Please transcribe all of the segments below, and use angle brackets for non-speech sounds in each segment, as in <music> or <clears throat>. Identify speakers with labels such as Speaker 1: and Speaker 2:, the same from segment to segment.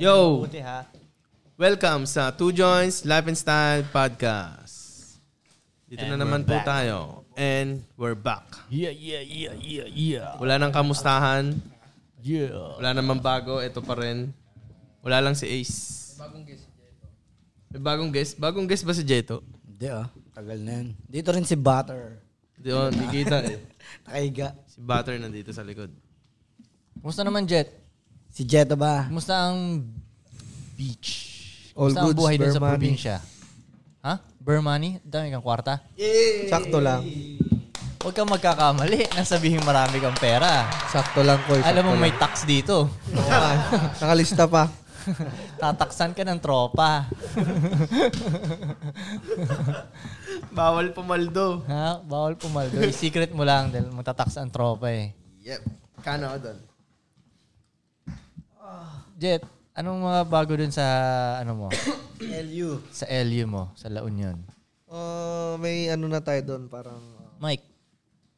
Speaker 1: Yo!
Speaker 2: Mabuti ha.
Speaker 1: Welcome sa Two Joints Life and Style Podcast. Dito na
Speaker 2: And
Speaker 1: naman
Speaker 2: we're
Speaker 1: po
Speaker 2: back.
Speaker 1: tayo. And we're back.
Speaker 2: Yeah, yeah, yeah, yeah, yeah.
Speaker 1: Wala nang kamustahan.
Speaker 2: Yeah.
Speaker 1: Wala namang bago. Ito pa rin. Wala lang si Ace. May bagong guest. Bagong guest ba si Jeto?
Speaker 3: Hindi ah. Tagal na yan. Dito rin si Butter.
Speaker 1: Di oh, di kita eh.
Speaker 3: Nakaiga.
Speaker 1: Si Butter nandito sa likod.
Speaker 4: Kumusta naman, Jet?
Speaker 3: Si Jeto ba?
Speaker 4: Kumusta ang beach?
Speaker 3: All
Speaker 4: Kumusta ang
Speaker 3: goods,
Speaker 4: buhay dun sa
Speaker 3: Burmani.
Speaker 4: probinsya? Ha? Burmani? Dami kang kwarta?
Speaker 3: Sakto lang.
Speaker 4: Huwag kang magkakamali. Nasabihin marami kang pera.
Speaker 3: Sakto lang, Koy.
Speaker 4: Alam mo may tax dito. <laughs>
Speaker 3: Nakalista pa.
Speaker 4: Tataksan ka ng tropa.
Speaker 1: Bawal pumaldo.
Speaker 4: Ha? Bawal
Speaker 3: <laughs>
Speaker 4: pumaldo. I-secret mo lang dahil magtataks ang tropa eh.
Speaker 1: Yep. Kano ako doon.
Speaker 4: Jet, anong mga bago dun sa ano mo?
Speaker 3: LU.
Speaker 4: sa LU mo, sa La Union?
Speaker 5: Uh, may ano na tayo doon, parang uh,
Speaker 4: Mike,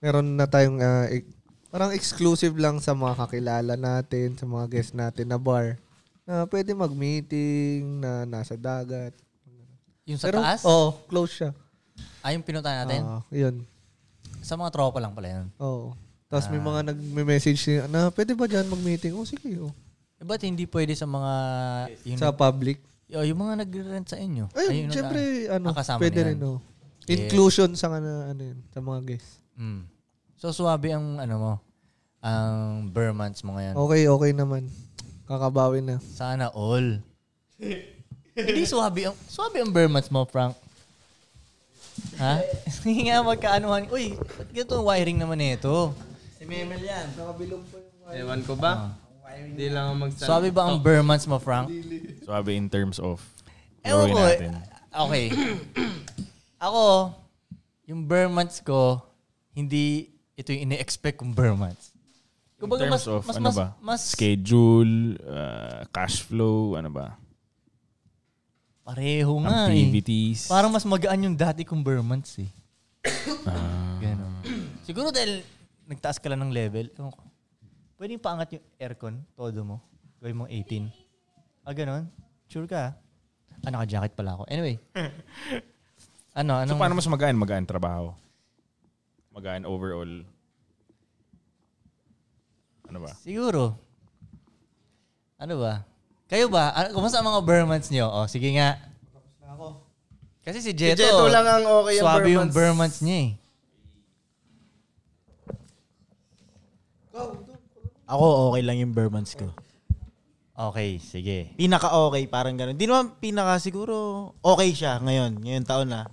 Speaker 5: meron na tayong uh, ex- parang exclusive lang sa mga kakilala natin, sa mga guest natin na bar na pwede mag-meeting na nasa dagat.
Speaker 4: yung sa taas?
Speaker 3: oh.
Speaker 5: Oo, close siya.
Speaker 4: Ay, yung pinunta natin?
Speaker 5: Ah, yun.
Speaker 4: sa mga tropa lang pala yun.
Speaker 5: Oo. Tapos
Speaker 4: Ah.
Speaker 5: may mga nag-message niya na pwede ba dyan mag-meeting? Oh, sige. Oh.
Speaker 4: Eh, ba't hindi pwede sa mga... Yung,
Speaker 5: Sa public.
Speaker 4: oh, yung mga nag-rent sa inyo.
Speaker 5: Ayun,
Speaker 4: yung
Speaker 5: syempre,
Speaker 4: nag-
Speaker 5: ano,
Speaker 4: ah, kasama
Speaker 5: pwede
Speaker 4: na yan.
Speaker 5: rin. Oh. Inclusion sa, kana- ano, yun, sa mga guests.
Speaker 4: Mm. So, suwabe ang, ano mo, ang Burmans mo ngayon.
Speaker 5: Okay, okay naman. Kakabawi na.
Speaker 4: Sana all. hindi suwabe ang, suwabe ang Burmans mo, Frank. Ha? <laughs> Hindi nga magkaanuhan. Uy, ba't ganito ang wiring naman nito?
Speaker 3: Si Memel yan. Nakabilog po yung
Speaker 1: Ewan ko ba? Hindi lang ako magsalita.
Speaker 4: Suwabe ba ang Burmans mo, Frank?
Speaker 6: Sabi in terms of
Speaker 4: Ewan
Speaker 6: gawin
Speaker 4: ko, eh.
Speaker 6: natin.
Speaker 4: Okay. <clears throat> Ako, yung bare months ko, hindi ito yung ine-expect kong bare months.
Speaker 6: In
Speaker 4: Kumbaga,
Speaker 6: terms of ano ba?
Speaker 4: Mas,
Speaker 6: Schedule, uh, cash flow, ano ba?
Speaker 4: pareho nga eh.
Speaker 6: Activities.
Speaker 4: Parang mas magaan yung dati kong bare months
Speaker 6: <coughs>
Speaker 4: eh.
Speaker 6: Ah.
Speaker 4: Ganon. <clears throat> Siguro dahil nagtaas ka lang ng level, ewan ko. Pwede paangat yung aircon, todo mo. Gawin mong 18. Ah, ganon? Sure ka ah. Ah, naka-jacket pala ako. <laughs> Anyway. ano,
Speaker 6: so
Speaker 4: anong...
Speaker 6: paano mas magaan? Magaan trabaho. Magaan overall. Ano ba?
Speaker 4: Siguro. Ano ba? Kayo ba? Ah, Kumusta ang mga Burmans nyo? O, sige nga. Kasi si Jeto,
Speaker 1: Si Jeto lang ang okay ang
Speaker 4: swabe
Speaker 1: Burmans.
Speaker 4: yung Burmans niya eh.
Speaker 2: Ako, okay lang yung Burmans ko.
Speaker 4: Okay, sige.
Speaker 2: Pinaka-okay, parang ganun. Di naman pinaka siguro, okay siya ngayon. Ngayon taon ah. na.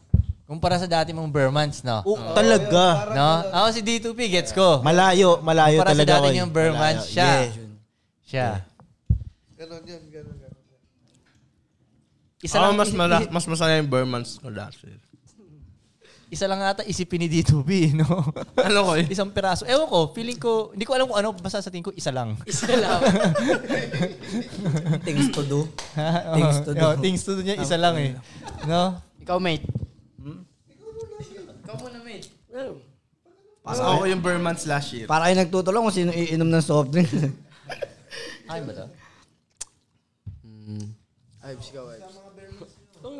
Speaker 4: Kumpara sa dati mong Burmans, no?
Speaker 2: Oo, talaga.
Speaker 4: no? Ako si D2P, gets ko.
Speaker 2: Malayo, malayo
Speaker 4: Kumpara sa
Speaker 2: talaga.
Speaker 4: dati
Speaker 2: Koy.
Speaker 4: yung Burmans,
Speaker 2: Malayo.
Speaker 4: siya.
Speaker 2: Yeah.
Speaker 4: Siya.
Speaker 5: Ganon yun, ganon, ganon.
Speaker 4: Isa
Speaker 1: Ako
Speaker 4: lang, eh.
Speaker 1: mas,
Speaker 4: isi- <laughs>
Speaker 1: mala- mas masaya yung Burmans ko dati.
Speaker 4: isa lang ata isipin ni D2P, <laughs> no?
Speaker 1: Ano ko eh?
Speaker 4: Isang piraso. Ewan ko, feeling ko, hindi ko alam kung ano, basta sa tingin ko, isa lang.
Speaker 3: Isa lang.
Speaker 4: <laughs>
Speaker 3: Things to do.
Speaker 4: Ha?
Speaker 3: Things to do.
Speaker 4: Oo,
Speaker 2: Oh,
Speaker 4: Oh, things to do niya, isa lang eh. No?
Speaker 7: Ikaw, mate.
Speaker 4: Hmm?
Speaker 7: Ikaw muna, mate.
Speaker 1: Mas ako yung Burmans last year.
Speaker 3: Para kayo nagtutulong kung sino iinom ng soft drink.
Speaker 4: Ay ba to?
Speaker 7: Ay, sigaw, ay.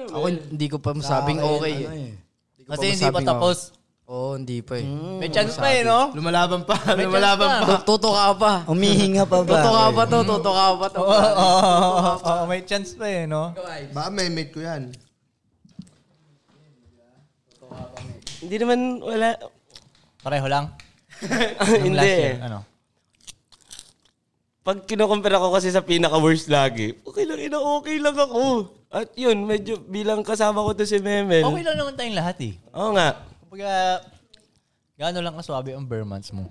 Speaker 7: Ako, hindi ko pa masabing okay.
Speaker 3: Ano eh.
Speaker 7: eh. Hindi ko
Speaker 4: Kasi hindi pa
Speaker 7: masabing
Speaker 4: tapos.
Speaker 7: okay. Oo, hindi pa eh.
Speaker 4: May chance pa eh, no?
Speaker 1: Lumalaban pa.
Speaker 4: May chance
Speaker 1: Lumalaban
Speaker 4: pa.
Speaker 1: pa.
Speaker 7: Tu- Tutuka pa.
Speaker 3: <laughs> Umihinga pa ba?
Speaker 7: Tutuka pa to, tutuka pa to.
Speaker 4: eh. Oo, oo, oo, may chance pa eh, no?
Speaker 1: Baka may mate ko yan.
Speaker 8: Hindi naman wala. <laughs>
Speaker 4: Pareho lang. Nung
Speaker 8: Hindi
Speaker 4: last year,
Speaker 8: eh.
Speaker 4: ano?
Speaker 8: Pag kinocompare ako kasi sa pinaka-worst lagi, okay lang, ina okay lang ako. At yun, medyo bilang kasama ko to si Memel.
Speaker 4: Okay lang naman tayong lahat eh.
Speaker 8: Oo nga.
Speaker 4: Kumbaga, gaano lang kaswabe ang bare months mo?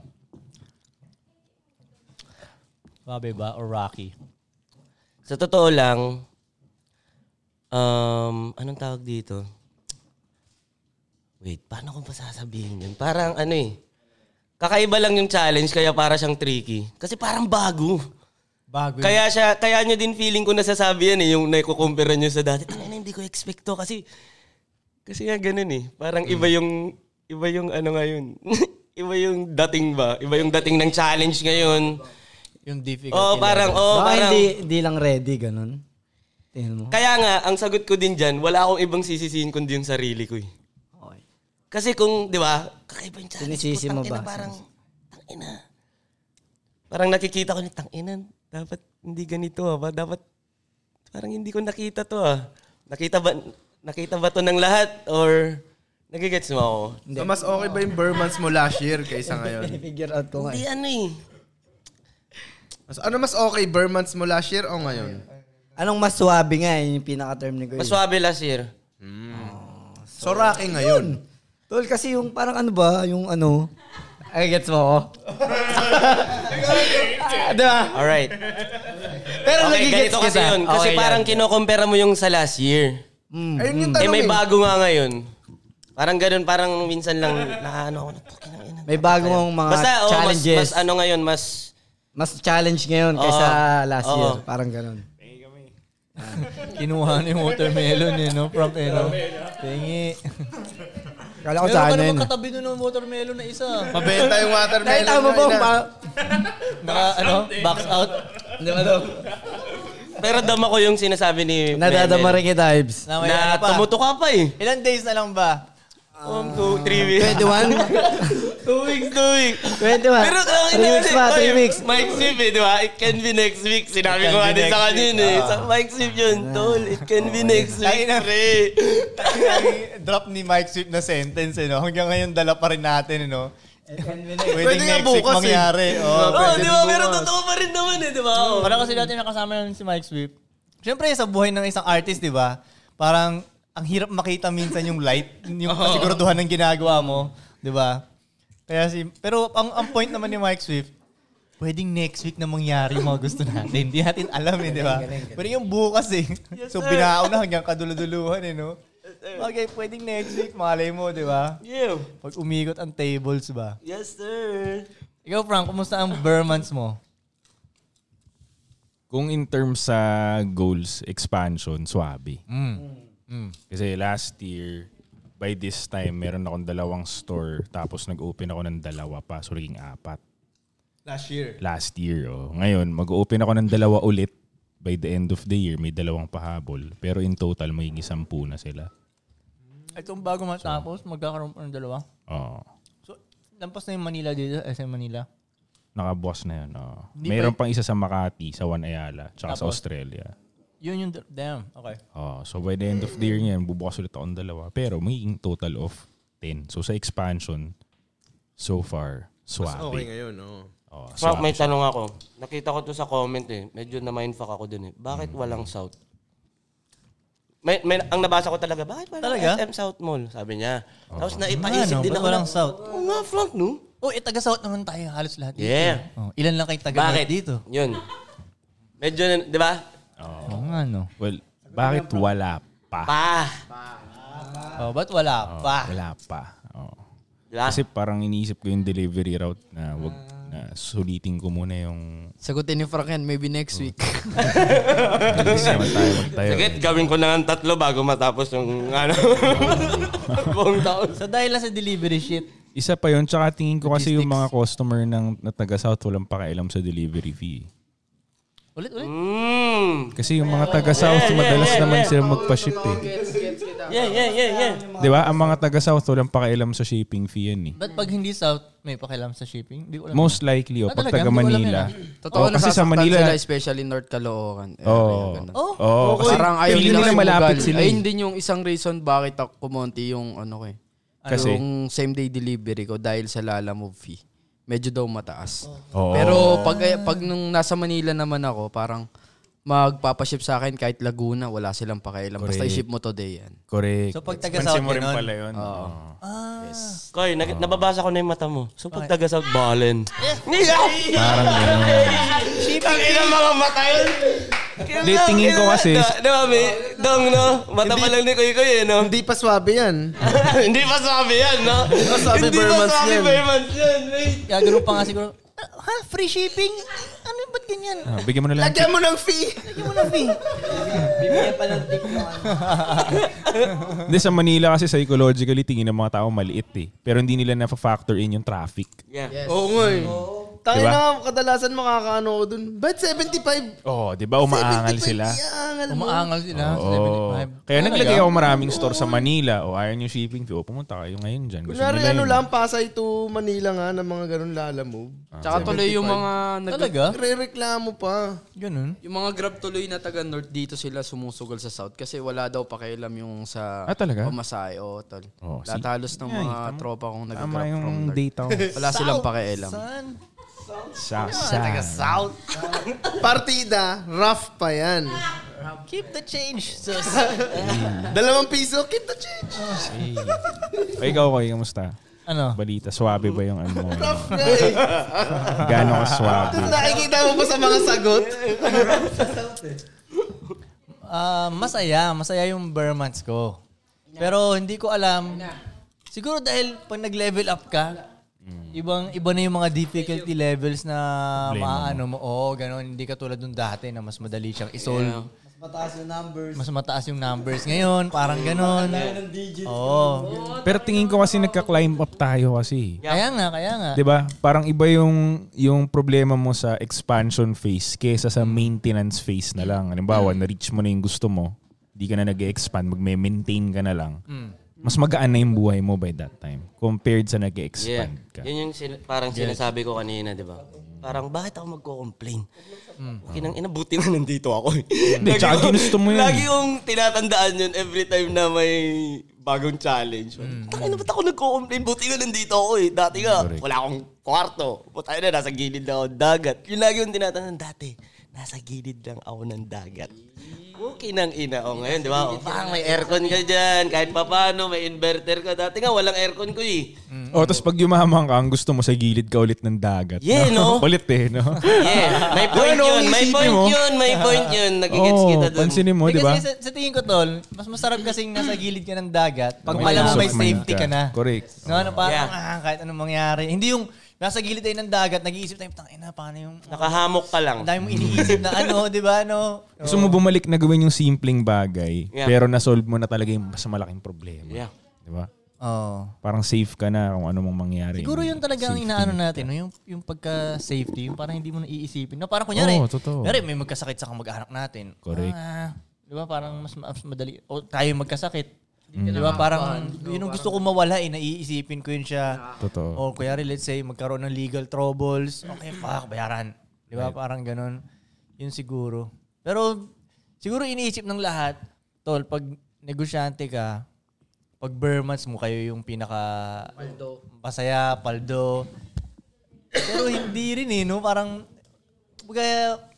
Speaker 4: Swabe ba? Or rocky?
Speaker 8: Sa totoo lang, um, anong tawag dito? Wait, paano ko pa sasabihin yun? Parang ano eh, kakaiba lang yung challenge kaya para siyang tricky. Kasi parang bago.
Speaker 4: Bago
Speaker 8: Kaya siya, kaya niya din feeling ko nasasabi yan eh, yung naikukumpira niyo sa dati. Ano hindi ko expect to kasi, kasi nga ganun eh. Parang
Speaker 3: Mm.
Speaker 8: iba yung, iba <laughs> yung ano ngayon. iba yung dating ba? Iba yung dating ng challenge ngayon.
Speaker 4: Yung difficult.
Speaker 8: Oo, parang,
Speaker 3: Baka
Speaker 8: oo, parang.
Speaker 3: hindi, hindi lang ready, ganun. Tingnan mo.
Speaker 8: Kaya nga, ang sagot ko din dyan, wala akong ibang sisisihin kundi yung sarili ko eh.
Speaker 3: Okay.
Speaker 8: Kasi kung, di ba, kakaiba yung challenge
Speaker 3: Sinisisi
Speaker 8: ko,
Speaker 3: mo
Speaker 8: tangina,
Speaker 3: ba?
Speaker 8: Parang, tangina. Parang nakikita ko na, tangina, dapat hindi ganito ah. ba- Dapat, parang hindi ko nakita to ah. Nakita ba, nakita ba to ng lahat? Or, nagigets mo ako?
Speaker 1: So, mas okay ba yung Burmans mo last year
Speaker 3: <laughs>
Speaker 1: kaysa ngayon?
Speaker 3: Figure out ko nga.
Speaker 8: Hindi ano eh.
Speaker 1: Mas, ano mas okay, Burmans mo last year o ngayon?
Speaker 3: Anong mas suwabe nga, yun yung pinaka-term ni Kuya.
Speaker 8: Mas swabe last year.
Speaker 1: So, Rocky ngayon.
Speaker 3: Tol, kasi yung parang ano ba, yung ano, ay gets mo ako? diba?
Speaker 8: Alright.
Speaker 3: Pero
Speaker 8: Okay,
Speaker 3: nagigets
Speaker 8: ganito kasi
Speaker 3: kita.
Speaker 8: yun. Kasi
Speaker 3: Okay,
Speaker 8: parang kinokompara mo yung sa last year.
Speaker 3: Mm,
Speaker 1: Ayun yung
Speaker 8: Eh,
Speaker 1: tanong
Speaker 8: may
Speaker 1: eh.
Speaker 8: bago nga ngayon. Parang ganun, parang minsan lang nakaano ako. "Putang ina, ina."
Speaker 3: May bagong mga
Speaker 8: Basta, oh, mas,
Speaker 3: challenges.
Speaker 8: mas ano ngayon, mas...
Speaker 3: mas, challenge ngayon kaysa
Speaker 6: Ah,
Speaker 8: Oo.
Speaker 3: last
Speaker 8: Oo.
Speaker 3: year. Parang ganun.
Speaker 4: Kinuha ni watermelon eh, no? From ano? Tingi.
Speaker 3: Kala ko sana yun. eh.
Speaker 4: katabi nun ng watermelon na <laughs> isa.
Speaker 1: Mabenta yung watermelon.
Speaker 3: Nakita mo ba?
Speaker 1: na
Speaker 3: yung
Speaker 1: ina.
Speaker 3: pa-
Speaker 4: Naka, ano? Box out.
Speaker 3: Hindi ba daw?
Speaker 8: Pero dama ko yung sinasabi ni
Speaker 3: Nadadama
Speaker 8: Mel.
Speaker 3: rin kita, Ibs.
Speaker 4: Na, may ano
Speaker 8: Na
Speaker 4: pa.
Speaker 8: tumuto ka pa eh.
Speaker 4: Ilan days na lang ba?
Speaker 8: One, two, three weeks.
Speaker 6: <laughs>
Speaker 3: 21?
Speaker 8: two weeks, two weeks.
Speaker 3: 21?
Speaker 8: Pero ang ina
Speaker 3: 3 weeks
Speaker 8: kasi,
Speaker 3: pa,
Speaker 8: oy,
Speaker 3: 3 weeks.
Speaker 8: Mike Sip eh, di ba? It can be next week. Sinabi
Speaker 4: It can
Speaker 8: ko
Speaker 4: be
Speaker 8: nga din sa
Speaker 4: next
Speaker 8: kanya yun eh. Sa Mike Sip yun,
Speaker 3: Ah.
Speaker 8: tol. It can be next week, pre.
Speaker 4: Drop ni Mike Swift na sentence, eh, no? Hanggang ngayon, dala pa rin natin, eh, no?
Speaker 1: Pwede
Speaker 4: Pwede
Speaker 1: nga
Speaker 4: next week
Speaker 1: bukas, eh.
Speaker 4: mangyari. Oh,
Speaker 8: Oo, di ba? Pero totoo pa rin naman eh, di ba? Oo.
Speaker 4: Parang kasi dati nakasama namin si Mike Swift. Siyempre, sa buhay ng isang artist, di ba? Parang, ang hirap makita minsan yung light, yung kasiguraduhan ng ginagawa mo, di ba? Kaya si, pero ang, ang point naman ni Mike Swift, pwedeng next week na mangyari yung mga gusto natin. Hindi natin alam eh, di ba? Pero yung bukas eh. so binao na hanggang kaduluduluhan eh, no? Okay, pwedeng next week, malay mo, di ba?
Speaker 8: Yeah.
Speaker 4: Pag umikot ang tables ba?
Speaker 8: Yes, sir.
Speaker 4: Ikaw, Frank, kumusta ang Burmans mo?
Speaker 6: Kung in terms sa goals, expansion, swabe.
Speaker 4: Mm.
Speaker 6: Kasi last year, by this time, meron akong dalawang store. Tapos nag-open ako ng dalawa pa. So, naging apat.
Speaker 1: Last year.
Speaker 6: Last year, oh. Ngayon, mag-open ako ng dalawa ulit. By the end of the year, may dalawang pahabol. Pero in total, magiging sampu na sila.
Speaker 4: Itong bago matapos, magkakaroon pa ng dalawa.
Speaker 6: Oo.
Speaker 4: So, lampas na yung Manila dito, eh, SM Manila.
Speaker 6: Nakabukas na yun. oo.
Speaker 4: Hindi
Speaker 6: Meron
Speaker 4: pa- eh.
Speaker 6: pang isa sa Makati, sa Juan Ayala, tsaka
Speaker 4: Tapos?
Speaker 6: sa Australia.
Speaker 4: Yun yung, damn, okay.
Speaker 6: Oh, so by the end of the year ngayon, bubukas ulit ako ng dalawa. Pero magiging total of 10. So sa expansion, so far,
Speaker 1: Mas
Speaker 6: swabe.
Speaker 1: okay ngayon, oo.
Speaker 6: Oh,
Speaker 8: Fuck,
Speaker 6: swabe.
Speaker 8: may tanong ako. Nakita ko to sa comment eh. Medyo na-mindfuck ako dun eh. Bakit
Speaker 4: Hmm.
Speaker 8: walang South? May, may, ang nabasa ko talaga, bakit walang
Speaker 4: Talaga?
Speaker 8: SM South Mall? Sabi niya. Tapos
Speaker 4: Paisip
Speaker 8: naipaisip
Speaker 4: ano,
Speaker 8: din ako.
Speaker 4: walang
Speaker 8: na,
Speaker 4: South.
Speaker 8: Oo nga, Frank, no?
Speaker 4: Oh, eh, taga-South naman tayo, halos lahat. dito.
Speaker 8: Yeah.
Speaker 4: Oh, ilan lang kayo taga
Speaker 8: Bakit?
Speaker 4: Bakit? dito?
Speaker 8: Yun. Medyo, na- di ba?
Speaker 4: Oo nga, no.
Speaker 6: Well, bakit wala pa?
Speaker 8: Pa.
Speaker 4: Oh, ba't wala pa?
Speaker 6: Wala pa. Oh.
Speaker 8: Diba?
Speaker 6: Kasi parang iniisip ko yung delivery route na wag na sulitin ko muna yung
Speaker 7: Sagutin ni Frank yan, maybe next
Speaker 3: <laughs>
Speaker 7: week. <laughs>
Speaker 6: kasi naman tayo magtayo.
Speaker 8: Sige, gawin ko na ng tatlo bago matapos yung
Speaker 4: <laughs>
Speaker 8: ano. Buong taon.
Speaker 4: So, dahil lang sa delivery shit.
Speaker 6: Isa pa yun, tsaka tingin ko kasi yung mga customer ng na taga South walang pakialam sa delivery fee.
Speaker 4: Ulit, ulit.
Speaker 8: Mm.
Speaker 6: Kasi yung mga taga South madalas naman sila magpa-ship eh.
Speaker 8: Yeah, yeah, yeah, yeah.
Speaker 6: 'Di ba? Ang mga taga South walang pakialam sa shipping fee yan eh.
Speaker 4: Ba't pag hindi South, may pakialam sa shipping? Hindi ko alam.
Speaker 6: Most likely
Speaker 4: Ah,
Speaker 6: oh, pag
Speaker 4: talaga?
Speaker 6: taga
Speaker 4: Hindi ko alam
Speaker 6: Manila.
Speaker 4: yan,
Speaker 7: Totoo,
Speaker 6: Oh, kasi sa
Speaker 7: nasasaktan
Speaker 6: Manila-
Speaker 7: sila, especially North Caloocan. Eh,
Speaker 6: Oo.
Speaker 7: ganun.
Speaker 4: Oh,
Speaker 6: Oo, kasi
Speaker 7: Parang ayaw
Speaker 6: feeling
Speaker 7: nila
Speaker 6: nila malapit sila. eh.
Speaker 7: Ayun din yung isang reason bakit ako kumonti yung ano ko eh.
Speaker 6: Kasi?
Speaker 7: Yung same day delivery ko dahil sa Lala Move fee. Medyo daw mataas.
Speaker 6: Oo.
Speaker 7: Pero pag, eh, pag nung nasa Manila naman ako, parang magpapaship sa akin kahit Laguna, wala silang pakialam. Basta
Speaker 6: Correct.
Speaker 7: i-ship mo today yan.
Speaker 6: Correct.
Speaker 4: So, pag taga South
Speaker 6: Pansin mo rin
Speaker 4: ganun.
Speaker 6: pala yun. Oo.
Speaker 8: Koy, nag- nababasa ko na yung mata mo. So pag taga South Balen. Yeah.
Speaker 6: Parang ganun.
Speaker 8: Ang ina mga mata yun.
Speaker 6: Hindi, tingin ko kasi-
Speaker 8: Di di ba, may, dong, no? Mata pa lang ni Kuy Kuy, eh, no?
Speaker 1: Hindi pa swabe yan.
Speaker 8: <laughs> Hindi pa sabi yan, no? Hindi pa
Speaker 1: sabi Burmans yan.
Speaker 8: Burmans yan, eh.
Speaker 4: Kaya ganun pa nga siguro. "Ah, Ha? Free shipping? Ano, ba't ganyan?
Speaker 6: Ah, bigyan mo na lang.
Speaker 1: Lagyan mo ng fee!
Speaker 4: Lagyan mo na fee.
Speaker 6: <laughs> Hindi, sa Manila kasi psychologically, tingin ng mga tao maliit eh. Pero hindi nila na-factor in yung traffic.
Speaker 8: Yeah.
Speaker 1: Oo nga eh. Tangin
Speaker 6: Diba?
Speaker 1: na nga, kadalasan makakaano ko dun. Ba't 75?
Speaker 6: Oh, 'di ba umaangal sila?
Speaker 1: Iangal mo.
Speaker 4: Umaangal sila.
Speaker 6: Oo.
Speaker 4: 75.
Speaker 6: Kaya
Speaker 4: Talaga?
Speaker 6: naglagay ako maraming store sa Manila o ayaw nyo shipping fee. O pumunta kayo ngayon dyan. Gusto
Speaker 1: Kunwari
Speaker 6: nila
Speaker 1: ano
Speaker 6: yun.
Speaker 1: lang, Pasay to Manila nga na mga ganun lala move.
Speaker 6: Ah.
Speaker 7: Tsaka tuloy yung mga nag-
Speaker 4: Talaga?
Speaker 1: Rereklamo pa.
Speaker 4: Ganun.
Speaker 7: yung mga grab tuloy na taga north dito sila sumusugal sa south kasi wala daw pakialam yung sa
Speaker 6: Ah, talaga?
Speaker 7: Pamasay o tol.
Speaker 6: Oh,
Speaker 7: Lahat
Speaker 6: see?
Speaker 7: halos ng
Speaker 6: Yeah,
Speaker 7: mga
Speaker 6: tama.
Speaker 7: tropa
Speaker 6: Tama
Speaker 7: kong nag-grab
Speaker 6: yung
Speaker 7: from north.
Speaker 6: data
Speaker 7: <laughs>
Speaker 6: ko.
Speaker 7: Wala silang pakialam.
Speaker 6: sa,
Speaker 1: Taga
Speaker 6: sa.
Speaker 1: South. Partida, rough pa yan.
Speaker 4: Keep the change. So,
Speaker 1: Dalawang piso, keep the change.
Speaker 6: O ikaw, Koy, kamusta?
Speaker 4: <laughs> ano?
Speaker 6: Balita, swabe ba yung ano? mo?
Speaker 1: Rough nga eh.
Speaker 6: Gano'ng swabe?
Speaker 1: Tapos nakikita mo pa sa mga sagot.
Speaker 4: Ah, masaya. Masaya yung bare months ko. Pero hindi ko alam. Siguro dahil pag nag-level up ka, ibang iba na yung mga difficulty levels na
Speaker 6: Hmm. Problema
Speaker 4: maaano mo. Oo, ganun. Hindi ka tulad nung dati na mas madali siyang isolve.
Speaker 3: Mas mataas yung numbers.
Speaker 4: Mas mataas yung numbers ngayon. Parang ganun. Oo.
Speaker 6: Pero tingin ko kasi nagka-climb up tayo kasi.
Speaker 4: Kaya nga, kaya nga.
Speaker 6: 'Di ba? Parang iba yung yung problema mo sa expansion phase kaysa sa maintenance phase na lang.
Speaker 8: Mm.
Speaker 6: Halimbawa, na-reach mo na yung gusto mo, hindi ka na nag-expand, magme-maintain ka na lang.
Speaker 8: Mm.
Speaker 6: Mas magaan na yung buhay mo by that time compared sa
Speaker 8: Yeah.
Speaker 6: nag-expand ka.
Speaker 8: Yun yung sin- parang sinasabi ko kanina, di ba? Parang, bakit ako magko-complain? Okay, nang ina, buti na nandito ako. eh. <laughs>
Speaker 6: Hindi, Mm. tsaka
Speaker 8: kong-
Speaker 6: ginusto mo yun.
Speaker 8: Lagi kong tinatandaan yun every time na may bagong challenge. Mm. Taka na, ba't ako nagko-complain? Buti na nandito ako eh. Dati nga,
Speaker 6: Correct.
Speaker 8: wala akong kwarto. Buti na, nasa gilid lang ako ng dagat. Yun lagi yung tinatandaan dati. Nasa gilid lang ako ng dagat. Okay nang ina. O ngayon, di ba? O, parang may aircon ka dyan. Kahit pa paano, may inverter ka. Dati nga, walang aircon ko eh.
Speaker 4: Mm.
Speaker 6: O, tapos pag yumamang ka, ang gusto mo sa gilid ka ulit ng dagat.
Speaker 8: Yeah, no?
Speaker 6: <laughs> ulit eh, no?
Speaker 8: Yeah, may point
Speaker 6: Ano ang
Speaker 8: yun, may
Speaker 6: isipin
Speaker 8: point
Speaker 6: mo?
Speaker 8: yun, may point yun. Nagigets
Speaker 6: Oo,
Speaker 8: kita dun.
Speaker 6: pansinin mo, di ba?
Speaker 4: Kasi sa, sa tingin ko, Tol, mas masarap kasing nasa gilid ka ng dagat pag
Speaker 6: May
Speaker 4: alam mo
Speaker 6: peace
Speaker 4: may
Speaker 6: of mind
Speaker 4: safety ka na.
Speaker 6: Correct.
Speaker 4: No, ano, parang
Speaker 8: Yeah.
Speaker 4: ah, kahit anong mangyari. Hindi yung nasa gilid tayo ng dagat, nag-iisip tayo, tangina, paano yung...
Speaker 8: Nakahamok ka lang.
Speaker 4: Ang dami mong iniisip na ano, di ba? Ano?
Speaker 6: Gusto mo bumalik na gawin yung simpleng bagay,
Speaker 8: Yeah.
Speaker 6: pero na-solve mo na talaga yung mas malaking problema.
Speaker 8: Yeah.
Speaker 6: Di ba?
Speaker 4: Oh.
Speaker 6: Parang safe ka na kung ano mong mangyari.
Speaker 4: Siguro yun talaga ang
Speaker 6: Safety.
Speaker 4: inaano natin, no? yung, yung pagka-safety, yung parang hindi mo naiisipin. Na parang kunyari,
Speaker 6: Oo, totoo.
Speaker 4: kunyari, may magkasakit sa kamag-anak natin.
Speaker 6: Correct.
Speaker 4: Ah, di ba parang mas, mas madali, o tayo yung magkasakit.
Speaker 6: Mm.
Speaker 4: Di ba parang, yun ang gusto ko mawala eh, naiisipin ko yun siya.
Speaker 6: Totoo.
Speaker 4: O kunyari, let's say, magkaroon ng legal troubles. Okay, fuck, bayaran. Di ba? Parang ganun. Yun siguro. Pero, siguro iniisip ng lahat, tol, pag negosyante ka, pag Burmans mo, kayo yung pinaka... Paldo. Masaya, paldo. Pero hindi rin eh, no? Parang, baga,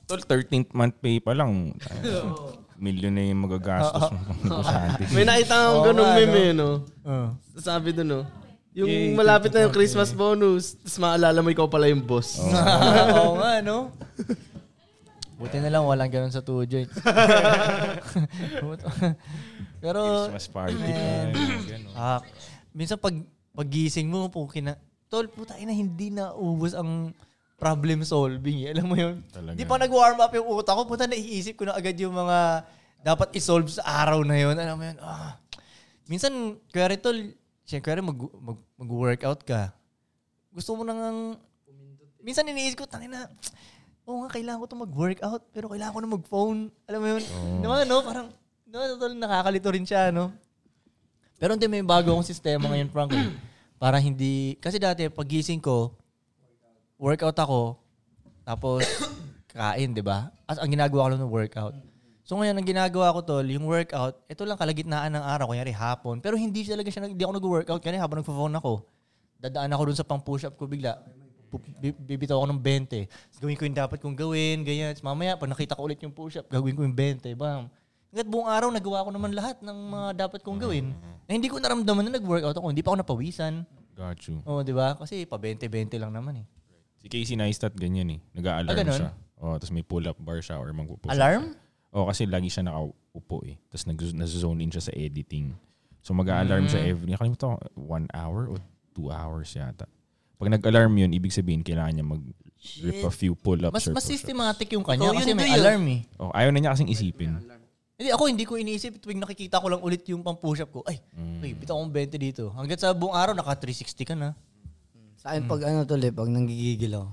Speaker 6: Tol, 13th month pay pa
Speaker 4: <laughs>
Speaker 6: lang. Million na yung
Speaker 4: Ah,
Speaker 6: magagastos mo pang negosyante.
Speaker 1: May nakita akong ganung meme, eh, no?
Speaker 4: uh,
Speaker 1: Sabi dun, no? Yung malapit na yung Christmas bonus, tapos maalala mo ikaw pala yung boss.
Speaker 4: <laughs>
Speaker 1: <laughs>
Speaker 4: Oo nga, no? Buti na lang walang ganun sa two joint. Pero,
Speaker 6: Christmas party.
Speaker 4: Man.
Speaker 6: Ay, ganun.
Speaker 4: ah, minsan pag pagising mo, pukin na, tol, puta ina, hindi na ubos ang problem solving. eh. Alam mo yun?
Speaker 6: Talaga.
Speaker 4: Di pa nag-warm up yung utak ko, puta naiisip ko na agad yung mga dapat isolve sa araw na yun. Alam mo yun? Ah. Minsan, kaya rin tol, siyempre mag, mag, mag-workout ka. Gusto mo nang Minsan iniisip ko, tangin na, oo nga, kailangan ko to mag-workout, pero kailangan ko na mag-phone. Alam mo yun? Naman, no? Parang, no, tol, nakakalito rin siya, no? Pero hindi, may bago akong sistema ngayon, Frank. eh. Para hindi, kasi dati, pagising ko, workout ako, tapos <coughs> kain, di ba? As ang ginagawa ko lang ng workout. So ngayon, ang ginagawa ko tol, yung workout, ito lang kalagitnaan ng araw, kunyari hapon. Pero hindi siya talaga siya, nag- hindi ako nag-workout, kaya habang nagpo-phone ako, dadaan ako dun sa pang-push up ko bigla. Pu- bi- Bibitaw ako ng 20. Tapos Gawin ko yung dapat kong gawin, ganyan. Tapos mamaya, pag nakita ko ulit yung push up, gagawin ko yung 20. Bam. Hanggat buong araw, nagawa ko naman lahat ng mga dapat kong gawin. Na hindi ko naramdaman na nag-workout ako. Hindi pa ako napawisan.
Speaker 6: Got you.
Speaker 4: Oo, di ba? Kasi pa 20-20 lang naman eh.
Speaker 6: Si Casey Neistat, ganyan eh.
Speaker 4: Ah,
Speaker 6: Nag-a-alarm
Speaker 4: ganun?
Speaker 6: siya. Oh, tapos may pull-up bar siya or magpo-push up
Speaker 4: Alarm?
Speaker 6: Oh, kasi lagi siya nakaupo eh. Tapos nag- nag-zone in siya sa editing. So mag-alarm siya every, nakalimutan ko, one hour o two hours yata. Pag nag-alarm yun, ibig sabihin, kailangan niya mag-rip a few pull-ups
Speaker 4: Mas,
Speaker 6: or
Speaker 4: mas
Speaker 6: push-ups.
Speaker 4: systematic yung kanya
Speaker 8: Ikaw
Speaker 4: kasi
Speaker 8: yun,
Speaker 4: may
Speaker 8: do yun.
Speaker 4: alarm eh.
Speaker 6: Oh, ayaw na niya kasing isipin.
Speaker 4: Hindi, ako hindi ko iniisip tuwing nakikita ko lang ulit yung pang push up ko. Ay, wait, bitaw akong 20 dito. Hanggat sa buong araw, naka 360 ka na.
Speaker 3: Sa akin pag ano tol eh, pag nanggigigil ako.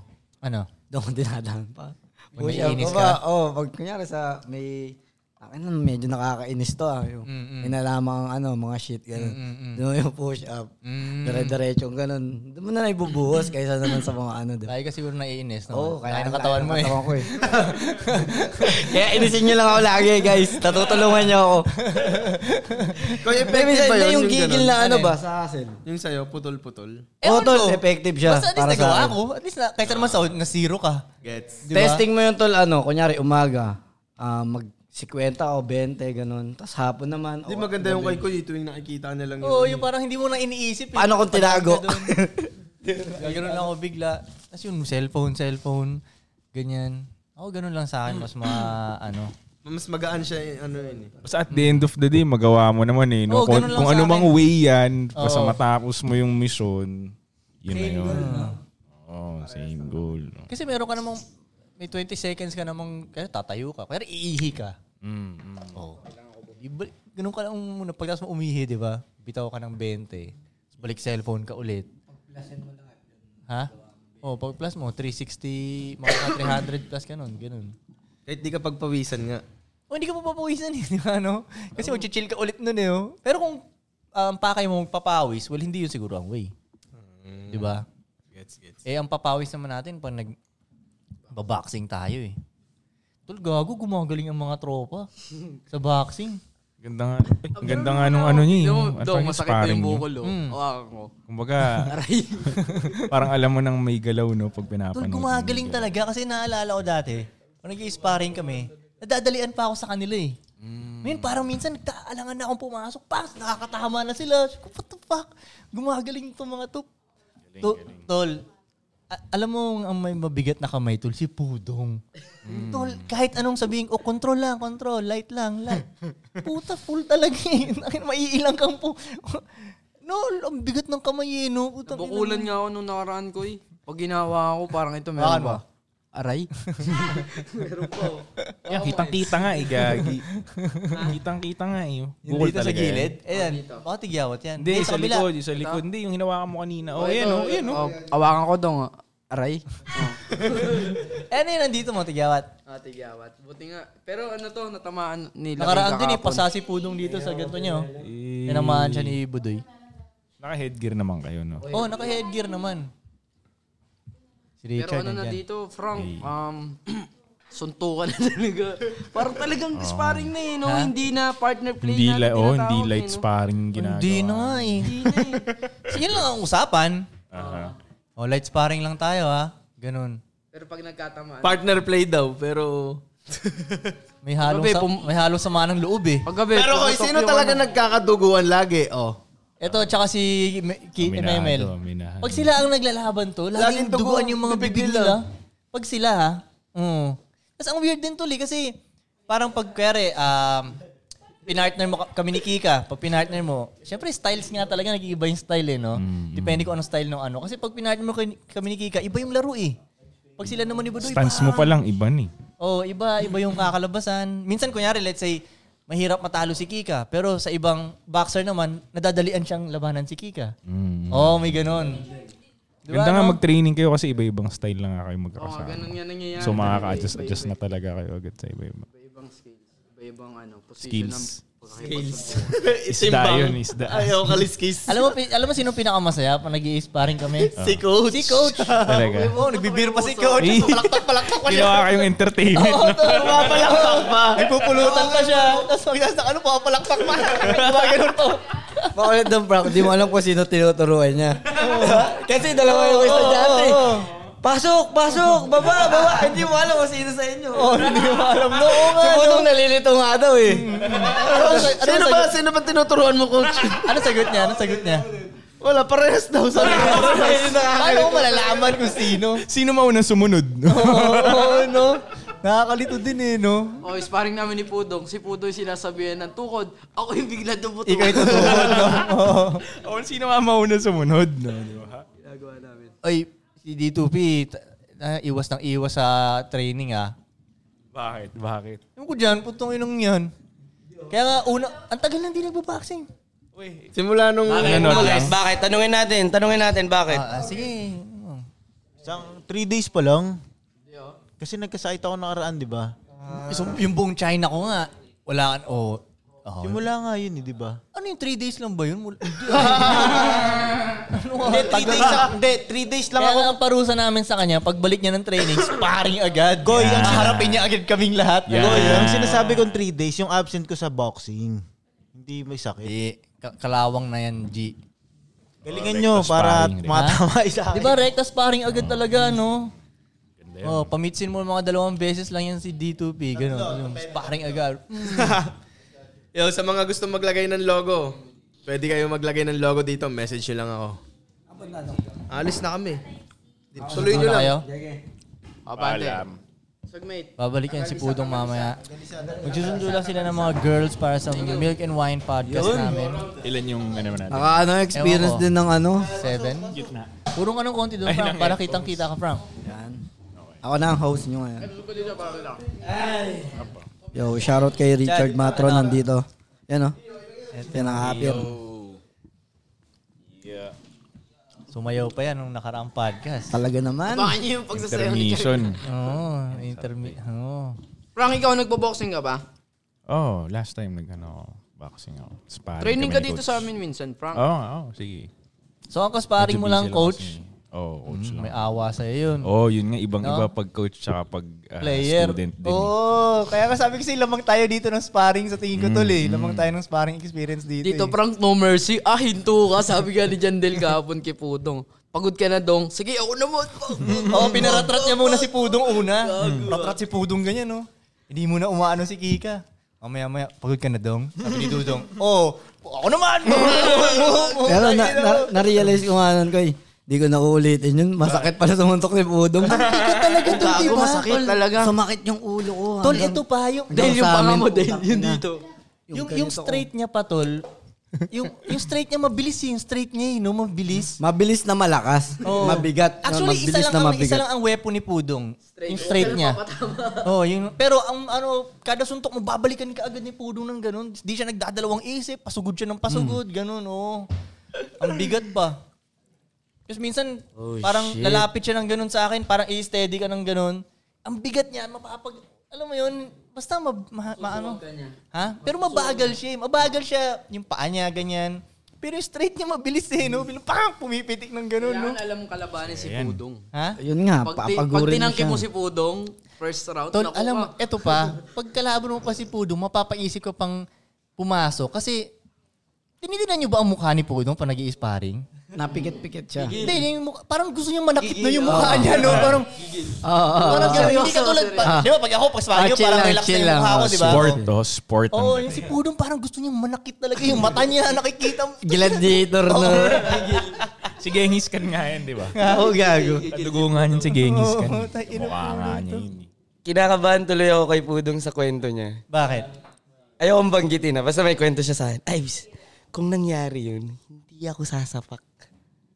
Speaker 4: Ano?
Speaker 3: Doon ko dinadaan pa.
Speaker 7: Pag may
Speaker 3: Push up
Speaker 7: inis
Speaker 3: ko ba? Oo, pag kunyari sa may... Akin lang, medyo nakakainis to ah. Yung, may nalaman ang ano, mga shit, gano'n. Doon yung push up. Mm.
Speaker 4: Mm.
Speaker 3: Dire-diretso, gano'n. Doon mo na lang ibubuhos kaysa naman sa mga ano, di ba?
Speaker 4: Tayo ka siguro naiinis.
Speaker 3: Oo, kaya
Speaker 4: ng katawan mo eh.
Speaker 3: katawan ko eh. <laughs> kaya inisin nyo lang ako lagi, guys. Tatutulungan nyo ako.
Speaker 1: Kung
Speaker 3: Pero minsan,
Speaker 1: effective ba yun?
Speaker 3: yung gigil
Speaker 1: ganun?
Speaker 3: na ano ba, Eh, sa hassle.
Speaker 1: Yung sa'yo, putol-putol.
Speaker 3: Oo,
Speaker 4: Ewan
Speaker 3: tol,
Speaker 4: ko.
Speaker 3: effective siya.
Speaker 4: Basta at least
Speaker 3: para sa
Speaker 4: nagawa
Speaker 3: akin.
Speaker 4: ko. At least na, kaysa naman sa na zero ka.
Speaker 1: Gets.
Speaker 4: Di ba?
Speaker 3: Testing mo yun tol, ano, kunyari umaga, ah, mag 50 o 20, ganun. Tapos hapon naman.
Speaker 1: Hindi
Speaker 3: o-
Speaker 1: maganda yung kay Kuy, tuwing nakikita na lang
Speaker 4: Oo, yung parang hindi mo na iniisip. eh.
Speaker 3: Paano kung tinago? <laughs>
Speaker 4: Ganoon ako bigla. Tapos yung cellphone, cellphone, ganyan. Ako ganun lang sa akin, mas mga ano.
Speaker 1: Mas magaan siya, eh, ano yun eh.
Speaker 6: Basta at the end of the day, magawa mo naman eh. No?
Speaker 4: Oo,
Speaker 6: kung
Speaker 4: ganun lang
Speaker 6: kung
Speaker 4: sa
Speaker 6: ano mang
Speaker 4: akin.
Speaker 6: way yan, basta
Speaker 4: Oo.
Speaker 6: matapos mo yung mission, yun na yun. Oo, same goal. no?
Speaker 4: Kasi meron ka namang, may 20 seconds ka namang, kaya tatayo ka. Kaya iihi ka.
Speaker 6: Mm, mm.
Speaker 4: Oo. Iba- Ganun ka lang muna. Pagkatapos mo umihi, di ba? Bitaw ka ng 20. Tapos balik cellphone ka ulit. Ha? Oh, pag plus mo, 360, mga 300 plus ka nun. Ganun.
Speaker 1: Kahit di ka pagpawisan nga.
Speaker 4: O, Oh, hindi ka mapapawisan eh, <laughs> di ba, no? Kasi
Speaker 1: Ano?
Speaker 4: mag-chill ka ulit nun eh, oh. Pero kung ah, ang pakay mo magpapawis, well, hindi yun siguro ang way. Di ba?
Speaker 1: Mm. Gets, gets.
Speaker 4: Eh, ang papawis naman natin pag nag... Baboxing tayo eh. Tol, gago, gumagaling ang mga
Speaker 1: <laughs>
Speaker 4: tropa sa boxing.
Speaker 6: Ganda nga. Ay, ang ganda nga nung ano niya eh.
Speaker 7: Yung,
Speaker 6: At
Speaker 7: daw,
Speaker 6: parang
Speaker 7: masakit na
Speaker 6: sparring
Speaker 7: yung
Speaker 6: niyo.
Speaker 7: bukol, oh.
Speaker 3: Hmm.
Speaker 7: Hawakan ko.
Speaker 6: Kumbaga,
Speaker 7: Aray.
Speaker 6: <laughs> parang alam mo nang may galaw no pag pinapanood.
Speaker 4: Tol, gumagaling talaga kasi naalala ko dati, kung nag-sparring kami, nadadalian pa ako sa kanila eh.
Speaker 7: Mm.
Speaker 4: Ngayon, parang minsan nagtaalangan na akong pumasok, pas, nakakatama na sila. Sabi ko, What the fuck? Gumagaling itong mga to. to Tol, a- alam mo ang may mabigat na kamay, tol, si Pudong.
Speaker 7: Mm.
Speaker 4: Tol, kahit anong sabihin, oh, control lang, control, light lang, light. Puta, full talaga eh. <laughs> Nakin, Maiilang kang <laughs> po. No, ang bigat ng kamay eh, no? Putang ina.
Speaker 7: Nabukulan nga ako nung nakaraan ko eh. Pag ginawa ko, parang ito meron
Speaker 4: Bakit
Speaker 7: ba? Aray?
Speaker 6: Yan, kitang-kita nga eh, Gagi. <laughs> Kitang-kita nga eh. oh.
Speaker 4: Yung
Speaker 6: Bukol
Speaker 4: dito sa
Speaker 6: talaga
Speaker 4: gilid? Ayan,
Speaker 7: dito.
Speaker 4: baka tigyawat yan.
Speaker 6: Hindi,
Speaker 4: Dito
Speaker 6: sa
Speaker 4: kabila.
Speaker 6: likod, yung sa likod. Hindi, yung hinawakan mo kanina. Oh, yan, oh, yan, oh.
Speaker 7: Oh, hawakan ko daw nga. Aray? Oh.
Speaker 4: Ano yun, nandito mo, tigyawat.
Speaker 7: Ate Gawat. Buti nga. Pero ano to, natamaan nila.
Speaker 4: Nakaraan din eh, pasasi pudong dito sa ganito niyo. Tinamaan siya ni Budoy.
Speaker 6: Naka-headgear naman kayo, no?
Speaker 4: Oh, naka-headgear naman. Si
Speaker 7: Pero
Speaker 4: Richard
Speaker 7: ano na
Speaker 4: nandyan.
Speaker 7: dito, Frank, um, <clears throat> suntukan na talaga. Parang talagang sparring na eh, no? Hindi na partner play
Speaker 6: Hindi,
Speaker 7: na.
Speaker 6: la- oh, hindi light
Speaker 4: eh,
Speaker 6: sparring ginagawa.
Speaker 4: Hindi na nga eh. <laughs> So, yun lang ang usapan.
Speaker 6: Aha.
Speaker 4: Oh, light sparring lang tayo ha. Ganun.
Speaker 7: Pero pag nagkatamaan.
Speaker 1: Partner play daw, pero...
Speaker 4: May halong,
Speaker 7: Babe,
Speaker 4: sa,
Speaker 7: pum-
Speaker 4: may halong sama ng loob eh.
Speaker 7: Paggabi,
Speaker 1: Pero Koy,
Speaker 7: pumutok
Speaker 1: sino
Speaker 7: yung
Speaker 1: talaga
Speaker 7: ano.
Speaker 1: nagkakaduguan lagi? Oh.
Speaker 4: Ito, tsaka si Me- Ki-
Speaker 6: Aminado,
Speaker 4: Memel.
Speaker 6: aminado.
Speaker 4: Pag sila ang naglalaban to, laging,
Speaker 1: Laging dugo
Speaker 4: duguan
Speaker 1: ang
Speaker 4: yung mga
Speaker 1: bibig
Speaker 4: bibig
Speaker 1: nila.
Speaker 4: nila. Pag sila ha, oo. Tapos ang weird din tuli kasi parang pag kare, um, pinartner mo ka- kami ni Kika, pag pinartner mo, syempre styles nga talaga, nag-iiba yung style eh, no?
Speaker 6: Mm,
Speaker 4: Depende kung anong style ng ano. Kasi pag pinartner mo kay- kami ni Kika, iba yung laro eh. Pag sila naman ni Badoy,
Speaker 6: Stance mo pa lang, iba ni.
Speaker 4: Oh, iba, iba yung kakalabasan. Minsan kunyari, let's say, mahirap matalo si Kika, pero sa ibang boxer naman, nadadalian siyang labanan si Kika.
Speaker 6: Mm.
Speaker 4: Oh, may ganun. Di ba,
Speaker 6: Ganda nga
Speaker 4: no?
Speaker 6: mag-training kayo kasi iba-ibang style lang nga kayo
Speaker 7: Oo,
Speaker 6: magkakasama.
Speaker 7: Oh, ganun nga nangyayari.
Speaker 6: so makaka-adjust adjust na talaga kayo agad sa iba-iba.
Speaker 7: Iba-ibang skills. Iba-ibang ano, position
Speaker 4: <laughs>
Speaker 6: Skills.
Speaker 7: ng
Speaker 6: <laughs>
Speaker 7: skills.
Speaker 6: Isda yun, isda.
Speaker 1: Ayaw,
Speaker 6: <laughs>
Speaker 1: kaliskis.
Speaker 4: alam mo, pi- alam mo sino pinakamasaya pag nag sparring kami?
Speaker 1: Si Coach.
Speaker 4: si coach.
Speaker 6: Talaga.
Speaker 4: Oh, nagbibir pa si coach.
Speaker 6: Eh.
Speaker 4: Palaktak-palaktak pa siya.
Speaker 6: Ginawa kayong entertainment.
Speaker 4: Oo, to. Papalaktak pa. Nagpupulutan pa siya. Tapos pagkas na ano, papalaktak pa. Diba ganun to?
Speaker 3: Paulit ng prank, di mo alam kung sino tinuturuan niya. Diba? Kasi dalawa yung isa
Speaker 4: Oo,
Speaker 3: dyan eh.
Speaker 4: oo, oo.
Speaker 3: Pasok, pasok, baba, baba. Hindi mo alam kung sino sa inyo.
Speaker 4: Oh, hindi mo alam. No, oo
Speaker 3: Si
Speaker 4: nga. no.
Speaker 3: Putong nalilito nga daw eh.
Speaker 4: Ano ang sag- ano ang
Speaker 1: Sino
Speaker 4: sagot-
Speaker 1: ba? Sino ba tinuturuan mo, Coach?
Speaker 4: Ano ang sagot niya? Ano ang sagot niya?
Speaker 1: Wala, parehas daw. Sabi ko.
Speaker 4: Paano ko malalaman kung sino?
Speaker 6: Sino mauna sumunod?
Speaker 4: <laughs> Oo, no? Nakakalito din eh, no?
Speaker 7: Oh, sparring namin ni Pudong. Si Pudoy sinasabihan ng tukod. Ako yung bigla dumutok.
Speaker 4: Ikaw yung tutulog, <laughs> no? Oo.
Speaker 6: o sino ang mauna sumunod? No, di ba?
Speaker 4: Ay, si D2P, ta- na- iwas ng iwas sa training, ah.
Speaker 6: Bakit? Bakit?
Speaker 4: Yung ko dyan, putong inong yan. Kaya nga, una, ang tagal lang di nagbo-boxing.
Speaker 1: Simula nung...
Speaker 8: Bakit? Bakit? Tanungin natin. Tanungin natin bakit.
Speaker 4: Ah, ah, sige. Oh.
Speaker 2: Sa Isang three days pa lang. Kasi nagkasakit ako nakaraan, di ba?
Speaker 4: Ah. So, yung buong China ko nga, wala ka, oh, oh.
Speaker 2: Simula nga yun, eh, di ba?
Speaker 4: ano yung 3 days lang ba yun? <laughs> Wala- ano
Speaker 2: Hindi, three days, lang- hindi, three days lang
Speaker 4: Kaya
Speaker 2: ako.
Speaker 4: lang ang parusa namin sa kanya, pagbalik niya ng <laughs> training, sparring agad. Goy, ang harapin niya agad kaming lahat. ah.
Speaker 6: Yeah.
Speaker 2: Boy, ang sinasabi kong three days, yung absent ko sa boxing. Hindi may sakit.
Speaker 4: Hindi, Eh, ka- kalawang na yan, G.
Speaker 2: Galingan nyo para
Speaker 6: sparring rin.
Speaker 2: matama isa.
Speaker 4: Di ba, rekta sparring agad talaga, no? Oh, pamitsin mo mga dalawang beses lang yan si D2P. Ganun, yung sparring agad.
Speaker 1: Yo, sa mga gusto maglagay ng logo, pwede kayo maglagay ng logo dito. Message nyo lang ako. Alis na kami. Tuloy nyo
Speaker 4: Ano
Speaker 1: lang.
Speaker 4: kayo?
Speaker 1: Paalam. Segmate.
Speaker 4: Babalik yan si Pudong mamaya. Magsusundo lang sila ng mga girls para sa Milk and Wine podcast namin.
Speaker 6: Ilan yung ano
Speaker 4: Ah,
Speaker 6: naman natin?
Speaker 3: Naka ano, experience
Speaker 4: Ewan ko.
Speaker 3: din ng ano.
Speaker 4: Seven? Purong anong konti doon, Frank, para kitang-kita ka, Frank.
Speaker 3: Ako na ang host nyo ngayon. Yo, shoutout kay Richard Matron nandito. Yan oh. o. Pinaka-happy.
Speaker 4: Sumayaw pa yan nung nakaraang podcast.
Speaker 3: Talaga naman.
Speaker 7: Baka niyo Ah, yung pagsasayaw ni Char-
Speaker 6: Intermission.
Speaker 4: Oo, intermi... Oo.
Speaker 7: Frank, ikaw nagbo-boxing ka ba?
Speaker 6: Oh, last time nag-ano, boxing ako. Sparring
Speaker 7: Training
Speaker 6: kami
Speaker 7: ka
Speaker 6: ni
Speaker 7: dito
Speaker 6: Ah, coach.
Speaker 7: sa amin minsan, Frank.
Speaker 6: Oo, oh, sige.
Speaker 4: So, ang kasparing
Speaker 6: Medyo
Speaker 4: mo
Speaker 6: busy
Speaker 4: lang, coach,
Speaker 6: kasi. Oo,
Speaker 4: Mm,
Speaker 6: coach lang.
Speaker 4: may awa sa'yo yun.
Speaker 6: Oo, oh, yun nga. Ibang-iba
Speaker 4: No?
Speaker 6: pag coach tsaka pag ah,
Speaker 4: Player.
Speaker 6: student din.
Speaker 4: Oo, kaya nga sabi ko sa'yo, lamang tayo dito ng sparring sa tingin
Speaker 6: Mm.
Speaker 4: ko tol eh. Lamang tayo ng sparring experience dito
Speaker 7: Dito,
Speaker 4: eh.
Speaker 7: Frank, no mercy. Ah, hinto ka. Sabi ka ni Jandel kahapon kay Pudong. Pagod ka na, Dong. Sige, ako naman.
Speaker 4: Oo, pinaratrat niya muna si Pudong una. Ratrat si Pudong ganyan, no? Hindi muna umaano si Kika. Mamaya-maya, pagod ka na, Dong. Sabi ni Dudong, oh, ako naman!
Speaker 3: Pero na, na, na-realize ko nga nun ko eh. Hindi ko na uulitin yun. Masakit pala sumuntok ni Budong. Masakit talaga to, di
Speaker 7: Gago,
Speaker 3: ba?
Speaker 7: masakit
Speaker 3: Tol,
Speaker 7: talaga.
Speaker 3: Sumakit yung ulo ko.
Speaker 4: Tol,
Speaker 3: hanggang-
Speaker 4: ito pa, yung,
Speaker 7: Dahil yung
Speaker 3: sa
Speaker 7: panga
Speaker 3: amin,
Speaker 7: mo, dahil
Speaker 3: putang
Speaker 7: yun
Speaker 3: ina.
Speaker 7: dito.
Speaker 4: yung,
Speaker 3: ganito oh.
Speaker 4: yung straight niya pa, tol. yung, yung straight niya, mabilis eh. Yung straight niya, eh, no? Mabilis.
Speaker 3: ko. Mabilis na malakas.
Speaker 4: Oo.
Speaker 3: Mabigat.
Speaker 4: Oh. Actually, isa
Speaker 3: Mabilis na
Speaker 4: lang, ang,
Speaker 3: mabigat.
Speaker 4: isa lang ang weapon ni Pudong. Yung straight niya. oh, yung, pero ang ano, kada suntok mo, babalikan ka agad ni Pudong ng ganun. Di siya nagdadalawang isip, pasugod siya ng pasugod,
Speaker 3: Hmm.
Speaker 4: ganun, oh. Ang bigat pa. Kasi minsan,
Speaker 3: Oh,
Speaker 4: parang lalapit siya ng ganun sa akin, parang i-steady ka ng ganun. Ang bigat niya, mapapag... Alam mo yun, basta ma, ma, ma- ano. Ha? Pero mabagal siya. eh. Mabagal siya yung paa niya, ganyan. Pero yung straight niya mabilis eh, no? Bilang parang pumipitik ng ganun, no?
Speaker 7: Kailangan alam mong kalabanin si Pudong.
Speaker 4: Ha?
Speaker 3: Yun nga,
Speaker 7: Pag, ti- pag
Speaker 3: papagurin mo
Speaker 7: tinangke
Speaker 3: siya.
Speaker 7: mo si Pudong, first round,
Speaker 4: Tol,
Speaker 7: naku
Speaker 4: alam mo,
Speaker 7: ka.
Speaker 4: eto pa, pag kalaban mo pa si Pudong, mapapaisip ka pang pumasok. Kasi, tinitingnan niyo ba ang mukha ni Pudong pag nag sparring
Speaker 3: Napikit-pikit siya.
Speaker 4: Hindi, yung mukha- parang gusto niya manakit na yung mukha niya, no? Parang, parang ganun. Hindi ka tulad, pa, di ba, pag ako, pag sparring
Speaker 3: Ah,
Speaker 4: niyo,
Speaker 3: chill
Speaker 4: parang
Speaker 3: lang,
Speaker 4: relax na
Speaker 3: chill
Speaker 4: yung
Speaker 3: lang.
Speaker 4: mukha ko,
Speaker 6: Ah,
Speaker 4: di ba?
Speaker 6: sport, oh, sport.
Speaker 4: Oo, oh,
Speaker 6: ang-
Speaker 4: yung si Pudong parang gusto niya manakit talaga yung mata niya, <laughs> nakikita mo.
Speaker 3: Gladiator na.
Speaker 6: Si Genghis Khan nga yan,
Speaker 4: <laughs>
Speaker 6: di ba?
Speaker 3: Oo, gago.
Speaker 6: Kadugungan yun si Genghis Khan.
Speaker 4: Oo, tayo, ina-
Speaker 6: Mukha nga niya yun. eh.
Speaker 8: Kinakabahan tuloy ako kay Pudong sa kwento niya.
Speaker 4: Bakit?
Speaker 8: Ayokong banggitin na. Basta may kwento siya sa akin. Ay, bis, kung nangyari yun, hindi ako sasapak.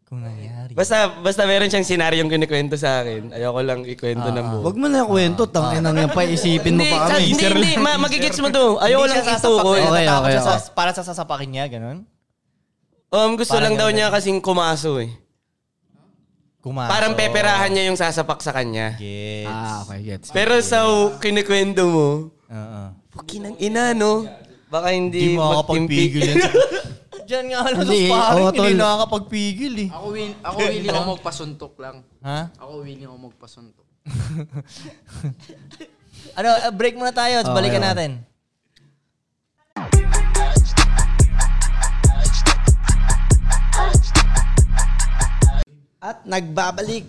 Speaker 4: Kung nangyari.
Speaker 8: Basta, basta meron siyang senaryong kinikwento sa akin. Ayoko lang ikwento ng buo.
Speaker 3: Huwag mo na kwento, tangin ang yan pa, isipin Ah, mo
Speaker 8: Hindi,
Speaker 3: pa
Speaker 8: sa,
Speaker 3: kami.
Speaker 8: hindi, hindi. Ma, magigits mo to. Ayoko lang itukoy.
Speaker 3: Okay,
Speaker 4: Natatakot
Speaker 3: okay,
Speaker 4: siya sa-
Speaker 3: okay.
Speaker 4: Para sa sasapakin niya, ganun?
Speaker 8: Um, gusto
Speaker 4: Parang
Speaker 8: lang daw
Speaker 4: ganun.
Speaker 8: niya kasing kumaso
Speaker 6: Ah,
Speaker 8: eh.
Speaker 4: Kumaso.
Speaker 8: Parang peperahan niya yung sasapak sa kanya.
Speaker 4: Yes.
Speaker 3: Ah, okay, gets.
Speaker 8: Pero sa kinikwento mo,
Speaker 4: Oo.
Speaker 8: pukinang ina, no? Baka hindi
Speaker 4: Hindi makakapagpigil
Speaker 8: magtimpi.
Speaker 4: yan. <laughs> Diyan nga lang sa
Speaker 3: Hindi,
Speaker 4: sparring,
Speaker 3: oo,
Speaker 4: hindi
Speaker 3: tol.
Speaker 4: nakakapagpigil eh.
Speaker 7: Ako, will, ako willing ako magpasuntok lang.
Speaker 4: Ha?
Speaker 7: Ako willing ako magpasuntok.
Speaker 4: <laughs> Ano, uh, break muna tayo, tapos balikan natin.
Speaker 3: At nagbabalik.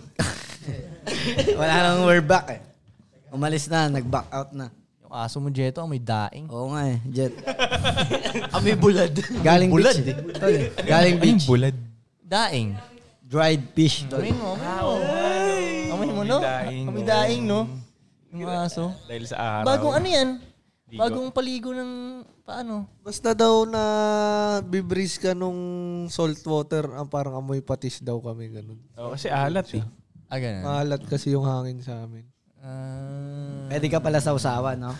Speaker 3: <laughs> Wala nang we're back eh. Umalis na, nag-back out na.
Speaker 4: Yung aso mo, Jeto, ang may daing.
Speaker 3: Oo nga eh, Jet.
Speaker 7: Kami Ah,
Speaker 4: <laughs>
Speaker 7: bulad.
Speaker 3: Galing
Speaker 4: Bulad
Speaker 3: beach. eh. Tol, eh. Galing beach.
Speaker 6: bulad.
Speaker 4: Daing.
Speaker 3: Dried fish. Tol.
Speaker 4: Amin mo, amin mo. Amin mo, no? Ang may daing, no? Yung aso.
Speaker 6: oh. Dahil sa araw.
Speaker 4: Bagong ano yan? Bagong paligo ng paano?
Speaker 5: Basta daw na bibris ka nung salt water, ang parang amoy patis daw kami. Ganun.
Speaker 6: Oo, kasi alat eh.
Speaker 4: Ah, ganun.
Speaker 5: Maalat kasi yung hangin sa amin.
Speaker 4: Ah.
Speaker 3: Pwede ka pala sa usawa, no?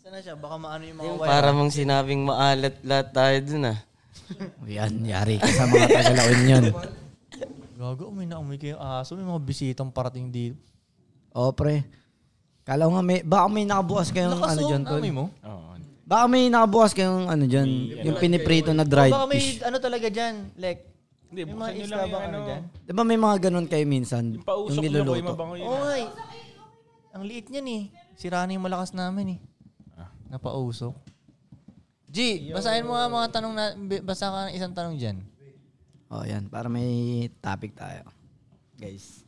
Speaker 4: Saan na siya? Baka maano yung mga
Speaker 8: <laughs> Para mong sinabing maalat lahat tayo dun ah.
Speaker 3: <laughs> Yan, yari ka sa mga Tagalawin yun.
Speaker 4: Gago, may naumoy kayo aso. May mga bisitang parating dito.
Speaker 3: Oo, Oh, pre. Kala ko nga may, baka may nakabukas kayong
Speaker 4: Lakas
Speaker 3: ano
Speaker 4: oh,
Speaker 3: dyan, tol.
Speaker 4: amoy mo.
Speaker 6: Oo.
Speaker 3: Baka may nakabukas kayong ano dyan, yung piniprito na dried
Speaker 4: Baka may
Speaker 3: fish.
Speaker 4: ano talaga dyan, like,
Speaker 6: Hindi,
Speaker 4: may mga
Speaker 6: buksan nyo
Speaker 4: isla
Speaker 6: lang yung
Speaker 4: ba ano
Speaker 6: ano.
Speaker 4: dyan?
Speaker 3: Di ba may mga ganun kayo minsan?
Speaker 6: Yung
Speaker 3: yung
Speaker 6: pausok na ko, yung
Speaker 3: niluluto.
Speaker 6: mabango yun.
Speaker 4: Oo nga eh. Ang liit niyan eh. Sira na yung malakas namin eh.
Speaker 6: Ah.
Speaker 4: Napausok. G, basahin mo nga mga tanong na, b- basa ka ng isang tanong dyan.
Speaker 3: Oh, yan. Para may topic tayo. Guys.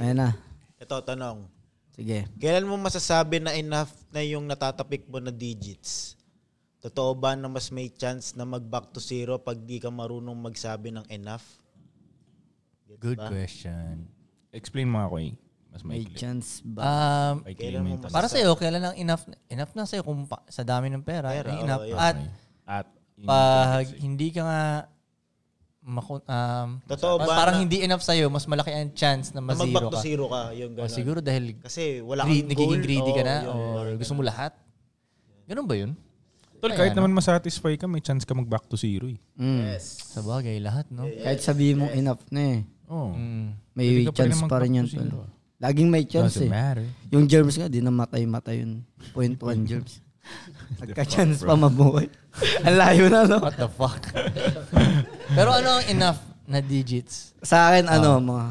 Speaker 3: Ayan na.
Speaker 2: Ito, tanong.
Speaker 3: Sige.
Speaker 2: Kailan mo masasabi na enough na yung natatapik mo na digits? Totoo ba na mas may chance na mag-back to zero pag di ka marunong magsabi ng enough? Gets
Speaker 4: Good
Speaker 2: ba?
Speaker 4: question.
Speaker 6: Explain mo ako eh. Mas
Speaker 3: May
Speaker 6: maikli.
Speaker 3: chance ba?
Speaker 4: Um,
Speaker 6: Maikli
Speaker 2: Kailan
Speaker 6: mo
Speaker 2: mo
Speaker 6: yung tanong.
Speaker 4: para sa'yo, kailan ang enough, enough na sa'yo kung pa- sa dami ng pera,
Speaker 2: Pera,
Speaker 4: yun, enough.
Speaker 2: oo, yun.
Speaker 4: At
Speaker 6: At yung
Speaker 4: pag hindi ka nga maku- um,
Speaker 2: Totoo
Speaker 4: pa-
Speaker 2: ba
Speaker 4: parang
Speaker 2: na-
Speaker 4: hindi enough sa'yo, mas malaki ang chance na
Speaker 2: Na mag-back
Speaker 4: ma-zero
Speaker 2: to
Speaker 4: ka.
Speaker 2: zero ka, yung
Speaker 4: O
Speaker 2: ganun.
Speaker 4: siguro dahil
Speaker 2: Kasi wala
Speaker 4: gre-
Speaker 2: kang goal.
Speaker 4: nagiging greedy ka
Speaker 2: Oo,
Speaker 4: na
Speaker 2: yun,
Speaker 4: or
Speaker 2: yun,
Speaker 4: gusto mo lahat. Ganun ba yun?
Speaker 6: Tol, kahit naman masatisfy ka, may chance ka mag-back to zero eh.
Speaker 3: Mm.
Speaker 4: Sa bagay, lahat, no?
Speaker 3: Kahit sabihin mong enough na eh.
Speaker 6: Oo.
Speaker 4: Mm.
Speaker 3: May
Speaker 6: Pwede ka pa rin
Speaker 3: chance pa rin yan.
Speaker 6: mag-back to
Speaker 3: tol.
Speaker 6: zero.
Speaker 3: Laging may chance eh.
Speaker 6: Doesn't matter.
Speaker 3: Yung germs nga, di na matay-matay yun. 0.1
Speaker 4: <laughs>
Speaker 3: germs. Nagka-chance pa mabuhay. <laughs> Ang layo na, no?
Speaker 4: What the fuck? <laughs> Pero ano ang enough na digits?
Speaker 3: Sa akin,
Speaker 4: Ah.
Speaker 3: ano, mga...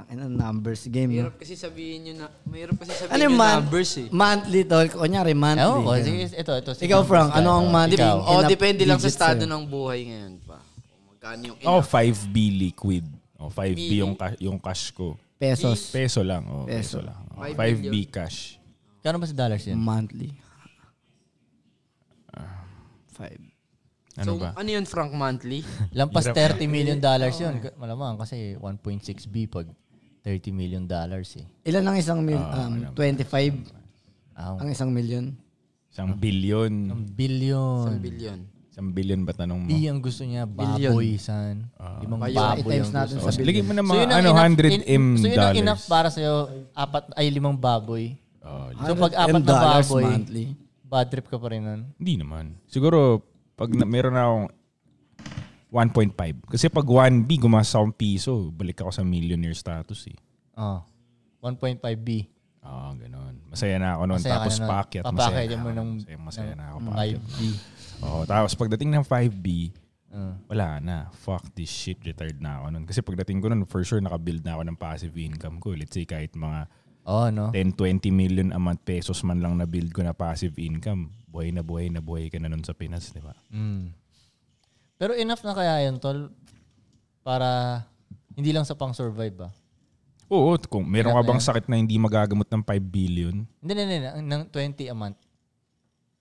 Speaker 3: Akin ang numbers game. No?
Speaker 7: Mahirap kasi sabihin nyo na, mahirap kasi sabihin
Speaker 3: Ano
Speaker 7: nyo
Speaker 3: yung month,
Speaker 7: numbers eh.
Speaker 3: monthly, tol? Kunyari, monthly.
Speaker 4: Ewan ko.
Speaker 3: ganun.
Speaker 4: Sige, ito, ito. sige.
Speaker 3: Ikaw, Frank, ano ang monthly?
Speaker 7: Dep-
Speaker 3: Enough
Speaker 7: oh, depende lang sa
Speaker 3: digits
Speaker 7: estado
Speaker 3: sa'yo?
Speaker 7: ng buhay ngayon pa. Kung magkano yung
Speaker 6: Oh,
Speaker 7: enough.
Speaker 6: 5B liquid. Oh, 5B
Speaker 7: Bili?
Speaker 6: yung, ca- yung cash ko.
Speaker 3: Pesos.
Speaker 6: Peso lang. Oh, peso. lang. Oh, 5B cash.
Speaker 4: Kano ba sa dollars
Speaker 3: Hmm.
Speaker 4: yan? Ah.
Speaker 3: Monthly. Five.
Speaker 6: Ano
Speaker 7: so,
Speaker 6: ba?
Speaker 7: ano yun, Frank,
Speaker 6: <laughs>
Speaker 7: monthly?
Speaker 4: Lampas 30 million dollars yun. Malamang kasi 1.6 B pag 30 million dollars eh.
Speaker 3: Ilan ang isang mil? um, 25
Speaker 4: Ah,
Speaker 3: ang isang million.
Speaker 6: Isang billion.
Speaker 4: ang billion.
Speaker 7: One billion.
Speaker 6: Isang billion ba tanong mo?
Speaker 4: B ang gusto niya, baboy, san. Limang
Speaker 7: Bayo,
Speaker 4: baboy
Speaker 3: I-times
Speaker 4: ang gusto.
Speaker 3: natin
Speaker 6: Oh,
Speaker 3: sa billion.
Speaker 6: Lagyan mo na mga
Speaker 4: yun ang
Speaker 6: ano,
Speaker 4: enough-
Speaker 6: 100
Speaker 4: in-
Speaker 6: M
Speaker 4: So yun ang enough
Speaker 6: dollars.
Speaker 4: para sa'yo, apat, ay limang baboy.
Speaker 6: Oh,
Speaker 4: So pag
Speaker 3: 100
Speaker 4: apat na
Speaker 3: dollars
Speaker 4: baboy,
Speaker 3: monthly.
Speaker 4: bad trip ka pa rin nun.
Speaker 6: Hindi naman. Siguro, pag na, meron na akong 1.5. Kasi pag 1B, gumasa akong piso, balik ako sa millionaire status eh.
Speaker 4: Oh. 1.5 B.
Speaker 6: Oo, ganun. Masaya na ako noon.
Speaker 4: Masaya ka
Speaker 6: Tapos
Speaker 4: na nun.
Speaker 6: paakyat, masaya
Speaker 4: Papakyatin
Speaker 6: na
Speaker 4: mo
Speaker 6: ako.
Speaker 4: ng-
Speaker 6: Masaya, masaya na ako.
Speaker 4: 5
Speaker 6: paakyat.
Speaker 4: B.
Speaker 6: Oo, tapos pagdating ng 5B,
Speaker 4: Ah.
Speaker 6: wala na. Fuck this shit, retired na ako noon. Kasi pagdating ko noon, for sure, nakabuild na ako ng passive income ko. Let's say, kahit mga
Speaker 4: Oh, no?
Speaker 6: 10-20 million a month pesos man lang na-build ko na passive income. Buhay na buhay na buhay ka na noon sa Pinas, di ba?
Speaker 4: Mm. Pero enough na kaya yun, tol, para hindi lang sa pang-survive ah. ba?
Speaker 6: Oo, kung meron ka bang sakit na hindi magagamot ng 5 billion,
Speaker 4: Hindi, hindi, hindi. ang- Ng 20 a month.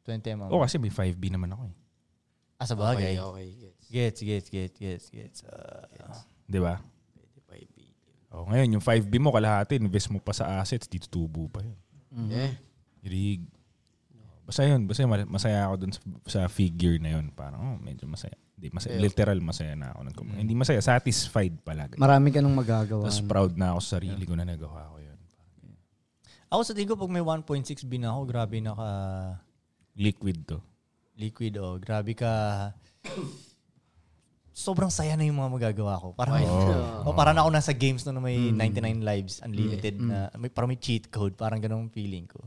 Speaker 4: 20 a month.
Speaker 6: Oo, kasi may 5B naman ako eh.
Speaker 4: Ah, sa bagay.
Speaker 7: Okay, okay. Gets.
Speaker 4: Gets, gets, gets, gets, gets. Ah.
Speaker 6: Di ba?
Speaker 7: 5 billion.
Speaker 6: Oh, ngayon, yung 5B mo, kalahati, invest mo pa sa assets, dito tubo pa yun. Mm-hmm.
Speaker 7: Yeah.
Speaker 6: Rig. Basta yun, basta yun, masaya ako dun sa, sa figure na yun. Parang, oh, medyo masaya. Hindi, masaya. Literal, masaya na ako. Nung, kum- Hindi masaya, satisfied palagi.
Speaker 3: Marami ka nang magagawa.
Speaker 6: Tapos proud na ako sa sarili ko na nagawa ko yun.
Speaker 4: Ako sa tingin ko, pag may 1.6 bin ako, grabe na ka
Speaker 6: Liquid to.
Speaker 4: liquid oh. Grabe ka sobrang saya na yung mga magagawa ko. Parang, oh. parang ako nasa games na na may 99 lives, unlimited na, may, parang may cheat code, parang ganun ang feeling ko.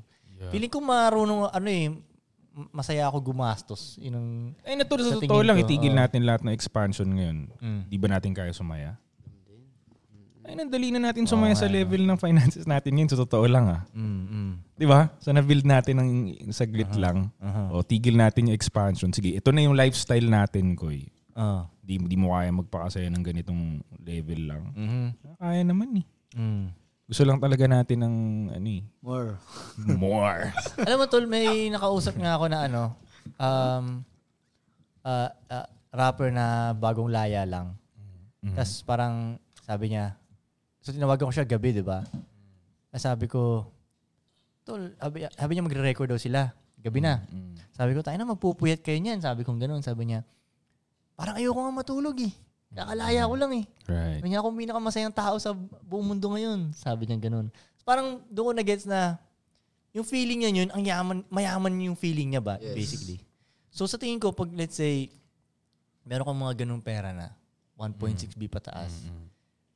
Speaker 4: Feeling ko marunong, ano eh, m- masaya ako gumastos. Yun ang,
Speaker 6: Ay, natural
Speaker 4: Sa
Speaker 6: sa ah.
Speaker 4: tingin
Speaker 6: totoo lang,
Speaker 4: ko,
Speaker 6: itigil
Speaker 4: oo.
Speaker 6: natin lahat ng expansion ngayon.
Speaker 4: Mm.
Speaker 6: Di ba natin kaya sumaya? Ay, nandali na natin sumaya sa level ng finances natin ngayon. Sa totoo lang ah.
Speaker 4: mm, mm.
Speaker 6: Di ba? So na-build natin ng saglit lang. O tigil natin yung expansion. Sige, ito na yung lifestyle natin, Koy.
Speaker 4: Ah.
Speaker 6: Di, di mo kaya magpakasaya ng ganitong level lang. Kaya naman eh.
Speaker 4: Mm-hmm. Mm.
Speaker 6: Gusto lang talaga natin ng ano eh,
Speaker 3: More.
Speaker 6: <laughs> more.
Speaker 4: Alam mo, Tol, may nakausap nga ako na ano, um, ah, ah, rapper na bagong laya lang. Tapos parang sabi niya, so tinawagan ko siya gabi, di ba? Tapos sabi ko, Tol, sabi, sabi niya magre-record daw sila. Gabi na.
Speaker 6: Mm.
Speaker 4: Sabi ko, tayo na magpupuyat kayo niyan. Sabi kong ganun. Sabi niya, parang ayoko nga matulog eh. Kakalaya ko lang eh.
Speaker 6: right.
Speaker 4: Sabi niya, ako ang pinakamasayang tao sa buong mundo ngayon. Sabi niya ganun. Parang doon ko na-gets na yung feeling niya yun, ang yaman, mayaman yung feeling niya ba, basically. So sa tingin ko, pag let's say, meron kang mga ganung pera na, 1.6 1.6B
Speaker 6: Mm.
Speaker 4: pataas.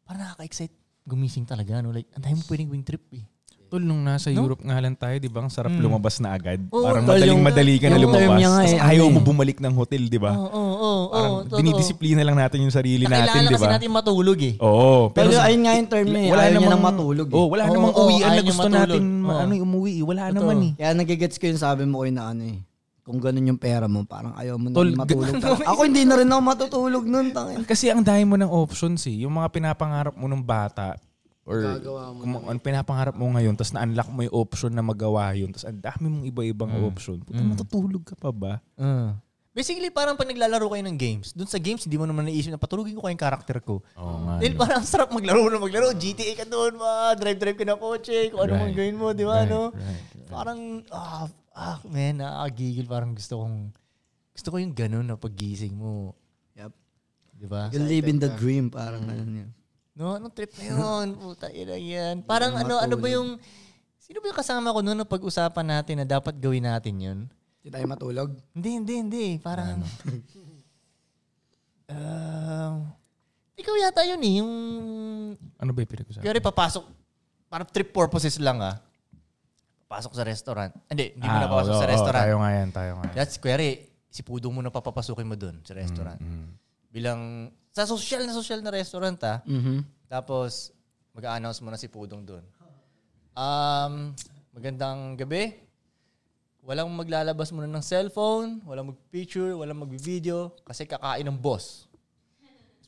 Speaker 4: Parang nakaka-excite gumising talaga. No? Like, ang dami mo pwedeng wing trip eh.
Speaker 6: Tol, nung nasa
Speaker 4: No?
Speaker 6: Europe nga lang tayo, di ba? Ang sarap
Speaker 4: Mm.
Speaker 6: lumabas na agad.
Speaker 4: Oo,
Speaker 6: Parang
Speaker 4: tol,
Speaker 6: madaling
Speaker 4: yung-
Speaker 6: madali ka na
Speaker 3: yung term
Speaker 6: lumabas.
Speaker 3: niya nga
Speaker 6: Tapos
Speaker 3: eh, ano
Speaker 6: ayaw
Speaker 3: eh.
Speaker 6: mo bumalik ng hotel, di ba?
Speaker 4: Oo, oo, oo.
Speaker 6: Ah. Parang
Speaker 4: totoo.
Speaker 6: dinidisiplina lang natin yung sarili
Speaker 4: Kailangan
Speaker 6: natin,
Speaker 4: lang
Speaker 6: di
Speaker 4: kasi
Speaker 6: ba?
Speaker 4: natin matulog eh.
Speaker 6: Oo.
Speaker 3: Pero
Speaker 6: sa-
Speaker 3: ayun nga yung term niya. eh. Ayaw niya nang matulog. eh.
Speaker 6: Oh, wala
Speaker 4: Oo,
Speaker 6: namang
Speaker 4: oo,
Speaker 6: uwian
Speaker 4: ayaw
Speaker 6: na
Speaker 4: niya
Speaker 6: gusto
Speaker 4: matulog.
Speaker 6: natin ma-
Speaker 4: Oo.
Speaker 6: ano, umuwi. eh. Wala
Speaker 4: Totoo.
Speaker 6: naman eh.
Speaker 3: Kaya nagigets ko yung sabi mo ko na ano eh. Kung ganun yung pera mo, parang ayaw mo na
Speaker 6: Tol,
Speaker 3: rin
Speaker 4: <laughs>
Speaker 3: matulog. talaga. ako hindi na rin ako matutulog nun. Tangin.
Speaker 6: Kasi ang dami mo ng options eh. Yung mga pinapangarap mo nung bata or kung
Speaker 4: eh.
Speaker 6: ano pinapangarap mo ngayon tapos na-unlock mo yung option na magawa yun tapos ang dami mong iba-ibang option. Puta, matutulog ka pa ba?
Speaker 4: Ah. Basically, parang pag naglalaro kayo ng games, dun sa games, hindi mo naman naisip na patulugin ko kayong karakter ko.
Speaker 6: Oo nga.
Speaker 4: Dahil parang ang sarap maglaro na maglaro. GTA ka doon, ma. Drive-drive ka na kotse. Kung ano
Speaker 6: Right.
Speaker 4: man gawin mo, di ba?
Speaker 6: Right,
Speaker 4: ano?
Speaker 6: right,
Speaker 4: Parang, ah, ah, man, nakakagigil. Parang gusto kong, gusto ko yung ganun na pagising mo.
Speaker 3: Yep.
Speaker 4: Di ba?
Speaker 3: You live in the
Speaker 4: ah.
Speaker 3: dream, parang
Speaker 4: Mm.
Speaker 3: ganun yun.
Speaker 4: No, anong trip na yun? Puta, yun na yan. Parang ano, ano ba yung, sino ba yung kasama ko noon na pag-usapan natin na dapat gawin natin yun?
Speaker 3: Hindi tayo matulog.
Speaker 4: Hindi, hindi, hindi. Parang,
Speaker 6: Ano?
Speaker 4: <laughs> um, ikaw yata yun eh, yung,
Speaker 6: Ano ba yung pinag-usapan?
Speaker 4: kaya papasok, parang trip purposes lang ah. Papasok sa restaurant. Hindi, hindi mo
Speaker 6: Ah,
Speaker 4: napapasok
Speaker 6: oo,
Speaker 4: sa
Speaker 6: oo,
Speaker 4: restaurant.
Speaker 6: tayo nga yan, tayo nga yan.
Speaker 4: That's query. Si Pudong muna papapasukin mo dun sa restaurant. Bilang, sa social na social na restaurant ah, tapos, mag-announce mo na si Pudong doon. Um, magandang gabi. Walang maglalabas muna ng cellphone, walang mag-picture, walang mag-video, kasi kakain ng boss. Tapos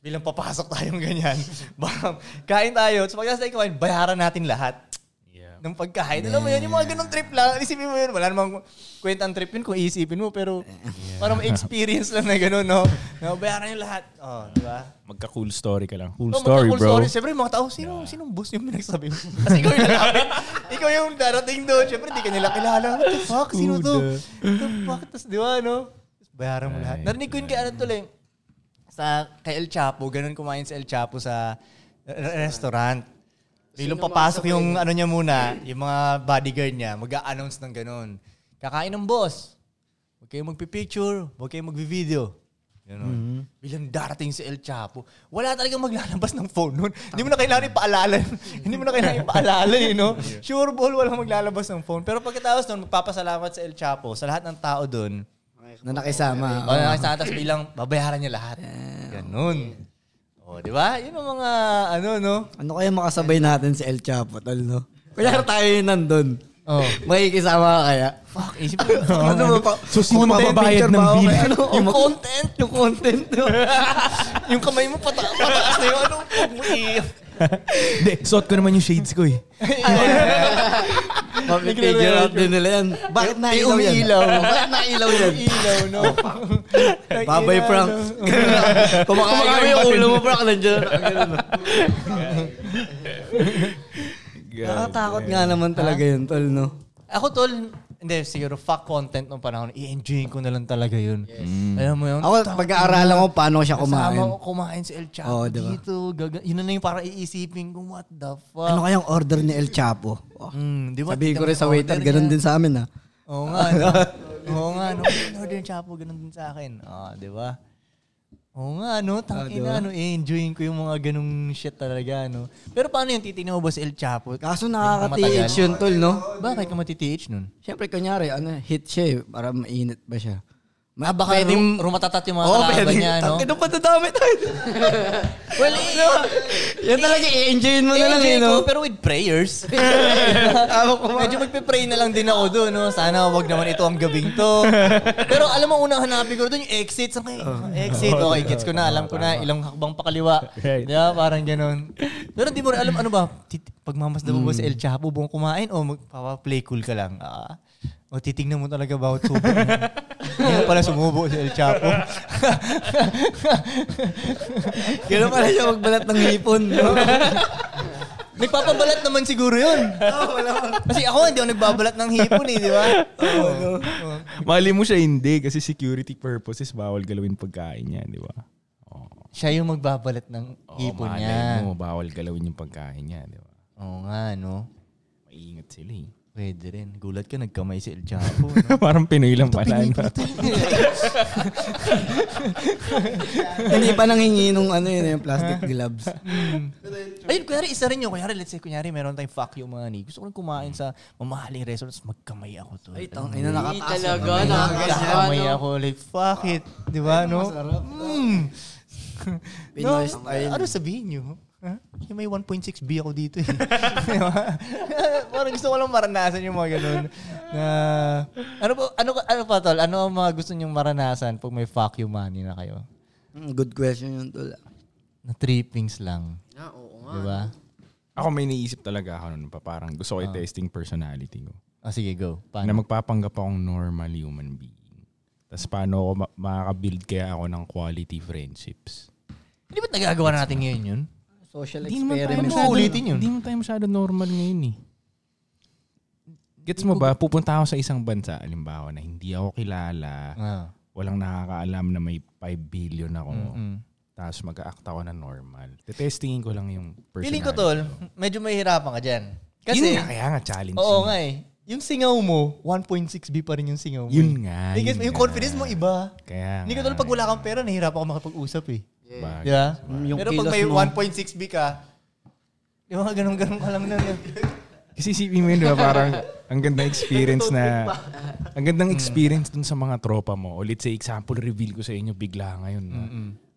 Speaker 4: Bilang papasok tayong ganyan, <laughs> bam, kain tayo. Tapos pagkatapos tayo kumain, bayaran natin lahat ng pagkain. Alam mo yun, yung mga ganong trip lang, isipin mo yun, wala namang kwentang trip yun kung iisipin mo, pero parang experience lang na gano'n, no? Na bayaran yung lahat. Oh, di ba?
Speaker 6: Magka-cool story ka lang. Cool
Speaker 4: Oh,
Speaker 6: story,
Speaker 4: magka-cool
Speaker 6: bro.
Speaker 4: Story. Siyempre, yung mga tao, sino, sinong boss yung pinagsasabi mo? Kasi ikaw yung
Speaker 6: <laughs>
Speaker 4: lalapit. ikaw yung darating doon. Siyempre, di ka nila kilala. What the fuck? Sino to? What the fuck? Tapos, di ba, no? Tapos, bayaran mo lahat. Narinig ko yun kay ano tuloy. Sa, kay El Chapo, ganun kumain sa El Chapo sa r- restaurant. Bilong papasok yung ano niya muna, yung mga bodyguard niya, mag-a-announce ng ganun. Kakain ng boss. Huwag kayong magpipicture, huwag kayong magvi-video. Ganon. Bilang darating si El Chapo, wala talagang maglalabas ng phone nun. Hindi mo na kailangan ipaalala. <laughs> Hindi mo na kailangan ipaalala, eh, no? Sure ball, walang maglalabas ng phone. Pero pagkatapos nun, magpapasalamat sa El Chapo, sa lahat ng tao dun.
Speaker 3: Na nakisama.
Speaker 4: Oh, nakasama, tapos bilang, babayaran niya lahat. Ganun. O, di ba? Yun ang mga, ano, no?
Speaker 3: Ano kaya makasabay natin si El Chapo, tol, no? Kunyari tayo yung nandun.
Speaker 4: Oh. <laughs>
Speaker 3: Makikisama ka kaya?
Speaker 4: Fuck,
Speaker 3: <laughs>
Speaker 4: isip ko.
Speaker 3: ano ba pa?
Speaker 6: So, sino
Speaker 3: picture
Speaker 6: magbabayad
Speaker 3: ba
Speaker 6: ng
Speaker 3: ako?
Speaker 6: bill?
Speaker 3: Ano,
Speaker 4: Yung
Speaker 3: yung
Speaker 4: content.
Speaker 3: yung <laughs> content, no?
Speaker 4: yung kamay mo pata pataas na yung ano. Huwag mo i-
Speaker 6: Hindi, <laughs> suot ko naman yung shades ko eh.
Speaker 3: Mapipigure out din nila yan. Bakit
Speaker 4: Yung-
Speaker 3: nailaw
Speaker 4: yung
Speaker 3: yan?
Speaker 4: umiilaw.
Speaker 3: Bakit nailaw yan?
Speaker 4: Ilaw, no?
Speaker 3: Babay
Speaker 4: ano?
Speaker 3: prank. ano? <laughs> Kumakain mo yung ulo mo prank. Nandiyan
Speaker 1: <laughs>
Speaker 3: na. Ganun, no? Nakatakot nga naman talaga yun, tol, no?
Speaker 4: Ako tol, hindi, siguro fuck content nung panahon. I-enjoy ko na lang talaga yun. Alam mo yun?
Speaker 3: Ako, pag-aaralan ko paano ko siya kumain.
Speaker 4: Kasama ko kumain si El Chapo
Speaker 3: Oo, diba?
Speaker 4: dito. Gaga- yun na na yung parang iisipin ko, what the fuck?
Speaker 3: Ano kayang order ni El Chapo? Oh.
Speaker 4: Mm, di ba?
Speaker 3: Sabihin ko rin sa
Speaker 4: Order
Speaker 3: waiter,
Speaker 4: niya.
Speaker 3: ganun din sa amin, ah. ha?
Speaker 4: Oo nga, no?
Speaker 3: <laughs>
Speaker 4: Oo nga, no? Lord and Chapo, ganun din sa akin. Ah, di ba? Oo
Speaker 3: Ah,
Speaker 4: nga, no? Tangina, no? I-enjoyin ko yung mga ganung shit talaga, no? Pero paano yung titignan mo ba si El Chapo?
Speaker 3: Kaso
Speaker 4: Matagal.
Speaker 3: nakaka-TH yun, tol, no?
Speaker 4: Bakit ka mati-TH nun?
Speaker 3: Siyempre, kunyari, ano, hit siya eh, para mainit ba siya. Ma,
Speaker 4: Ah, baka ru- rumatatat yung mga kalaban niya, no?
Speaker 3: Ano pa dadami
Speaker 4: <laughs>
Speaker 3: tayo? well,
Speaker 4: eh,
Speaker 3: yan talaga, i-enjoyin mo na lang, eh,
Speaker 4: I-enjoy
Speaker 3: no?
Speaker 4: ko, pero with
Speaker 3: <laughs>
Speaker 4: prayers.
Speaker 3: Tama ko ma.
Speaker 4: Medyo magpe-pray na lang din ako doon, no? Sana wag naman ito ang gabing to.
Speaker 3: <laughs>
Speaker 4: Pero alam mo, unang hanapin ko doon yung exit. Saan kayo?
Speaker 3: Oh.
Speaker 4: Exit. Okay, gets ko na. Alam ko na ilang hakbang pakaliwa.
Speaker 6: Right.
Speaker 4: Di ba? Parang ganun. Pero di mo rin alam, ano ba? Tit- Pagmamasdan mo ba
Speaker 3: Mm.
Speaker 4: si El Chapo buong kumain oh, o magpapa-play cool ka lang? Ah. O titignan mo talaga ba ako tubo?
Speaker 3: <laughs>
Speaker 4: Hindi pala sumubo si El Chapo. <laughs>
Speaker 3: Ganun pala siya magbalat ng hipon. No?
Speaker 4: Nagpapabalat naman siguro yun. Kasi ako hindi ako nagbabalat ng hipon eh, di ba? Oo. Oo.
Speaker 6: Mali mo siya hindi kasi security purposes bawal galawin pagkain niya, di ba?
Speaker 4: Siya yung magbabalat ng hipon
Speaker 6: malay
Speaker 4: niya.
Speaker 6: mo, bawal galawin yung pagkain niya, di ba?
Speaker 4: Oo nga, no?
Speaker 6: Maingat sila eh.
Speaker 4: Pwede rin. Gulat ka, nagkamay si El Chapo. No?
Speaker 6: <laughs> Parang Pinoy lang pala. ano?
Speaker 3: Hindi pa nanghingi nung ano yun, yung <laughs> plastic gloves.
Speaker 4: <laughs> Ayun, kunyari, isa rin yun. Kunyari, let's say, kunyari, meron tayong fuck you mga ni. Gusto ko rin kumain sa mamahaling restaurants. Magkamay ako to.
Speaker 3: Ay, tang, ina
Speaker 7: Hindi
Speaker 3: nakataas.
Speaker 7: talaga.
Speaker 4: Magkamay
Speaker 7: Nakakasano.
Speaker 4: ako. Like, fuck it. Di ba, no? Mm.
Speaker 3: Pinoy
Speaker 4: no,
Speaker 3: style.
Speaker 4: Ano sabihin nyo? Huh? Eh, May 1.6B ako dito eh. <laughs> Di ba? <laughs> parang gusto ko lang maranasan yung mga ganun. Na, ano, po, ano, ano pa tol? Ano ang mga gusto nyong maranasan pag may fuck you money na kayo?
Speaker 3: Mm, Good question yun, tol. ah.
Speaker 4: Na trippings lang.
Speaker 7: Ah, oo nga.
Speaker 4: Di ba?
Speaker 6: ako may naisip talaga ako nun pa. Parang gusto ko i-testing personality ko.
Speaker 4: Ah, sige, go.
Speaker 6: Na
Speaker 4: Paano?
Speaker 6: magpapanggap akong normal human being. Tapos paano ako ma- makaka-build kaya ako ng quality friendships.
Speaker 4: Hindi ba't nagagawa na natin ngayon yun?
Speaker 3: Social
Speaker 6: Hindi naman tayo
Speaker 3: experiment.
Speaker 6: masyado,
Speaker 4: Ulitin yun.
Speaker 6: Hindi naman tayo masyado normal ngayon eh. Gets mo ba? Pupunta ako sa isang bansa, alimbawa na hindi ako kilala,
Speaker 4: Ah.
Speaker 6: walang nakakaalam na may 5 billion ako,
Speaker 4: Mm-mm.
Speaker 6: tapos mag-act ako na normal. Tetestingin ko lang yung personality.
Speaker 4: Feeling ko, tol, medyo mahihirapan ka dyan.
Speaker 6: Yun
Speaker 4: Kasi,
Speaker 6: nga, kaya nga challenge.
Speaker 4: oo
Speaker 6: yun.
Speaker 4: nga eh. Yung singaw mo, 1.6B pa rin yung singaw mo. eh.
Speaker 6: Yun nga.
Speaker 4: Like,
Speaker 6: yun
Speaker 4: yung
Speaker 6: nga.
Speaker 4: confidence mo iba.
Speaker 6: Kaya
Speaker 4: Hindi ko
Speaker 6: nga.
Speaker 4: tol, pag wala kang pera, nahihirapan ako makapag-usap eh.
Speaker 6: Bagay.
Speaker 4: Di ba?
Speaker 3: yung
Speaker 4: Pero pag
Speaker 3: kilos
Speaker 4: may
Speaker 3: mo.
Speaker 4: 1.6B ka, di ba, ganun-ganun ka lang eh. na.
Speaker 6: Kasi isipin mo yun, di ba, parang ang gandang experience
Speaker 4: <laughs>
Speaker 6: na, ang gandang
Speaker 4: Mm.
Speaker 6: experience dun sa mga tropa mo. O let's say, example, reveal ko sa inyo bigla ngayon. na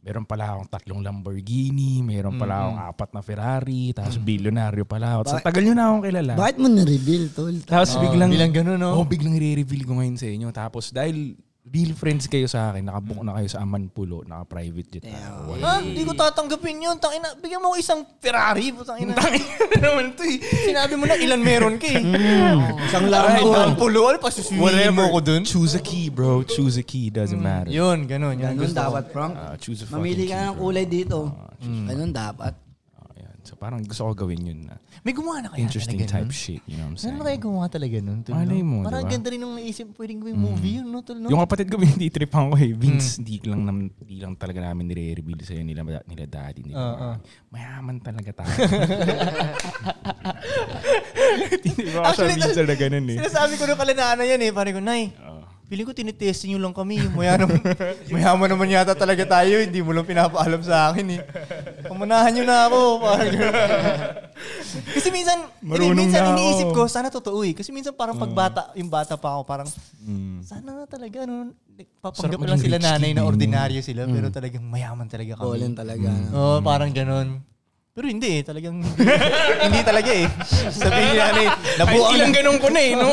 Speaker 6: Meron pala akong tatlong Lamborghini, meron pala akong apat na Ferrari, tapos billionaire pala ako. Sa tagal nyo na akong kilala.
Speaker 3: Bakit mo na-reveal, tol?
Speaker 6: Tapos biglang,
Speaker 4: bilang ganun, no?
Speaker 6: Oh, biglang i-reveal ko ngayon sa inyo. Tapos dahil real friends kayo sa akin, nakabook na kayo sa Amanpulo, naka-private jet tayo.
Speaker 4: Ha?
Speaker 6: Wala.
Speaker 4: Hindi ko tatanggapin yun. Tangina, bigyan mo ako isang Ferrari. Tangina.
Speaker 3: <laughs>
Speaker 4: Tangina naman to eh. Sinabi mo na ilan meron ka eh.
Speaker 6: Mm.
Speaker 3: Isang lambo.
Speaker 4: Ang pulo, ano pa susuwihin mo ko dun? Hmm.
Speaker 6: Choose a key, bro. Choose a key. Doesn't matter.
Speaker 4: Yun, ganun. Yun,
Speaker 3: Ganun
Speaker 4: gusto ko.
Speaker 3: dapat, Frank.
Speaker 6: Ah, choose a fucking
Speaker 3: Mamili ka
Speaker 6: key,
Speaker 3: ng
Speaker 6: bro.
Speaker 3: kulay dito. Ganun dapat.
Speaker 6: Oh, yan. So parang gusto ko gawin yun na
Speaker 4: May gumawa na
Speaker 3: Oh,
Speaker 4: kaya
Speaker 6: interesting
Speaker 4: talaga
Speaker 6: type
Speaker 4: nun?
Speaker 6: shit, you know what
Speaker 4: Meron
Speaker 6: I'm saying?
Speaker 4: na Ano kaya gumawa talaga nun? tol,
Speaker 6: Malay
Speaker 4: no?
Speaker 6: mo,
Speaker 4: Parang
Speaker 6: diba?
Speaker 4: ganda rin nung naisip, pwedeng gawing movie yun, no? Tol, no?
Speaker 6: Yung ano kapatid ko <laughs> hindi tripan ko eh.
Speaker 4: Hmm.
Speaker 6: Vince, hindi lang, nam, di lang talaga namin nire-reveal sa'yo nila, nila daddy.
Speaker 4: Ah,
Speaker 6: Nila, Mayaman talaga
Speaker 4: <laughs>
Speaker 6: tayo. <laughs> Hindi ko kasi
Speaker 4: Actually,
Speaker 6: Vince na ganun eh. Ah.
Speaker 4: Sinasabi ko nung kalanaanan yan eh. Parang ko, Nay, feeling ko tinitesting nyo lang kami. Mayaman,
Speaker 6: <laughs>
Speaker 4: mayaman naman yata talaga tayo. Hindi mo lang pinapaalam sa akin eh. Pamunahan nyo na ako. Parang
Speaker 6: <laughs>
Speaker 4: ganun. Kasi minsan,
Speaker 6: Marunong
Speaker 4: minsan
Speaker 6: na ako. Mm.
Speaker 4: iniisip ko, sana totoo eh. Kasi minsan parang pagbata, yung bata pa ako, parang sana nga talaga, ano, papanggap
Speaker 6: Sarap
Speaker 4: lang
Speaker 6: maging
Speaker 4: sila
Speaker 6: rich
Speaker 4: nanay
Speaker 6: kid,
Speaker 4: na
Speaker 6: eh, no?
Speaker 4: ordinaryo sila, pero talagang mayaman talaga kami.
Speaker 3: Golden talaga. ano.
Speaker 4: Oo,
Speaker 6: Mm.
Speaker 4: parang ganun. Pero hindi eh, talagang
Speaker 6: <laughs>
Speaker 4: hindi talaga eh. Sabihin niya na eh, nabuang na,
Speaker 6: ganun ko na eh, no?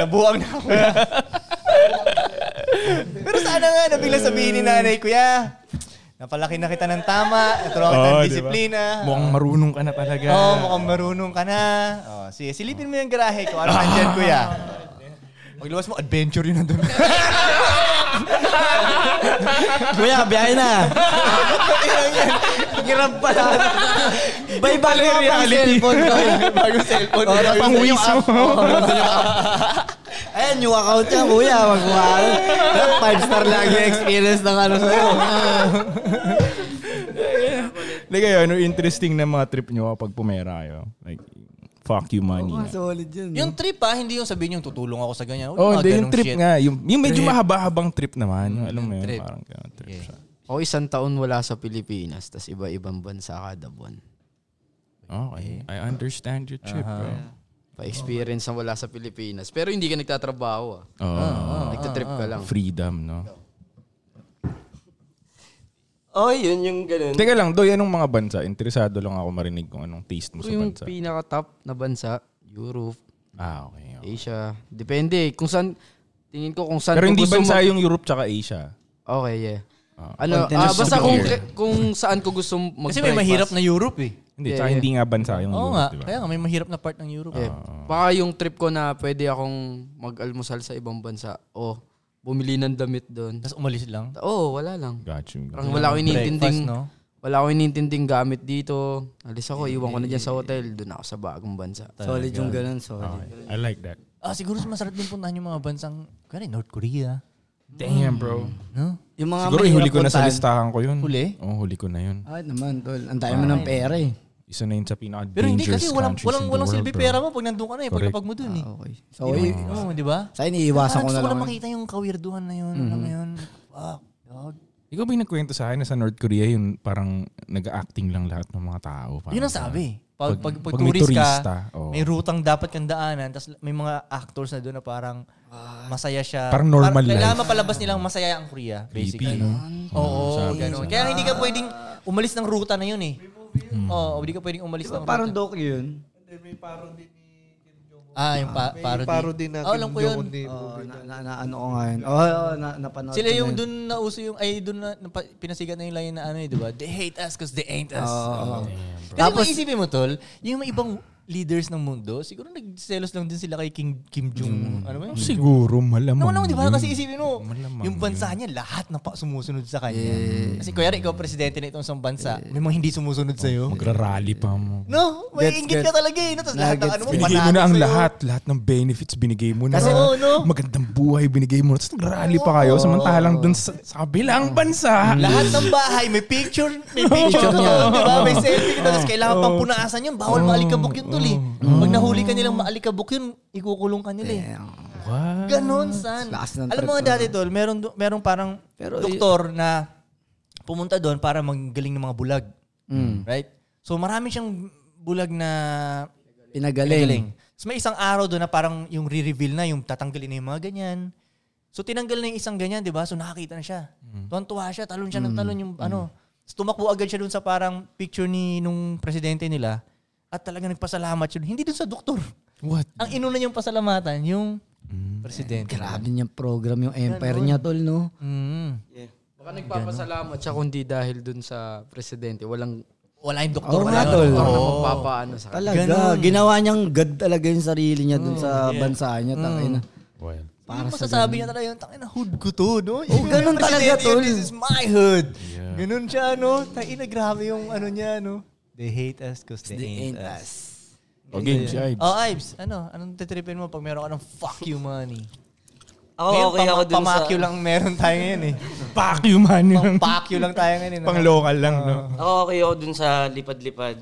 Speaker 4: nabuang na ako. Pero sana nga, nabigla sabihin ni nanay, Kuya, napalaki na kita ng tama, naturuan kita ng disiplina.
Speaker 6: Mukhang marunong ka na talaga.
Speaker 4: Oo, oh, mukhang marunong ka na. Oh, sige, silipin mo yung garahe ko. Ano
Speaker 6: <laughs>
Speaker 4: nandyan, Kuya? Paglabas mo, adventure yun nandun.
Speaker 3: Kuya, biyahe na. Hirap pala. Bye bye mo pang cellphone ko.
Speaker 4: Bagong cellphone.
Speaker 3: Oh,
Speaker 4: Bagong
Speaker 3: pang
Speaker 4: cellphone.
Speaker 3: mo. Ayan, new account niya, kuya. Wag mo ano. Five star lagi yung experience ng ano sa'yo.
Speaker 6: Like, ayun, yung ano, interesting na mga trip nyo kapag pumera kayo. Like, fuck you money.
Speaker 3: Oh, solid yun.
Speaker 4: Yung trip ah, hindi yung sabihin yung tutulong ako sa ganyan.
Speaker 6: Oh,
Speaker 4: Wala
Speaker 6: hindi,
Speaker 4: ganung
Speaker 6: yung trip
Speaker 4: shit.
Speaker 6: nga. Yung, yung medyo mahaba-habang trip naman. Yung, alam mo yun, parang ganun trip siya.
Speaker 7: Ako isang taon wala sa Pilipinas, tas iba-ibang bansa kada buwan.
Speaker 6: Okay. I understand your trip, bro.
Speaker 7: Pa-experience ang wala sa Pilipinas. Pero hindi ka nagtatrabaho ah.
Speaker 6: Oh,
Speaker 7: Nagtatrip
Speaker 1: Ah,
Speaker 7: ka lang.
Speaker 6: freedom, no?
Speaker 8: Oh, yun yung ganun.
Speaker 6: Teka lang, Doy, anong mga bansa? Interesado lang ako marinig kung anong taste mo sa
Speaker 7: Pero yung
Speaker 6: bansa.
Speaker 7: pinaka-top na bansa, Europe,
Speaker 6: Ah, okay. okay.
Speaker 7: Asia. Depende. Kung saan, tingin ko kung saan
Speaker 6: Pero
Speaker 7: ko
Speaker 6: hindi
Speaker 7: gusto
Speaker 6: bansa
Speaker 7: mag-
Speaker 6: yung Europe tsaka Asia.
Speaker 7: Okay, yeah.
Speaker 6: Ah.
Speaker 7: ano,
Speaker 3: Continent
Speaker 7: ah, basta
Speaker 6: to
Speaker 7: kung,
Speaker 6: clear.
Speaker 7: kung saan ko gusto mag
Speaker 4: Kasi may mahirap na Europe eh.
Speaker 6: Hindi,
Speaker 7: Yeah,
Speaker 6: tsaka
Speaker 7: yeah.
Speaker 6: hindi nga bansa yung
Speaker 4: Oo
Speaker 6: Europe,
Speaker 4: nga,
Speaker 6: diba?
Speaker 4: kaya nga may mahirap na part ng Europe.
Speaker 7: Yeah. Baka yung trip ko na pwede akong mag-almusal sa ibang bansa o bumili ng damit doon.
Speaker 4: Tapos umalis lang.
Speaker 7: Oo, oh, wala lang.
Speaker 6: Got you. got
Speaker 7: Parang wala ko inintinding,
Speaker 4: Breakfast, no?
Speaker 7: wala ko inintinding gamit dito. Alis ako, iwan ko na dyan sa hotel. Doon ako sa bagong bansa.
Speaker 3: Solid yung ganun,
Speaker 6: you.
Speaker 3: solid.
Speaker 6: Okay. I like that.
Speaker 4: Ah, siguro masarap din puntahan yung mga bansang, kaya North Korea,
Speaker 6: Damn, bro.
Speaker 4: no?
Speaker 3: Yung mga
Speaker 6: Siguro
Speaker 3: mahirap
Speaker 6: huli ko na sa
Speaker 3: puntahan.
Speaker 6: listahan ko yun.
Speaker 4: Huli?
Speaker 6: Oo, huli ko na yun.
Speaker 3: Ay naman, tol. Ang dami mo ng pera eh.
Speaker 6: Isa na yun sa pinaka-dangerous
Speaker 4: Pero hindi kasi walang walang
Speaker 6: countries in the
Speaker 4: walang
Speaker 6: world,
Speaker 4: silbi
Speaker 6: bro.
Speaker 4: pera mo pag nandun ka na eh,
Speaker 6: Correct.
Speaker 4: pagkapag mo dun eh.
Speaker 7: Ah, okay.
Speaker 3: So, i-
Speaker 4: Oo, di ba?
Speaker 3: sa akin, iiwasan ko
Speaker 4: Parang
Speaker 3: na
Speaker 4: gusto
Speaker 3: lang. yun.
Speaker 4: makita yung kawirduhan na yun. Alam mo yun? Ah, Fuck, dog.
Speaker 6: Ikaw ba yung nagkwento sa akin na sa North Korea yung parang nag-acting lang lahat ng mga tao? Parang
Speaker 4: Yun ang sabi. Pag, pag, pag,
Speaker 6: may
Speaker 4: tourist
Speaker 6: turista,
Speaker 4: ka,
Speaker 6: oo.
Speaker 4: may rutang dapat kang daanan, tapos may mga actors na doon na parang masaya siya.
Speaker 6: Parang normal
Speaker 4: Parang Kailangan
Speaker 6: life.
Speaker 4: mapalabas nilang masaya ang Korea,
Speaker 6: Creepy,
Speaker 4: basically.
Speaker 6: no?
Speaker 4: Oo,
Speaker 6: sabi,
Speaker 4: ganun.
Speaker 6: sabi.
Speaker 4: Kaya hindi ka pwedeng umalis ng ruta na yun eh.
Speaker 6: Hmm.
Speaker 4: Oo, hindi ka pwedeng umalis ng
Speaker 3: Parang
Speaker 4: ruta.
Speaker 3: doc yun.
Speaker 4: Ah, yung pa- parody.
Speaker 5: parody na
Speaker 4: Ah, alam ko
Speaker 5: Kim
Speaker 4: yun.
Speaker 5: Jong-un din.
Speaker 3: Oo, na, na, na, ano ko nga yun. Oo, oo, na, napanood
Speaker 4: Sila
Speaker 3: ko na
Speaker 4: yung
Speaker 3: yun.
Speaker 4: dun na uso yung, ay dun na napa- pinasigat na yung line na ano eh, di ba? They hate us because they ain't us.
Speaker 3: Oo, oo.
Speaker 4: Tapos, isipin mo, Tol, yung mga ibang leaders ng mundo, siguro nagselos lang din sila kay King, Kim Jong. Ano ba yun?
Speaker 6: Siguro, Hmm. malamang.
Speaker 4: Naman naman, di ba?
Speaker 6: yun.
Speaker 4: Kasi isipin mo,
Speaker 6: Malamang
Speaker 4: yung bansa niya, lahat na pa sumusunod sa kanya. Kasi kuya, ikaw presidente na itong isang bansa, may mga hindi sumusunod sa'yo.
Speaker 6: Magra-rally pa mo.
Speaker 4: No, may
Speaker 3: Gets,
Speaker 4: inggit
Speaker 3: gets.
Speaker 4: ka talaga eh. no? Tapos lahat ng
Speaker 3: Nuggets.
Speaker 4: ano mo,
Speaker 6: Binigay mo na
Speaker 4: panalo
Speaker 6: ang
Speaker 4: sa'yo.
Speaker 6: lahat. Lahat ng benefits binigay mo na.
Speaker 4: Kasi oo, no?
Speaker 6: Magandang buhay binigay mo. Tapos nag-rally pa kayo. Samantalang dun sa, sa kabilang bansa.
Speaker 4: Lahat ng bahay, may picture, may picture
Speaker 7: Picture
Speaker 4: ka
Speaker 7: niya.
Speaker 4: doon, di ba? May selfie ka, tapos kailangan pang punaasan yun. Bawal maalikabok yun, tol eh. Pag nahuli ka nilang maalikabok yun, ikukulong ka nila eh.
Speaker 6: What?
Speaker 4: Ganon, son.
Speaker 3: Lakas ng
Speaker 4: Alam mo
Speaker 3: trip,
Speaker 4: nga dati, tol, meron, do- meron parang doktor na pumunta doon para magaling ng mga bulag.
Speaker 3: Mm.
Speaker 4: Right? So marami siyang bulag na
Speaker 3: Pinagaling.
Speaker 4: galing. So may isang araw doon na parang yung re-reveal na, yung tatanggalin na yung mga ganyan. So tinanggal na yung isang ganyan, di ba? So nakakita na siya. Tuwan-tuwa siya, talon siya ng talon yung ano. So, tumakbo agad siya doon sa parang picture ni nung presidente nila at talaga nagpasalamat siya. dun. Hindi doon sa doktor.
Speaker 6: What?
Speaker 4: Ang inuna niyang pasalamatan, yung Mm. presidente.
Speaker 3: Grabe niyang program yung empire niya, tol, no?
Speaker 4: Mm.
Speaker 7: Baka nagpapasalamat siya kundi dahil dun sa presidente. Walang
Speaker 4: Wala yung
Speaker 3: Oo
Speaker 4: doktor.
Speaker 3: nga,
Speaker 4: wala yun.
Speaker 3: tol.
Speaker 7: parang
Speaker 4: Oo.
Speaker 7: magpapaano sa kanya.
Speaker 3: Talaga, ginawa niyang god talaga yung sarili niya dun sa bansa niya. Tangina.
Speaker 6: Well,
Speaker 4: Para yung masasabi niya talaga yung tangina hood ko to, no? Oh,
Speaker 3: ganun talaga, tol.
Speaker 4: This is my hood. Ganun siya, no? Tangina, grabe yung ano niya, no? They hate us because they, ain't, us.
Speaker 6: o game siya.
Speaker 4: Oh, Ives, ano? Anong titripin mo pag meron ka ng fuck you money?
Speaker 8: Ako
Speaker 4: Ngayon,
Speaker 8: okay
Speaker 4: pang-
Speaker 8: ako dun sa...
Speaker 4: pamakyo lang meron tayo ngayon eh.
Speaker 6: Fuck you, man.
Speaker 4: Pang pakyo lang tayo ngayon. eh, no?
Speaker 6: Pang local ano lang, no?
Speaker 8: Ako okay ako dun sa lipad-lipad.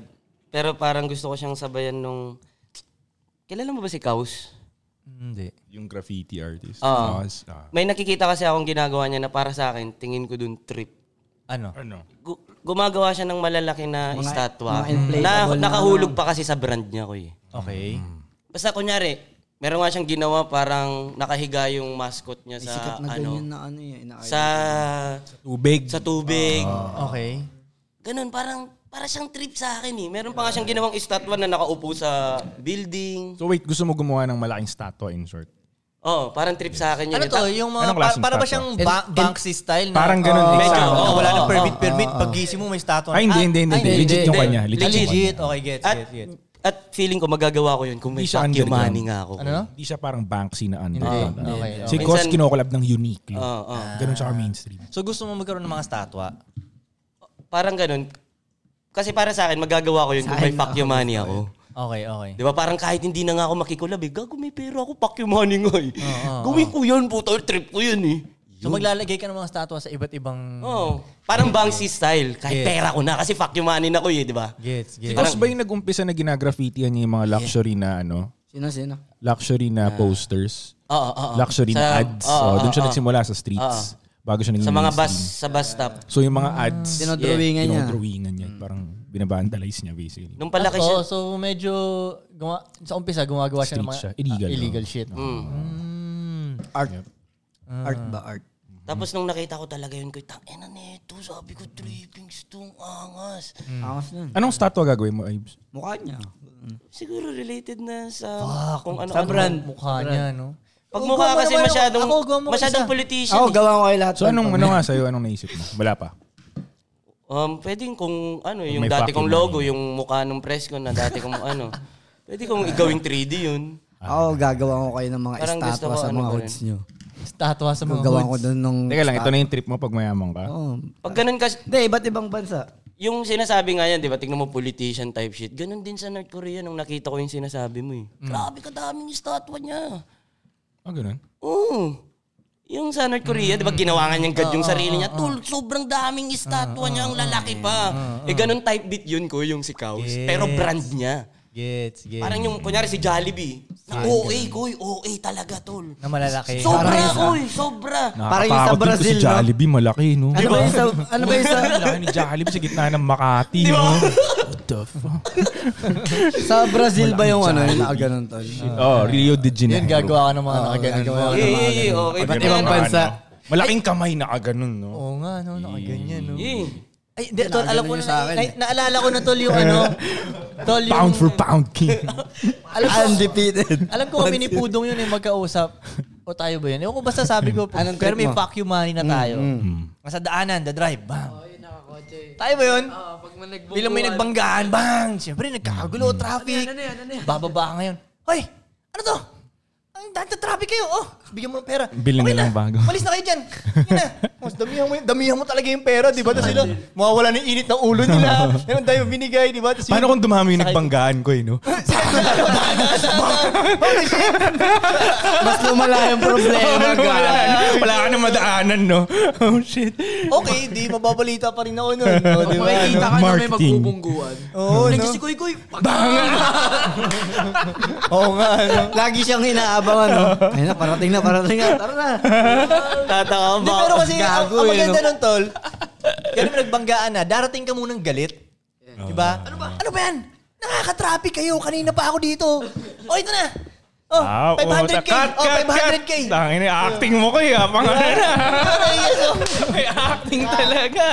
Speaker 8: Pero parang gusto ko siyang sabayan nung... Kilala mo ba si Kaus?
Speaker 4: Hindi.
Speaker 6: Yung graffiti artist. Ah,
Speaker 8: Oo.
Speaker 6: s- ah.
Speaker 8: May nakikita kasi akong ginagawa niya na para sa akin, tingin ko dun trip.
Speaker 4: Ano?
Speaker 6: Ano?
Speaker 8: Gu- gumagawa siya ng malalaki na estatwa.
Speaker 3: mga inflatable
Speaker 8: Na,
Speaker 3: na- ano.
Speaker 8: nakahulog pa kasi sa brand niya ko eh.
Speaker 4: Okay.
Speaker 8: Basta kunyari, meron nga siyang ginawa parang nakahiga yung mascot niya sa
Speaker 3: Sikat na ganyan
Speaker 8: ano
Speaker 3: na ano yun. Ina-
Speaker 8: sa
Speaker 6: Tubig.
Speaker 8: sa tubig.
Speaker 4: Ah. Okay.
Speaker 8: Ganun parang para siyang trip sa akin eh. Meron pa nga siyang ginawang estatwa na nakaupo sa building.
Speaker 6: So wait, gusto mo gumawa ng malaking statwa in short?
Speaker 8: Oh, parang trip sa akin yun.
Speaker 4: Ano
Speaker 8: eh.
Speaker 4: to? Yung mga,
Speaker 6: Anong klaseng
Speaker 4: pa- para ba
Speaker 6: statwa?
Speaker 4: siyang ba- Banksy style na? Oh,
Speaker 6: Parang ganun,
Speaker 4: Oo,
Speaker 6: exactly.
Speaker 4: oo,
Speaker 6: Oo,
Speaker 4: wala nang permit, permit. Paggising mo, may statue.
Speaker 6: Ay, Ah, hindi, hindi, hindi.
Speaker 4: ay,
Speaker 6: Legit yung kanya.
Speaker 4: Legit.
Speaker 6: Legit yung
Speaker 4: Legit. Okay, gets,
Speaker 8: At,
Speaker 4: gets, gets.
Speaker 8: at feeling ko magagawa ko yun kung may
Speaker 6: Hindi siya
Speaker 8: fuck you
Speaker 6: underground.
Speaker 8: money nga ako.
Speaker 4: Ano? no?
Speaker 6: Hindi siya parang Banksy na underground.
Speaker 4: Hindi, okay,
Speaker 6: Si
Speaker 8: okay.
Speaker 6: Cos
Speaker 8: Minsan-
Speaker 6: kinokolab ng Uniqlo.
Speaker 8: Oo, oo.
Speaker 6: Ganun siya ka mainstream.
Speaker 4: So gusto mo magkaroon ng mga statwa?
Speaker 8: Parang ganun. Kasi para sa akin, magagawa ko yun kung may fuck you money ako.
Speaker 4: Okay, okay.
Speaker 8: Di ba? Parang kahit hindi na nga ako makikulab eh. Gago, may pera ako, fuck you money nga eh. Gawin ko yun, puto. Trip ko yun eh.
Speaker 4: So maglalagay ka ng mga statwa sa iba't ibang...
Speaker 8: Oo. Parang Banksy style.
Speaker 4: Mm. Yes.
Speaker 8: Kahit pera ko na kasi fuck you money na ko eh, di ba?
Speaker 4: Gets, gets.
Speaker 6: Si Cos ba yung nag-umpisa na ginagraffitihan niya yung mga luxury na ano?
Speaker 3: Sino, sino?
Speaker 6: Luxury na posters?
Speaker 8: Oo, oo, oo.
Speaker 6: Luxury
Speaker 8: Ah, Sa- ah,
Speaker 6: na ads?
Speaker 8: oo,
Speaker 6: Oh, doon siya
Speaker 8: oo,
Speaker 6: nagsimula sa streets. Bago siya naging
Speaker 8: Sa mga bus,
Speaker 6: mainstream.
Speaker 8: sa bus stop.
Speaker 6: So yung mga ads,
Speaker 3: Dinodrawingan niya.
Speaker 6: dinodrawingan niya. Parang binabandalize niya basically.
Speaker 8: Nung palaki
Speaker 4: Oh,
Speaker 8: siya,
Speaker 4: so medyo gumawa, sa umpisa gumagawa siya ng mga
Speaker 6: Street siya. Illegal, oh. Hmm.
Speaker 4: ah, illegal
Speaker 6: no?
Speaker 4: shit.
Speaker 3: Hmm.
Speaker 4: Mm.
Speaker 3: Art. Art ba, art?
Speaker 8: Tapos nung nakita ko talaga yun, ko, tang, ina nito, sabi ko, trippings tong angas.
Speaker 3: Angas nun.
Speaker 6: Anong statwa gagawin mo, Ives?
Speaker 3: Mukha niya.
Speaker 8: Siguro related na sa
Speaker 4: Fuck,
Speaker 8: kung ano.
Speaker 4: sa brand mukha niya, no? Oo,
Speaker 8: Pag mukha
Speaker 4: gumawa
Speaker 8: kasi
Speaker 4: naman ako.
Speaker 8: masyadong,
Speaker 4: Ako, gumawa ako
Speaker 8: masyadong
Speaker 4: isa.
Speaker 8: politician.
Speaker 3: Ako,
Speaker 8: eh.
Speaker 3: gawa ko kay lahat.
Speaker 6: So
Speaker 3: tol.
Speaker 6: anong ano nga sa'yo? Anong naisip mo? Wala pa.
Speaker 8: Um, pwedeng kung ano, yung
Speaker 6: May
Speaker 8: dati
Speaker 6: fucking
Speaker 8: kong logo,
Speaker 6: money.
Speaker 8: yung mukha ng press ko na dati kong ano. Pwede kong igawing 3D yun.
Speaker 3: Ako, gagawa ko kayo ng mga
Speaker 8: Parang gusto
Speaker 3: estatwa
Speaker 8: ko
Speaker 3: sa
Speaker 8: ano
Speaker 3: mga
Speaker 8: pa rin.
Speaker 3: hoods niyo.
Speaker 4: Statwa sa mga
Speaker 3: Gagawa ko
Speaker 4: hoods.
Speaker 3: dun nung...
Speaker 6: Teka lang, ito na yung trip mo pag mayaman ka.
Speaker 3: Oo.
Speaker 8: Pag ganun kasi,
Speaker 3: Hindi, iba't ibang bansa.
Speaker 8: yung sinasabi nga yan, di ba, tingnan mo politician type shit. Ganun din sa North Korea nung nakita ko yung
Speaker 3: Oh.
Speaker 6: Mm.
Speaker 8: sinasabi mo eh. Grabe kadaming statwa niya.
Speaker 6: Ah, ganun.
Speaker 8: Oo. Yung sa North Korea, di ba, ginawangan niyang gad yung sarili niya. Tul, sobrang daming estatwa niya, ang lalaki pa. Eh, ganun type beat yun ko, yung si Kaus. Pero brand niya.
Speaker 9: Gets, gets.
Speaker 8: Parang yung, kunyari si Jollibee. Na OA, koy, OA talaga, tol.
Speaker 9: na malalaki.
Speaker 8: Sobra, koy, sobra.
Speaker 3: Parang yung sa
Speaker 6: Nakakatakot din to
Speaker 3: Brazil,
Speaker 6: Si
Speaker 3: no?
Speaker 6: Jollibee, malaki, no?
Speaker 3: Ano ba yung sa, ano ba yung sa,
Speaker 6: Ang laki ni Jollibee sa gitna ng Makati, no? What the fuck?
Speaker 3: sa Brazil ba yung ano, yung nakaganon tol?
Speaker 6: Oh, Rio de Janeiro.
Speaker 4: Yan, gagawa ka ng mga nakaganon.
Speaker 3: gagawa
Speaker 4: mga
Speaker 8: Eh,
Speaker 4: ganun.
Speaker 8: eh, eh, okay.
Speaker 4: Iba't
Speaker 8: Pero
Speaker 4: ibang
Speaker 8: parang-
Speaker 4: bansa.
Speaker 6: Malaking kamay na kaganon, no?
Speaker 9: Oo nga, no? Nakaganyan, no?
Speaker 8: Eh,
Speaker 4: Ay, hindi, tol, alam
Speaker 3: Nakaganon
Speaker 4: ko na,
Speaker 3: yun sa akin, eh.
Speaker 4: na, naalala ko na, tol, yung
Speaker 3: <laughs>
Speaker 4: ano, tol, yung,
Speaker 6: Pound for pound king.
Speaker 4: <laughs> alam
Speaker 3: Ah,
Speaker 4: ko,
Speaker 3: Undefeated.
Speaker 4: alam ko kami ni Pudong yun, yung magkausap. O tayo ba yun? Ewan ko basta sabi ko,
Speaker 3: Anong
Speaker 4: pero
Speaker 3: trip
Speaker 4: may
Speaker 3: mo?
Speaker 4: fuck you money na tayo. Nasa daanan, the drive, bang.
Speaker 10: Oh,
Speaker 4: Tayo ba yun?
Speaker 10: pag man nagbubuhan.
Speaker 4: Bilang may nagbanggaan, bang! Siyempre, nagkakagulo, traffic.
Speaker 10: Ano yan, ano yan?
Speaker 4: Bababa ka ngayon. Hoy! Ano to? Ang dahil traffic kayo, oh! Bigyan mo ng pera.
Speaker 6: Bilhin na lang bago.
Speaker 4: Malis na kayo dyan. Yan na. Mas damihan mo, yun. damihan mo talaga yung pera, di ba? Tapos sila, mawawala ng init ng ulo nila. Yan ang dahil binigay, di ba? Tapos
Speaker 6: Paano kung dumami yung nagbanggaan ko, eh,
Speaker 4: <laughs>
Speaker 6: no?
Speaker 3: Mas lumala yung
Speaker 10: <laughs>
Speaker 3: problema.
Speaker 6: Wala- Wala ka na madaanan, no? Oh, shit.
Speaker 4: Okay, di mababalita pa rin ako nun. No, di
Speaker 10: Kung
Speaker 4: ba?
Speaker 10: makikita ka na may
Speaker 6: Marketing.
Speaker 10: magbubungguan.
Speaker 4: Oo, no?
Speaker 10: Si Kuy Kuy,
Speaker 4: Oo nga, no?
Speaker 3: Lagi siyang ano? hinaabangan. No? Ayun na, parating na, parating na. Tara na.
Speaker 8: tataka
Speaker 4: Hindi,
Speaker 8: ba?
Speaker 4: pero kasi ang,
Speaker 3: Gago
Speaker 4: ang
Speaker 3: eh,
Speaker 4: maganda nun, tol, kaya mo nagbanggaan na, darating ka munang galit. Di
Speaker 6: Ah.
Speaker 4: ba? Ano ba? Ano ba yan? Nakaka-traffic kayo. Kanina pa ako dito. O, ito na. Oh,
Speaker 6: Ah, oh,
Speaker 4: 500K.
Speaker 6: cut,
Speaker 4: oh,
Speaker 6: cut, Ah.
Speaker 4: 500K.
Speaker 6: cut. Tangina, acting mo kayo, ha? Pangalan.
Speaker 4: Ay, yes,
Speaker 6: <laughs>
Speaker 4: oh.
Speaker 8: acting talaga.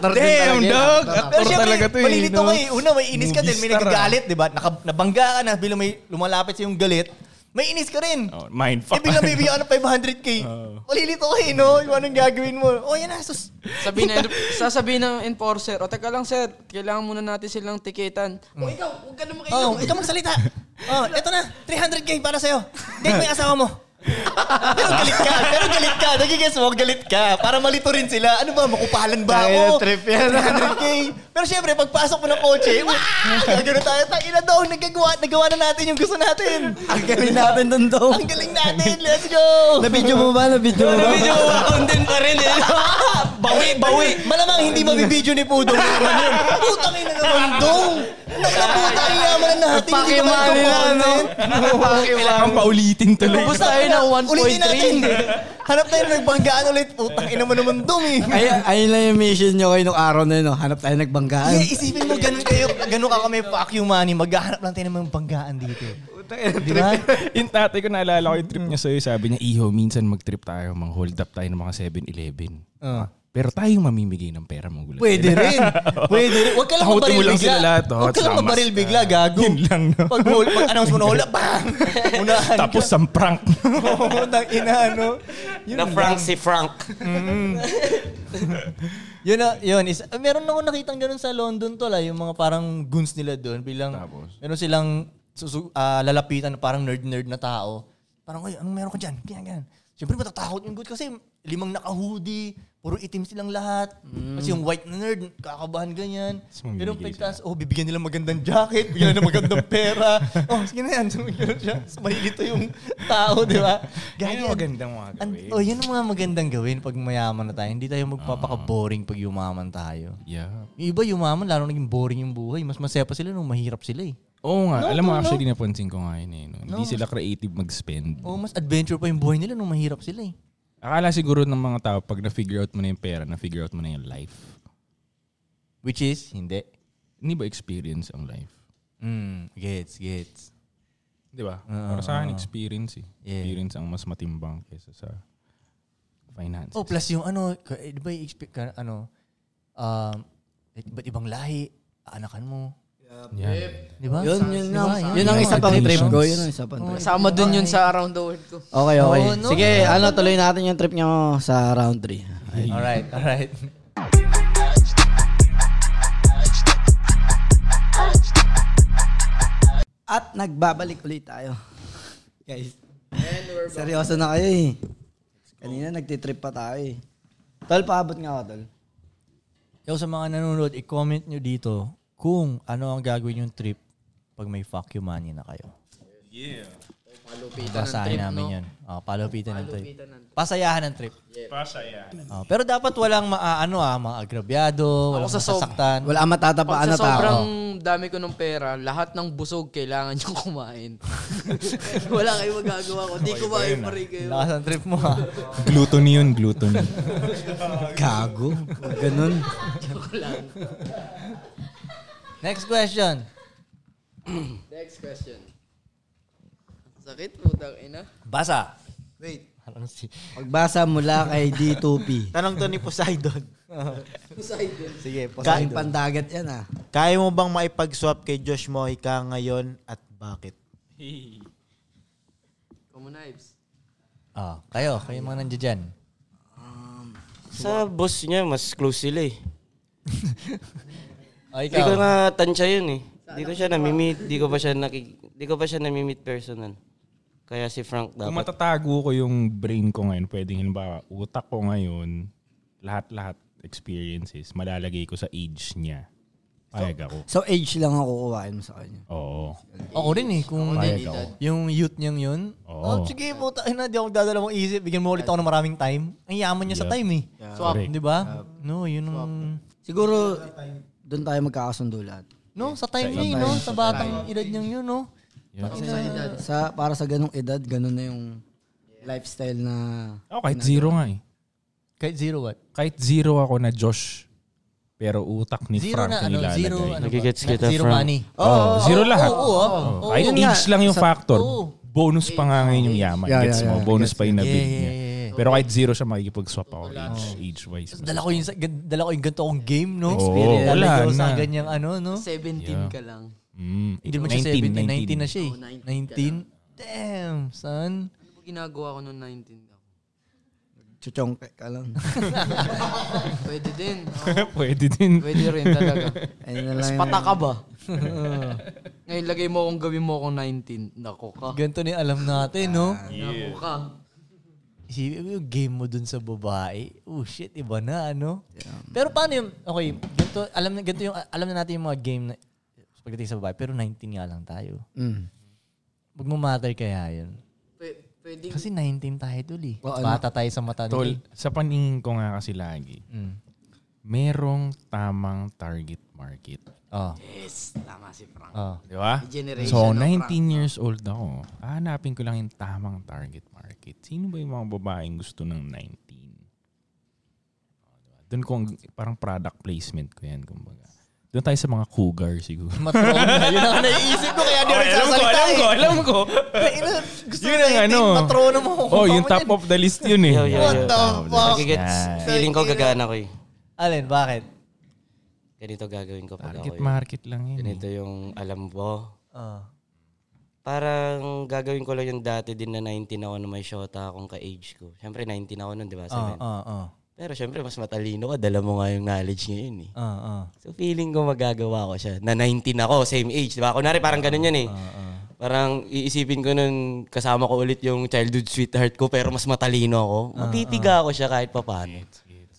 Speaker 6: Damn, dog.
Speaker 4: Pero
Speaker 6: Actor
Speaker 4: syempre,
Speaker 6: talaga to, eh.
Speaker 4: malilito
Speaker 6: no?
Speaker 4: ka eh. Una, may inis ka din. May
Speaker 6: Movie star,
Speaker 4: nagagalit, di ba? Naka- Nabangga ka na. Bilang may lumalapit sa yung galit, may inis ka rin.
Speaker 6: Oh, mindfuck.
Speaker 4: Ibig na bibigyan ka ng
Speaker 3: <laughs>
Speaker 4: 500K. Malilito ka eh, no? Yung anong gagawin mo? O, yan na. Sus.
Speaker 10: sabi
Speaker 4: <laughs>
Speaker 10: na, sasabihin ng enforcer, o teka lang sir, kailangan muna natin silang tikitan. O ikaw, huwag ka na makinig.
Speaker 4: Oh, ikaw magsalita. Oh, eto na. 300k para sa'yo. Date mo yung asawa mo. Ah, Pero galit ka. Pero galit ka. Nagigess mo, galit ka. Para malito rin sila. Ano ba, makupalan ba
Speaker 3: Kaya
Speaker 4: ako?
Speaker 3: trip yan.
Speaker 4: 300k. Pero syempre, pagpasok mo ng kotse, wah! Gagano tayo. Tangina daw, nagagawa, nagawa na natin yung gusto natin.
Speaker 3: Ang galing natin doon daw.
Speaker 4: Ang galing natin. Let's go!
Speaker 3: Na-video mo ba? Na-video mo ba?
Speaker 8: Medyo
Speaker 3: <laughs>
Speaker 8: content pa rin eh.
Speaker 4: bawi, bawi. Malamang hindi mabibidyo ni <laughs> Pudong naman yun. Putang ina naman, Dong! Nakaputang ina naman natin. Hindi ka
Speaker 3: Pakimali na, no?
Speaker 6: Kailangan paulitin tuloy.
Speaker 10: Ubus tayo ng
Speaker 4: Ulitin natin.
Speaker 10: 1.3.
Speaker 4: Hanap tayo ng nagbanggaan ulit. Putang ina mo naman dum eh.
Speaker 3: Ay, ayun lang yung mission nyo kayo nung araw na yun. No? Hanap tayo nagbanggaan.
Speaker 4: Yeah, isipin mo ganun kayo, ganun ka kami, fuck you money, maghahanap lang tayo ng mga banggaan dito. Di ba?
Speaker 6: <laughs> yung tatay ko naalala ko yung trip niya sa'yo. Sabi niya, Iho, minsan mag-trip tayo, mag-hold up tayo ng mga 7-Eleven. Pero tayo mamimigay ng pera mga gulat.
Speaker 4: Pwede rin. Pwede rin. Huwag ka lang mabaril
Speaker 6: Takutin mo lang
Speaker 4: bigla.
Speaker 6: sila lahat, oh,
Speaker 4: Huwag ka lang
Speaker 6: tamas
Speaker 4: mabaril
Speaker 6: ka.
Speaker 4: bigla, gago.
Speaker 6: Yun lang, no?
Speaker 4: Pag, hol- pag announce mo na hula,
Speaker 6: <laughs>
Speaker 4: bang! Unahan
Speaker 6: Tapos ang prank.
Speaker 4: <laughs> Putang ina, no?
Speaker 8: Na Frank si Frank.
Speaker 4: Yun na, yun. Is, ah, meron ako nakitang ganun sa London to, la, yung mga parang goons nila doon. Bilang,
Speaker 6: Tapos?
Speaker 4: meron silang susu, ah, lalapitan na parang nerd-nerd na tao. Parang, oy, anong meron ko dyan? Ganyan, ganyan. Siyempre, matatakot yung goons kasi limang naka-hoodie, puro itim silang lahat.
Speaker 6: Mm.
Speaker 4: Kasi yung white na nerd, kakabahan ganyan.
Speaker 6: mamimigay
Speaker 4: Pero pagtas, oh, bibigyan nila magandang jacket, bigyan nila magandang pera. <laughs> oh, sige na yan. So, ganun siya. So, mahilito yung tao, di
Speaker 6: <laughs>
Speaker 4: ba?
Speaker 6: Ganyan
Speaker 4: Ganyan.
Speaker 6: ang magandang mga
Speaker 4: And,
Speaker 6: gawin.
Speaker 4: oh, yun ang mga magandang gawin pag mayaman na tayo. Hindi tayo magpapaka-boring pag yumaman tayo.
Speaker 6: Yeah.
Speaker 4: Yung iba yumaman, lalo naging boring yung buhay. Mas masaya pa sila nung mahirap sila eh.
Speaker 6: Oo nga, alam mo actually napansin ko nga yun eh. no? Hindi sila creative mag-spend.
Speaker 4: O mas adventure pa yung buhay nila nung mahirap sila eh.
Speaker 6: Akala siguro ng mga tao, pag na-figure out mo na yung pera, na-figure out mo na yung life.
Speaker 4: Which is, hindi.
Speaker 6: Hindi ba experience ang life?
Speaker 4: Mm, gets, gets.
Speaker 6: Di ba? Para sa akin, experience eh.
Speaker 4: Ah, Yeah.
Speaker 6: Experience ang mas matimbang kesa sa finance.
Speaker 4: Oh, plus yung ano, ka- eh, di ba yung expe- ka- ano, um, eh, ba't ibang lahi, aanakan mo.
Speaker 6: Yeah.
Speaker 4: Di ba?
Speaker 3: Yun, yun
Speaker 4: Di
Speaker 3: lang.
Speaker 4: ba?
Speaker 3: Yun ang isa pang trip ko. Yun ang isa pang trip.
Speaker 10: Kasama dun yun sa around the world ko.
Speaker 3: Okay, okay.
Speaker 4: Oo, no?
Speaker 3: Sige, ano, tuloy natin yung trip nyo sa round 3.
Speaker 4: Alright, alright.
Speaker 3: At nagbabalik ulit tayo. Guys. Seryoso na kayo eh. Kanina nagtitrip pa tayo eh. Tol, paabot nga ako, tol.
Speaker 4: Yo, sa mga nanonood, i-comment nyo dito kung ano ang gagawin yung trip pag may fuck you money na kayo.
Speaker 11: Palupitan ng
Speaker 4: Basahin
Speaker 11: trip,
Speaker 4: namin
Speaker 11: no?
Speaker 4: yun. Oh, palupitan ng trip.
Speaker 11: Palupitan ng trip.
Speaker 4: Pasayahan ng trip. Oh, pero dapat walang ma, ano ah, mga agrabyado, walang
Speaker 11: sa sob-
Speaker 4: masasaktan.
Speaker 3: Wala matatapaan
Speaker 11: Pag
Speaker 3: na
Speaker 11: sa
Speaker 3: tao.
Speaker 11: sobrang dami ko ng pera, lahat ng busog kailangan yung kumain. <laughs> Wala kayong magagawa ko. Di kumain pa rin kayo.
Speaker 4: Lakas ng trip mo ah.
Speaker 6: Gluttony yun,
Speaker 4: <laughs>
Speaker 6: gluttony.
Speaker 3: Gago.
Speaker 11: <laughs>
Speaker 3: Ganun.
Speaker 4: Next question.
Speaker 11: Next question. Sakit putang ina.
Speaker 4: Basa.
Speaker 3: Wait.
Speaker 4: Parang si...
Speaker 3: Pagbasa mula kay D2P.
Speaker 2: Tanong to ni Poseidon. <laughs>
Speaker 4: Sige,
Speaker 3: Kain pandagat yan ah.
Speaker 2: Kaya mo bang maipag-swap kay Josh Mojica ngayon at bakit?
Speaker 11: Como knives.
Speaker 4: Ah, kayo, kayo mga nandiyan dyan.
Speaker 8: Sa boss niya, mas close sila eh.
Speaker 4: Oh,
Speaker 8: Hindi ko
Speaker 4: ikaw.
Speaker 8: nga tansya yun eh. Hindi ko siya nami-meet, hindi ko pa siya nakik... Hindi ko pa siya nami-meet personal. Kaya si Frank
Speaker 6: Kung
Speaker 8: dapat.
Speaker 6: matatago ko yung brain ko ngayon, pwedeng halimbawa, utak ko ngayon, lahat-lahat experiences, malalagay ko sa age niya. Payag ako.
Speaker 3: So age lang ang kukuhain mo sa kanya.
Speaker 6: Oo.
Speaker 4: Ako rin eh, kung
Speaker 6: Payag ako.
Speaker 4: yung youth niyang yun. Oh,
Speaker 6: Oo.
Speaker 4: sige po, na, di ako dadala mong isip. Bigyan mo ulit ako ng maraming time. Ang yaman niya sa time eh.
Speaker 11: Swap.
Speaker 4: Di ba? No, yun ang...
Speaker 3: Siguro doon tayo magkakasundo lahat.
Speaker 4: No, sa time niya eh, no? Sa batang edad niyang yun, no?
Speaker 3: Sa, para sa ganung edad, ganun na yung lifestyle na
Speaker 6: Oh, kahit zero nga eh.
Speaker 4: Kahit zero what?
Speaker 6: Kahit zero ako na Josh, pero utak ni
Speaker 4: Zero
Speaker 6: Frank
Speaker 4: na
Speaker 6: ang
Speaker 4: ano,
Speaker 6: ilalagay.
Speaker 4: zero ano ba?
Speaker 8: Nagigets kita,
Speaker 4: Zero
Speaker 8: Frank.
Speaker 4: money.
Speaker 6: Oo, Oh, zero lahat. Oh,
Speaker 4: oo, oo, oo, oo.
Speaker 6: Kahit
Speaker 3: Yun
Speaker 6: age
Speaker 3: nga,
Speaker 6: lang yung
Speaker 3: sa-
Speaker 6: factor.
Speaker 4: oo.
Speaker 6: Bonus pa nga ngayon yung yaman.
Speaker 3: Yeah,
Speaker 6: gets
Speaker 3: yeah,
Speaker 6: mo?
Speaker 3: yeah.
Speaker 6: Bonus
Speaker 3: Gets
Speaker 6: pa yung
Speaker 4: Yeah,
Speaker 6: nabig
Speaker 4: yeah,
Speaker 6: niya.
Speaker 4: yeah, yeah.
Speaker 6: Pero kahit zero siya, makikipag-swap ako. Age, age-wise.
Speaker 4: Dala ko yung, sa- gan- dala ko yung ganito kong game, no?
Speaker 6: Oo,
Speaker 4: Experience.
Speaker 6: wala
Speaker 4: Dala ko sa
Speaker 6: na.
Speaker 4: ganyang ano, no?
Speaker 11: 17
Speaker 6: Yeah.
Speaker 11: ka lang.
Speaker 6: Mm,
Speaker 4: Hindi mo siya 17, 19 na siya eh.
Speaker 11: Oh, 19 ka
Speaker 4: 19? Damn, son.
Speaker 11: Ano ba ginagawa ko noong 19 ako?
Speaker 3: chuchongke ka lang.
Speaker 11: <laughs> Pwede din. Oo,
Speaker 6: <laughs> Pwede din.
Speaker 11: pwede rin talaga.
Speaker 3: Ayun na
Speaker 11: Mas
Speaker 3: lang
Speaker 11: pata ka ba? Ngayon, lagay mo akong gawin mo akong 19. Nako ka.
Speaker 4: Ganito na yung alam natin, no?
Speaker 11: Nako ka.
Speaker 4: Isipin mo yung game mo dun sa babae. Oh shit, iba na ano. Pero paano yung, okay, ganito, alam, na- ganito yung, alam na natin yung mga game na, pagdating sa babae, pero 19 nga lang tayo.
Speaker 3: Mm.
Speaker 4: Magmamatter kaya yun.
Speaker 11: Pwe- Pwede.
Speaker 4: Kasi 19 tayo tol eh.
Speaker 3: Oo, ano?
Speaker 4: Bata tayo sa mata
Speaker 6: Tol,
Speaker 4: nila.
Speaker 6: sa paningin ko nga kasi lagi,
Speaker 4: eh. Mm.
Speaker 6: merong tamang target market.
Speaker 4: Oh,
Speaker 11: Yes, tama si Frank.
Speaker 4: oh.
Speaker 6: Di ba?
Speaker 11: Generation of
Speaker 6: So, 19 years old ako. Hahanapin ko lang yung tamang target market. Sino ba yung mga babaeng gusto ng 19? Oh, diba? Doon ko, ang- parang product placement ko yan, kumbaga. Doon tayo sa mga cougar siguro.
Speaker 4: Matrona. yun ang naiisip ko kaya di rin sasalita eh.
Speaker 6: <laughs> alam ko.
Speaker 4: Gusto ko
Speaker 6: Yun ang
Speaker 4: 19,
Speaker 6: ano.
Speaker 4: Matrona mo.
Speaker 6: oh, yung top of the list yun eh.
Speaker 8: Yo, yo, yo. What the
Speaker 4: fuck?
Speaker 8: Nagigets. Feeling ko gagana ko eh.
Speaker 4: Alin, bakit?
Speaker 8: Ganito gagawin ko pag ako
Speaker 6: Target
Speaker 8: yun.
Speaker 6: market lang yun. eh.
Speaker 8: Ganito yung alam mo.
Speaker 4: Oh.
Speaker 8: Parang gagawin ko lang yung dati din na 19 ako na may shota akong ka-age ko. Siyempre 19 ako nun, di ba?
Speaker 4: Oh,
Speaker 8: Seven.
Speaker 4: oh, oh.
Speaker 8: Pero siyempre mas matalino ka, dala mo nga yung knowledge ngayon eh.
Speaker 4: Oh, oh.
Speaker 8: So feeling ko magagawa ko siya. Na 19 ako, same age, di ba? Kunwari parang ganun yan eh. Parang iisipin ko nun, kasama ko ulit yung childhood sweetheart ko pero mas matalino ako. Mapipiga ako siya kahit papaano.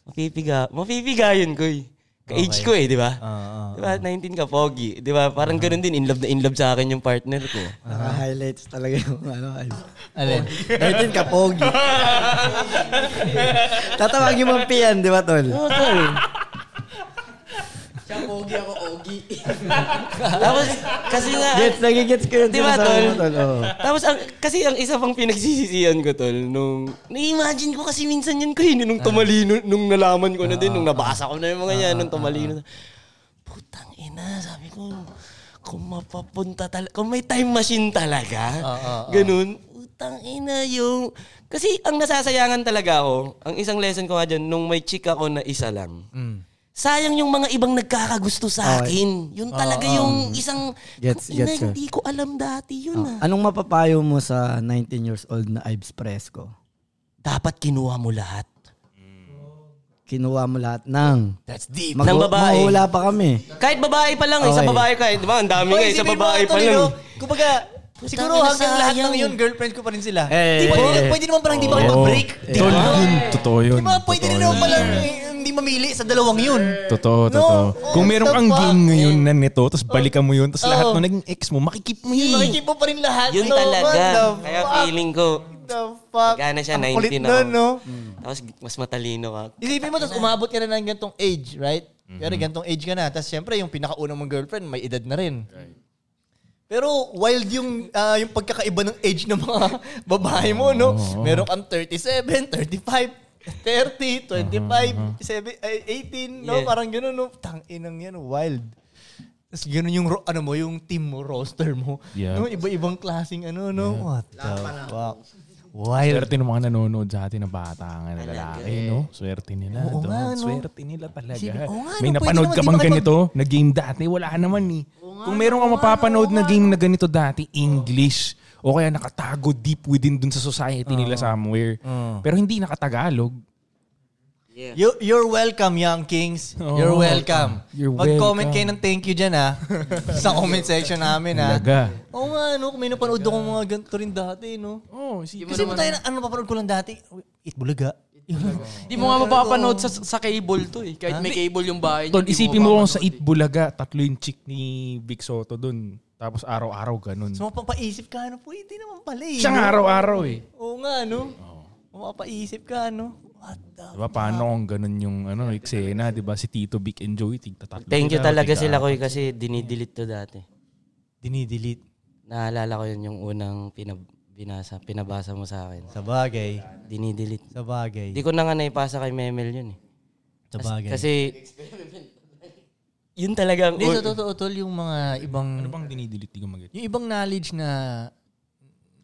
Speaker 8: Mapipiga, mapipiga yun ko eh. Ka-age ko eh, di ba?
Speaker 3: Ah,
Speaker 8: Di ba? 19 ka, pogi. Di ba? Parang ganun din, in love na in love sa akin yung partner
Speaker 3: <laughs>
Speaker 8: ko.
Speaker 3: Naka-highlights talaga yung ano. ay-
Speaker 4: Alin?
Speaker 3: 19 ka, pogi. Tatawagin mo ang piyan, di ba, tol?
Speaker 11: Siya pogi ako, ogi.
Speaker 8: Tapos, kasi nga...
Speaker 3: Gets, nagigets ko yung
Speaker 8: Di ba,
Speaker 3: sinasabi mo,
Speaker 8: tol?
Speaker 3: Oo.
Speaker 8: Tapos, ang, kasi ang isa pang pinagsisisihan ko, tol, nung, na-imagine ko kasi minsan yan ko eh, nung
Speaker 3: Ah.
Speaker 8: tumalino, nung nalaman ko na din, nung nabasa ko na yung mga
Speaker 3: ah,
Speaker 8: yan, nung tumalino. na. Putang ina, sabi ko, kung mapapunta talaga, kung may time machine talaga, ganun, putang ina yung, kasi ang nasasayangan talaga ako, ang isang lesson ko nga dyan, nung may chick ako na isa lang,
Speaker 3: Mm.
Speaker 8: Sayang yung mga ibang nagkakagusto sa akin. Yun talaga yung isang,
Speaker 3: Gets-
Speaker 8: "Tang ina,
Speaker 3: gets ko."
Speaker 8: hindi ko alam dati yun ah.
Speaker 3: Anong mapapayo mo sa 19 years old na Ives Fresco?
Speaker 8: dapat kinuha mo lahat.
Speaker 3: Kinuha mo lahat ng...
Speaker 8: That's deep.
Speaker 3: Mag-
Speaker 8: ng babae.
Speaker 3: Mahula pa kami.
Speaker 8: Kahit babae pa lang, eh, sa
Speaker 3: Okay.
Speaker 8: babae ka. eh. Di ba? Ang dami nga, eh, sa
Speaker 4: isipin mo,
Speaker 8: babae pa
Speaker 4: Anthony,
Speaker 8: lang.
Speaker 4: no? Kumbaga, siguro
Speaker 8: ina,
Speaker 4: hanggang lahat
Speaker 8: sayang.
Speaker 4: ng yun, girlfriend ko pa rin sila.
Speaker 3: Eh,
Speaker 4: Di ba,
Speaker 3: eh,
Speaker 4: di-
Speaker 3: eh.
Speaker 4: pwede naman parang hindi pa kayo
Speaker 6: Oo.
Speaker 4: mag-break. Di
Speaker 6: Tol,
Speaker 4: ba?
Speaker 6: yun. Totoo yun.
Speaker 4: Di ba, pwede
Speaker 6: Totoo
Speaker 4: rin naman
Speaker 6: yun.
Speaker 4: pala yung hindi mamili sa dalawang yun.
Speaker 6: Totoo,
Speaker 4: No,
Speaker 6: totoo.
Speaker 4: what
Speaker 6: Kung
Speaker 4: the
Speaker 6: meron kang
Speaker 4: fuck,
Speaker 6: game ngayon
Speaker 4: man?
Speaker 6: na nito, tapos balikan mo yun, tapos lahat
Speaker 4: Oh.
Speaker 6: ng naging ex mo, makikip
Speaker 4: Yun,
Speaker 6: mo yun. eh.
Speaker 4: Nakikip mo pa rin lahat.
Speaker 8: Yun
Speaker 4: No,
Speaker 8: talaga.
Speaker 4: what the
Speaker 8: Kaya
Speaker 4: fuck?
Speaker 8: feeling ko,
Speaker 4: the fuck?
Speaker 8: Gana siya,
Speaker 4: Ang kulit
Speaker 8: 19 ako.
Speaker 4: nun, no?
Speaker 8: Tapos mas matalino ka.
Speaker 4: Isipin mo, tapos umabot ka na ng gantong age, right? Pero gantong age ka na. Tapos syempre, yung pinakaunang mong girlfriend, may edad na rin. Pero wild yung ah, yung pagkakaiba ng age ng mga <laughs> babae mo, no? Meron kang 37, 35, 30, 25, 7, ay, 18, no?
Speaker 8: Yeah.
Speaker 4: Parang gano'n, no? Tanginang yan, wild. Tapos gano'n yung, ro- ano mo, yung team mo, roster mo.
Speaker 6: Yeah.
Speaker 4: No? Iba-ibang klaseng ano, no? What the fuck? Wild.
Speaker 6: Swerte ng mga nanonood sa atin na bata nga na lalaki, no? Swerte nila.
Speaker 4: eh. Oo
Speaker 6: dog.
Speaker 4: nga, no?
Speaker 6: Swerte nila talaga.
Speaker 4: Isipin, oo nga, no,
Speaker 6: May
Speaker 4: pwede
Speaker 6: napanood
Speaker 4: naman, di
Speaker 6: ka bang
Speaker 4: ba kayo-
Speaker 6: ganito na game dati? Wala naman eh. Kung meron ka mapapanood na game na ganito dati, English. O kaya nakatago deep within dun sa society nila somewhere.
Speaker 4: Mm.
Speaker 6: Pero hindi nakatagalog.
Speaker 4: You, you're welcome, Young Kings.
Speaker 6: Oo.
Speaker 4: you're welcome.
Speaker 6: You're
Speaker 4: Mag-comment
Speaker 6: Oh,
Speaker 4: kayo
Speaker 6: welcome.
Speaker 4: ng thank you dyan,
Speaker 6: <laughs>
Speaker 4: ha? sa comment section namin, ha?
Speaker 6: Talaga.
Speaker 4: Oo nga, eh. no? Kung may napanood ako mga ganito rin dati, no?
Speaker 6: Oh, si
Speaker 4: Kasi mo tayo, na- ano napapanood ko lang dati? Eat bulaga.
Speaker 1: Hindi mo nga mapapanood sa, sa cable to eh.
Speaker 7: Ah.
Speaker 1: Kahit may cable yung bahay niyo.
Speaker 6: Tol,
Speaker 1: di
Speaker 6: isipin mo kung sa
Speaker 1: mapapanood
Speaker 4: eh.
Speaker 6: Eat Bulaga, tatlo yung chick ni Vic Soto dun. Tapos araw-araw ganun.
Speaker 4: So, mapapaisip ka, ano? Pwede naman pala, eh.
Speaker 6: Siyang
Speaker 4: no?
Speaker 6: araw-araw eh.
Speaker 4: Oo nga, no?
Speaker 6: Oh.
Speaker 4: Mapapaisip ka, no? What the...
Speaker 6: Diba, paano kung ganun yung ano, eksena, di ba? Si Tito, Vic, and Joey, tigta tatlo
Speaker 8: Thank you
Speaker 6: sila,
Speaker 8: talaga
Speaker 6: tigta-
Speaker 8: sila, Koy, kasi dinidelete to dati.
Speaker 6: Ano
Speaker 4: Dinidelete.
Speaker 8: Naalala ko yun yung unang pinab- binasa, pinabasa mo sa akin.
Speaker 4: Sa bagay.
Speaker 8: Dinidelete.
Speaker 4: Sa bagay.
Speaker 8: Hindi ko na nga naipasa kay Memel yun eh.
Speaker 4: Sa
Speaker 8: Kas-
Speaker 4: bagay.
Speaker 8: Kasi, yun talaga ang...
Speaker 4: Hindi, sa totoo, tol, yung mga ibang...
Speaker 6: Ano bang dinidelete? Hindi ko mag
Speaker 4: Yung ibang knowledge na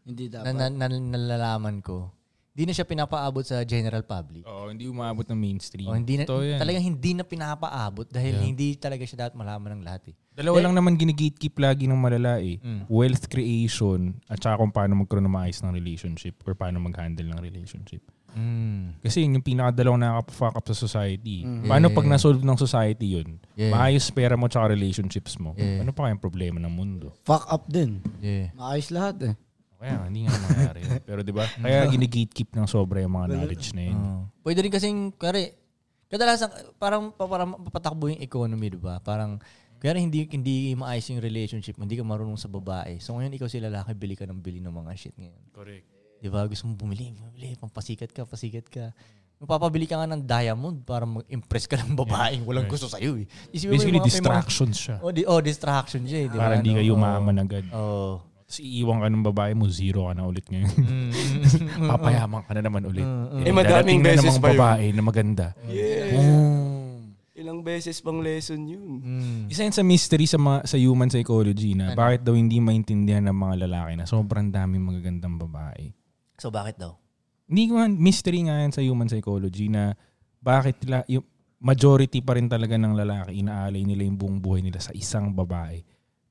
Speaker 3: Hindi
Speaker 4: na,
Speaker 3: dapat.
Speaker 4: na, na, nalalaman ko, hindi na siya pinapaabot sa general public.
Speaker 6: Oo, hindi umabot ng mainstream.
Speaker 4: O Oh, hindi na,
Speaker 6: Totoo yan.
Speaker 4: talagang hindi na pinapaabot dahil hindi talaga siya dapat malaman ng lahat eh.
Speaker 6: Dalawa lang naman ginigatekeep lagi ng malala eh. Wealth creation at saka kung paano magkaroon ng maayos ng relationship or paano mag-handle ng relationship. Kasi yun yung pinakadalawang nakaka-fuck up sa society. eh.
Speaker 4: Mm-hmm.
Speaker 6: Paano pag na-solve ng society yun?
Speaker 4: Yeah.
Speaker 6: Maayos pera mo tsaka relationships mo. Ano pa kayang problema ng mundo?
Speaker 3: Fuck up din.
Speaker 4: Yeah.
Speaker 3: Maayos lahat eh.
Speaker 6: Kaya nga, hindi nga mangyari. yun. Pero di
Speaker 4: <laughs>
Speaker 6: ba? Kaya ginigatekeep ng sobra yung mga knowledge na yun.
Speaker 4: Hmm. Oh. Pwede rin kasing, kare, kadalasan, parang, pa- parang papatakbo yung economy, di ba? Parang, kaya hindi hindi maayos yung relationship, mo, hindi ka marunong sa babae. So ngayon ikaw si lalaki, bili ka ng bili ng mga shit ngayon.
Speaker 6: Correct.
Speaker 4: Di ba? Gusto mo bumili, bumili, pampasikat ka, pasikat ka. Magpapabili ka nga ng diamond para mag-impress ka ng babaeng walang gusto sa'yo eh. Isipin mo yung mga-
Speaker 6: Basically,
Speaker 4: may mga-
Speaker 6: distractions siya.
Speaker 4: Oh, di, oh, distraction siya eh. Di ba?
Speaker 6: Para
Speaker 4: Ano?
Speaker 6: hindi kayo umaman agad.
Speaker 4: Oh.
Speaker 6: Tapos iiwan ka ng babae mo, zero ka na ulit ngayon.
Speaker 4: Mm,
Speaker 6: Papayaman ka na naman ulit.
Speaker 8: Eh, madaming
Speaker 6: darating na
Speaker 8: beses
Speaker 6: namang
Speaker 8: pa yun.
Speaker 6: babae na maganda. Hmm.
Speaker 8: Ilang beses pang lesson yun.
Speaker 4: Hmm.
Speaker 6: Isa yun sa mystery sa, mga, sa human psychology
Speaker 4: Ano?
Speaker 6: na bakit daw hindi maintindihan ng mga lalaki na sobrang daming magagandang babae.
Speaker 4: So bakit daw?
Speaker 6: Hindi ko nga, mystery nga yan sa human psychology na bakit la, yung majority pa rin talaga ng lalaki inaalay nila yung buong buhay nila sa isang babae.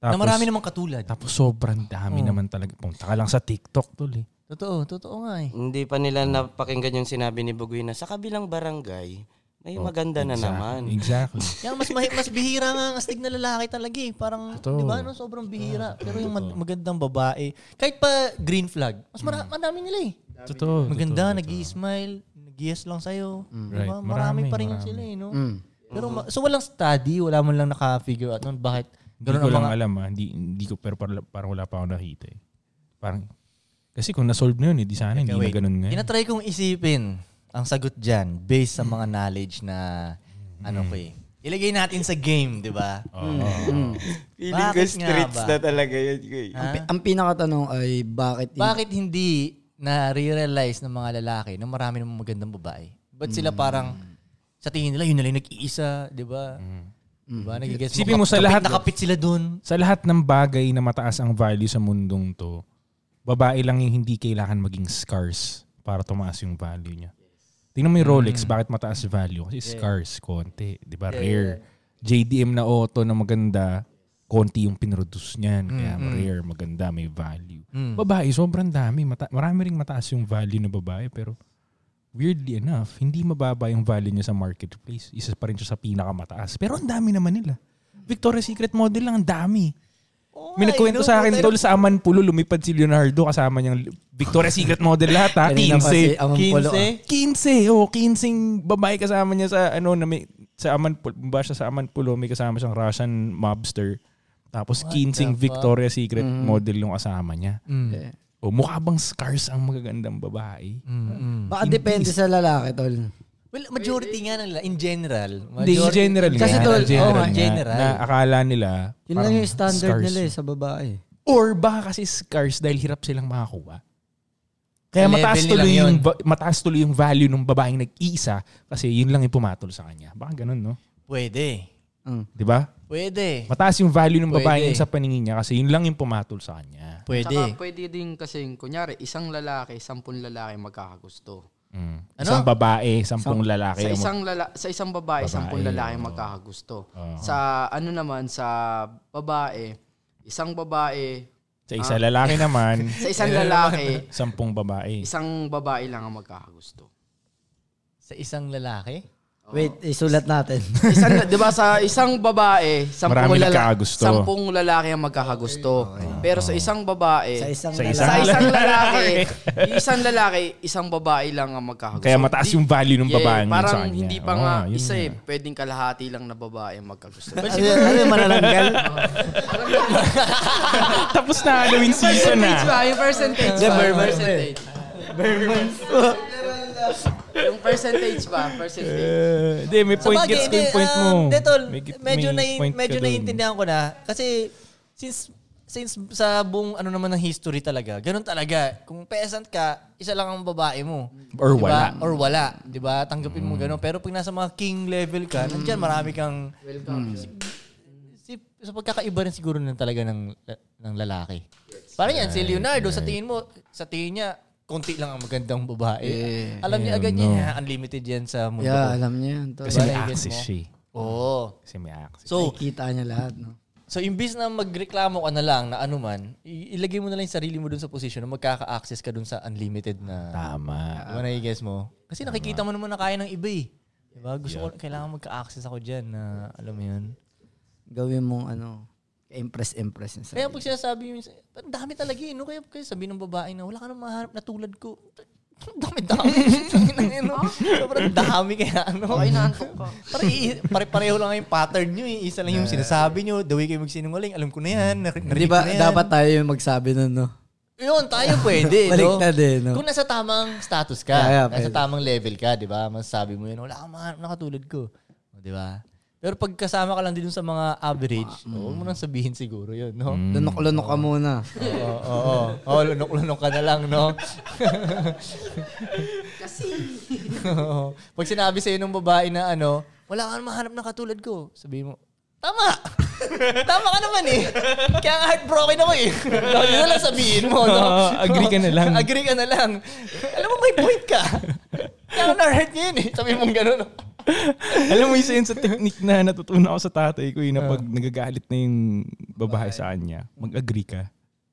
Speaker 6: Tapos,
Speaker 4: na marami namang katulad.
Speaker 6: tapos sobrang
Speaker 4: Oh.
Speaker 6: dami naman talaga. Punta ka lang sa TikTok tol eh.
Speaker 4: Totoo, totoo nga eh.
Speaker 8: Hindi pa nila napakinggan yung sinabi ni Bugoy na sa kabilang barangay, may maganda na
Speaker 6: Oh, Exactly.
Speaker 8: naman.
Speaker 4: <laughs>
Speaker 6: Exactly.
Speaker 4: Kaya mas mahi- mas bihira nga ang astig na lalaki talaga eh. Parang,
Speaker 6: Totoo. Ah,
Speaker 4: di ba, no, sobrang bihira. Pero yung mag- magandang babae, kahit pa green flag, mas mara- madami nila eh.
Speaker 6: Hmm. Totoo.
Speaker 4: Maganda, nag-i-smile, nag-yes lang sa'yo. Di ba?
Speaker 6: Right.
Speaker 4: Marami,
Speaker 6: Marami,
Speaker 4: pa rin
Speaker 6: marami.
Speaker 4: sila eh,
Speaker 3: Hmm.
Speaker 4: no?
Speaker 3: Mm.
Speaker 4: Pero, ma- so walang study, wala man lang naka-figure out nun. Bakit?
Speaker 6: Hindi
Speaker 4: Ganun
Speaker 6: ko
Speaker 4: ang
Speaker 6: lang
Speaker 4: mga...
Speaker 6: alam ah. Hindi, hindi ko, pero parang, parang wala pa ako nakita eh. Parang, kasi kung na-solve na yun, eh, di sana hindi na
Speaker 4: Wait,
Speaker 6: ganun nga.
Speaker 4: Tinatry kong isipin ang sagot dyan based sa mga knowledge na ano ko eh. Ilagay natin sa game, di ba?
Speaker 6: Oh.
Speaker 8: Feeling ko
Speaker 4: Bakit nga
Speaker 8: streets
Speaker 4: ba?
Speaker 8: na talaga yun. Goy.
Speaker 3: Ang, pi- ang pinakatanong ay bakit,
Speaker 4: Bakit hindi na-realize ng mga lalaki na marami namang magandang babae? Ba't sila parang sa tingin nila yun na lang yung nag-iisa, di ba? Di ba? Nagigets
Speaker 6: Isipin mo sa
Speaker 4: kapit
Speaker 6: lahat-
Speaker 4: na kapit sila dun.
Speaker 6: Sa lahat ng bagay na mataas ang value sa mundong to, babae lang yung hindi kailangan maging scarce para tumaas yung value niya. Tingnan mo yung Rolex, bakit mataas value? Kasi scarce, konti. Di ba? Rare. JDM na auto na maganda, konti yung pinroduce niyan. Kaya rare, maganda, may value. Babae, sobrang dami. Mata- marami ring mataas yung value ng babae, pero weirdly enough, hindi mababa yung value niya sa marketplace. Isa pa rin siya sa pinakamataas. Pero ang dami naman nila. Victoria's Secret model lang, ang dami.
Speaker 3: eh,
Speaker 6: May nagkwento sa
Speaker 4: ano
Speaker 6: akin, tol, sa Amanpulo, lumipad si Leonardo kasama niyang Victoria's Secret model lahat, ha?
Speaker 3: Kanina pa si ah.
Speaker 6: 15.
Speaker 3: Amampulo,
Speaker 6: 15? 15, oh, 15 babae kasama niya sa, ano, na may, sa Amanpulo, ba siya sa Amanpulo, may kasama siyang Russian mobster. Tapos 15 Victoria's Secret
Speaker 3: Mm-hmm.
Speaker 6: model yung kasama niya.
Speaker 4: Mm.
Speaker 6: O, mukha bang scars ang magagandang babae?
Speaker 3: Baka depende sa lalaki, tol.
Speaker 4: Mm, Well, majority nga ng la- in general.
Speaker 6: Hindi, in general
Speaker 3: Kasi
Speaker 6: nga.
Speaker 3: tol,
Speaker 6: general,
Speaker 3: oo nga,
Speaker 6: nga,
Speaker 4: oh, general.
Speaker 6: Na akala nila,
Speaker 3: Yun
Speaker 6: parang
Speaker 3: lang yung standard
Speaker 6: scars.
Speaker 3: nila eh, sa babae.
Speaker 6: Or baka kasi scars dahil hirap silang makakuha. Kaya
Speaker 4: Level
Speaker 6: mataas
Speaker 4: nilang
Speaker 6: tuloy,
Speaker 4: yun.
Speaker 6: yung, va- mataas tuloy yung value ng babaeng nag-iisa kasi yun lang yung pumatol sa kanya. Baka ganun, no?
Speaker 4: Pwede.
Speaker 6: Di ba?
Speaker 4: Pwede.
Speaker 6: Mataas yung value ng
Speaker 4: Pwede.
Speaker 6: babaeng sa paningin niya kasi yun lang yung pumatol sa kanya.
Speaker 7: Tsaka
Speaker 4: Pwede.
Speaker 7: pwede din kasi, kunyari, isang lalaki, sampun lalaki magkakagusto.
Speaker 6: Mm. Isang babae, sampung lalaki.
Speaker 7: Sa
Speaker 6: ang-
Speaker 7: Ano? isang, lala- sa isang babae,
Speaker 6: Babae,
Speaker 7: sampun lalaki
Speaker 6: oo.
Speaker 7: magkakagusto.
Speaker 6: Oo.
Speaker 7: Sa ano naman, sa babae, isang babae,
Speaker 6: sa isa lalaki
Speaker 7: Ah. <laughs>
Speaker 6: naman,
Speaker 7: sa isang lalaki,
Speaker 6: sampung babae.
Speaker 7: isang babae lang ang magkakagusto.
Speaker 4: Sa isang lalaki?
Speaker 3: Oh. Wait, isulat natin.
Speaker 7: Isang, di ba sa isang babae, sampung,
Speaker 6: Marami
Speaker 7: lala-
Speaker 6: nagkakagusto.
Speaker 7: sampung lalaki ang magkakagusto. Pero sa isang babae,
Speaker 3: <laughs> sa isang
Speaker 6: Sa
Speaker 3: lalaki.
Speaker 7: sa isang
Speaker 6: <laughs>
Speaker 7: lalaki,
Speaker 6: lalaki.
Speaker 7: isang lalaki, isang babae lang ang magkakagusto.
Speaker 6: Kaya mataas yung value ng
Speaker 7: Yeah,
Speaker 6: babaeng yun sa
Speaker 7: Parang
Speaker 6: kanya.
Speaker 7: hindi pa
Speaker 6: Oo,
Speaker 7: nga
Speaker 6: yun
Speaker 7: isa
Speaker 6: nga.
Speaker 7: eh. Pwedeng kalahati lang na babae ang magkagusto.
Speaker 3: Ano yun? Ano yung manananggal?
Speaker 6: <laughs> Tapos na Halloween season
Speaker 7: percentage
Speaker 6: na.
Speaker 7: ba? Yung percentage ba? Yung percentage. yung percentage ba? Percentage.
Speaker 6: Hindi, may point gets ko yung point mo.
Speaker 4: Detol,
Speaker 6: May gi-
Speaker 4: ah, medyo,
Speaker 6: may
Speaker 4: na,
Speaker 6: point ka
Speaker 4: medyo
Speaker 6: dun.
Speaker 4: naiintindihan ko na. Kasi since since sa buong ano naman ng history talaga, ganun talaga. Kung peasant ka, isa lang ang babae mo.
Speaker 6: Or
Speaker 4: Diba?
Speaker 6: wala. Mm.
Speaker 4: Or wala. Diba? Tanggapin mo ganun. Pero pag nasa mga king level ka, nandyan marami kang...
Speaker 6: Mm.
Speaker 7: Welcome.
Speaker 4: Si, sa pagkakaiba rin siguro ng talaga ng, ng lalaki. Parang yan, si Leonardo, sa tingin mo, sa tingin niya, konti lang ang magandang babae. Alam niya agad niya, unlimited yan sa mundo.
Speaker 3: yeah,
Speaker 4: ko.
Speaker 3: alam niya yan, tol.
Speaker 6: Kasi may access siya. eh.
Speaker 4: Oo.
Speaker 6: Kasi may access.
Speaker 4: So,
Speaker 3: Kita niya lahat, no?
Speaker 4: So imbis na magreklamo ka na lang na anuman, i- ilagay mo na lang yung sarili mo dun sa position na magkaka-access ka dun sa unlimited na
Speaker 6: Tama.
Speaker 4: Diba na-guess mo? Kasi nakikita mo naman na kaya ng iba eh. Diba? Gusto ko, kailangan magka-access ako dyan na alam mo yun.
Speaker 3: Gawin mong ano, impress-impress niya sa
Speaker 4: Kaya pag sinasabi yun, ang dami talaga eh. No? Kaya, kaya sabihin ng babae na wala ka nang mahanap na tulad ko. Ang
Speaker 3: <laughs>
Speaker 4: Dami-dami. Tangina yun, no? Sobrang dami kaya ano. Ay, naantok ka. Pare-pareho lang yung pattern nyo eh. Isa lang yung sinasabi nyo. The way kayo magsinungaling. Alam ko na yan. Nar-
Speaker 3: Di
Speaker 4: narinig
Speaker 3: ba
Speaker 4: ko na yan.
Speaker 3: dapat tayo yung magsabi nun, no?
Speaker 4: Yun, tayo pwede, no?
Speaker 3: Baliktad eh, no?
Speaker 4: Kung nasa tamang status ka,
Speaker 3: Yeah, yeah,
Speaker 4: nasa
Speaker 3: pwede.
Speaker 4: tamang level ka, di ba? Masasabi mo yun, wala kang mahanap na katulad ko. O, Di ba? Pero pag kasama ka lang din dun sa mga average, huwag mo nang sabihin siguro yun, no?
Speaker 6: Mm.
Speaker 3: Lunok-lunok ka muna.
Speaker 4: Oo, oo, oo. Oo, lunok-lunok ka na lang, no? Kasi... Pag sinabi sa'yo ng babae na ano, wala kang mahanap na katulad ko, sabihin mo, tama! tama ka naman eh. Kaya nga heartbroken ako eh. Dahil na lang sabihin mo, no?
Speaker 6: Oo, agree ka na lang.
Speaker 4: <laughs> agree ka na lang. Alam mo, may point ka. Kaya na-hurt niya yun eh. Sabihin mo gano'n.
Speaker 6: <laughs> Alam mo, isa yun sa technique na natutunan ko sa tatay ko yun na pag nagagalit na yung babae sa kanya, mag-agree ka.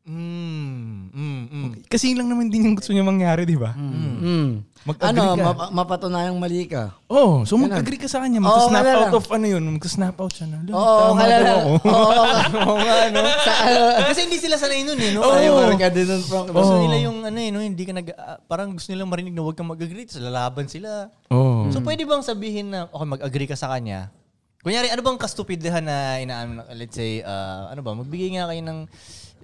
Speaker 4: Mm, mm, mm.
Speaker 6: Kasi yun lang naman din yung gusto niya mangyari, di ba?
Speaker 3: Mm.
Speaker 6: Mag-agree
Speaker 3: Ano,
Speaker 6: ka.
Speaker 3: map- mapatunayang mali ka.
Speaker 6: oh, so mag-agree ka sa kanya. Mag-snap
Speaker 3: kalala.
Speaker 6: out of ano yun. Mag-snap out siya na.
Speaker 3: Oo, oh, kalala. Oo, oh, nga, no? <laughs> Sa, ano,
Speaker 4: Kasi hindi sila sanay nun eh, no?
Speaker 3: oh,
Speaker 4: Ayaw, parang
Speaker 3: ka din nun, Frank.
Speaker 4: Gusto
Speaker 6: Oo.
Speaker 4: nila yung ano eh, no, hindi ka nag ah, parang gusto nilang marinig na huwag kang mag-agree, tapos lalaban sila.
Speaker 6: Oh.
Speaker 4: So pwede bang sabihin na okay mag-agree ka sa kanya? Kunyari, ano bang kastupidehan na inaano na- let's say ah, ano ba, magbigay nga kayo ng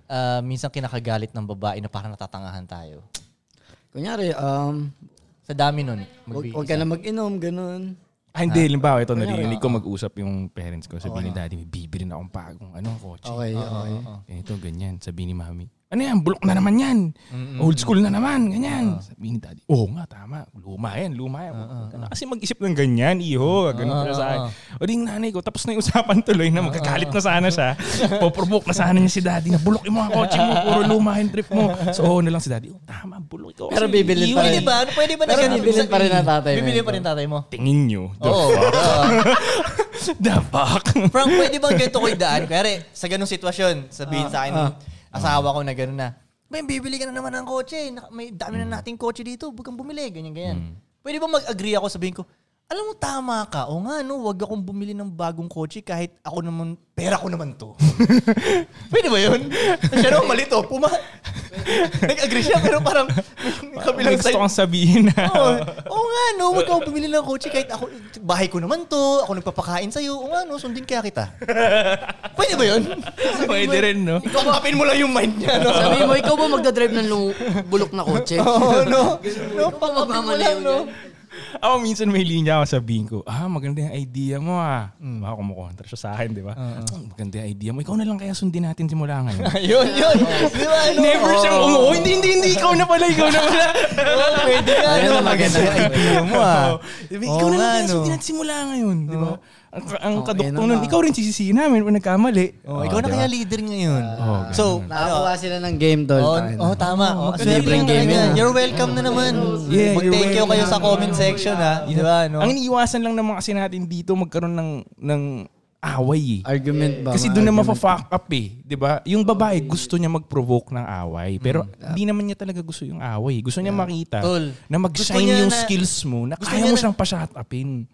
Speaker 4: ah, minsan kinakagalit ng babae na parang natatangahan tayo.
Speaker 3: Kunyari, um,
Speaker 4: Sa dami nun.
Speaker 3: wag,
Speaker 4: magbigay
Speaker 3: wag ka
Speaker 4: isa.
Speaker 3: na mag-inom, ganun.
Speaker 6: Ah, hindi. Limbawa, ito narinig ko mag-usap yung parents ko. Sabihin ni daddy, may bibili na akong bagong ano, kotse.
Speaker 3: Okay, okay.
Speaker 6: Ganito, ganyan. Sabihin ni mami, ano yan, bulok na naman yan. Old school na naman, ganyan. Sabihin ni daddy, oo nga, tama. Luma yan, luma yan. Huwag ka na Kasi mag-isip ng ganyan, iho. Ganun pala sa akin. O di yung nanay ko, tapos na yung usapan tuloy na magkakalit na sana
Speaker 4: <laughs>
Speaker 6: siya. Poprovoke na sana niya si daddy na bulok yung mga kotse mo, puro luma yung trip mo. So, oo na lang si daddy, oh, tama, bulok ikaw.
Speaker 3: Pero
Speaker 6: kasi
Speaker 3: bibilin
Speaker 6: iho
Speaker 3: pa
Speaker 4: Pwede
Speaker 3: rin.
Speaker 4: ba? Ano, pwede ba na
Speaker 3: Pero bibilin pa rin ang tatay mo.
Speaker 4: Bibili pa rin tatay mo.
Speaker 6: Tingin nyo. The,
Speaker 4: Oo. oo.
Speaker 6: <laughs> the fuck?
Speaker 4: Frank, pwede bang ganito ko idaan? Kaya sa ganung sitwasyon, sabihin sa akin, ng asawa ko na gano'n na, may bibili ka na naman ng kotse. Nak- May dami na nating kotse dito. Huwag kang bumili. Ganyan, ganyan. Pwede bang mag-agree ako? Sabihin ko, alam mo, tama ka. O nga, no, wag akong bumili ng bagong kotse kahit ako naman, pera ko naman to. Pwede ba yun? siya naman malito, puma... <laughs> Nag-agree siya, pero parang may kabilang
Speaker 6: gusto
Speaker 4: side.
Speaker 6: kong sabihin na.
Speaker 4: Oo, oo nga, no, wag akong bumili ng kotse kahit ako, bahay ko naman to, ako nagpapakain sa'yo. Oo nga, no, sundin kaya
Speaker 6: <laughs>
Speaker 4: kita. Pwede ba yun?
Speaker 6: Pwede rin, no?
Speaker 4: Kapapin mo lang yung mind niya, no?
Speaker 7: Sabi mo, ikaw ba magdadrive ng lu- bulok na
Speaker 4: <laughs>
Speaker 7: kotse?
Speaker 4: Oo, no? No,
Speaker 7: Ikaw ba
Speaker 4: pakapin mo lang,
Speaker 7: magmamaliw
Speaker 4: no?
Speaker 7: yan?
Speaker 6: Ako minsan may linya ako sabihin ko, ah, maganda yung idea mo ah.
Speaker 4: Mm.
Speaker 6: Baka kumukontra siya sa akin, di ba? "Mm, maganda yung idea mo. Ikaw na lang kaya sundin natin simula
Speaker 4: <laughs>
Speaker 6: ngayon.
Speaker 4: Yun, yun. Di ba, ano? no?
Speaker 6: Never siyang umuwi. Oh, Hindi, hindi, hindi. Ikaw na pala, ikaw na pala.
Speaker 4: Oo, Pwede ka, no?
Speaker 3: <laughs>
Speaker 4: Maganda yung idea mo, ah. nga,
Speaker 6: ikaw na lang kaya
Speaker 4: no.
Speaker 6: sundin natin simula ngayon, di ba? Ang, ang
Speaker 3: Okay
Speaker 6: kaduktong
Speaker 3: na
Speaker 6: nun,
Speaker 3: nga.
Speaker 6: ikaw rin sisisihin namin kung nagkamali.
Speaker 4: Oh, ikaw na
Speaker 6: di ba? Oh,
Speaker 4: kaya leader ngayon.
Speaker 6: Oo, ganun.
Speaker 4: so, ano?
Speaker 3: Nakakuha sila ng game, tol.
Speaker 4: Oh,
Speaker 3: Tangina.
Speaker 4: oh, tama. Oh,
Speaker 3: maganda
Speaker 4: swerte
Speaker 3: yung
Speaker 4: na
Speaker 3: game
Speaker 4: yan.
Speaker 3: yun.
Speaker 4: You're welcome na naman.
Speaker 6: Yeah, you're
Speaker 4: Mag-thank you kayo sa comment section, ha? Di ba, ano? no?
Speaker 6: Ang iniiwasan lang naman kasi natin dito magkaroon ng ng away eh.
Speaker 3: Argument
Speaker 4: Diba,
Speaker 3: ba?
Speaker 6: Kasi
Speaker 3: mga
Speaker 6: doon na
Speaker 3: argument?
Speaker 6: mafa-fuck up eh. 'Di ba? Yung babae gusto niya mag-provoke ng away. Pero hindi naman niya talaga gusto yung away. Gusto niya makita
Speaker 4: Mm. Tol,
Speaker 6: na
Speaker 4: gusto niya
Speaker 6: mag-shine yung
Speaker 4: na-
Speaker 6: skills mo na
Speaker 4: gusto
Speaker 6: kaya
Speaker 4: niya
Speaker 6: mo
Speaker 4: na-
Speaker 6: siyang pa-shut upin.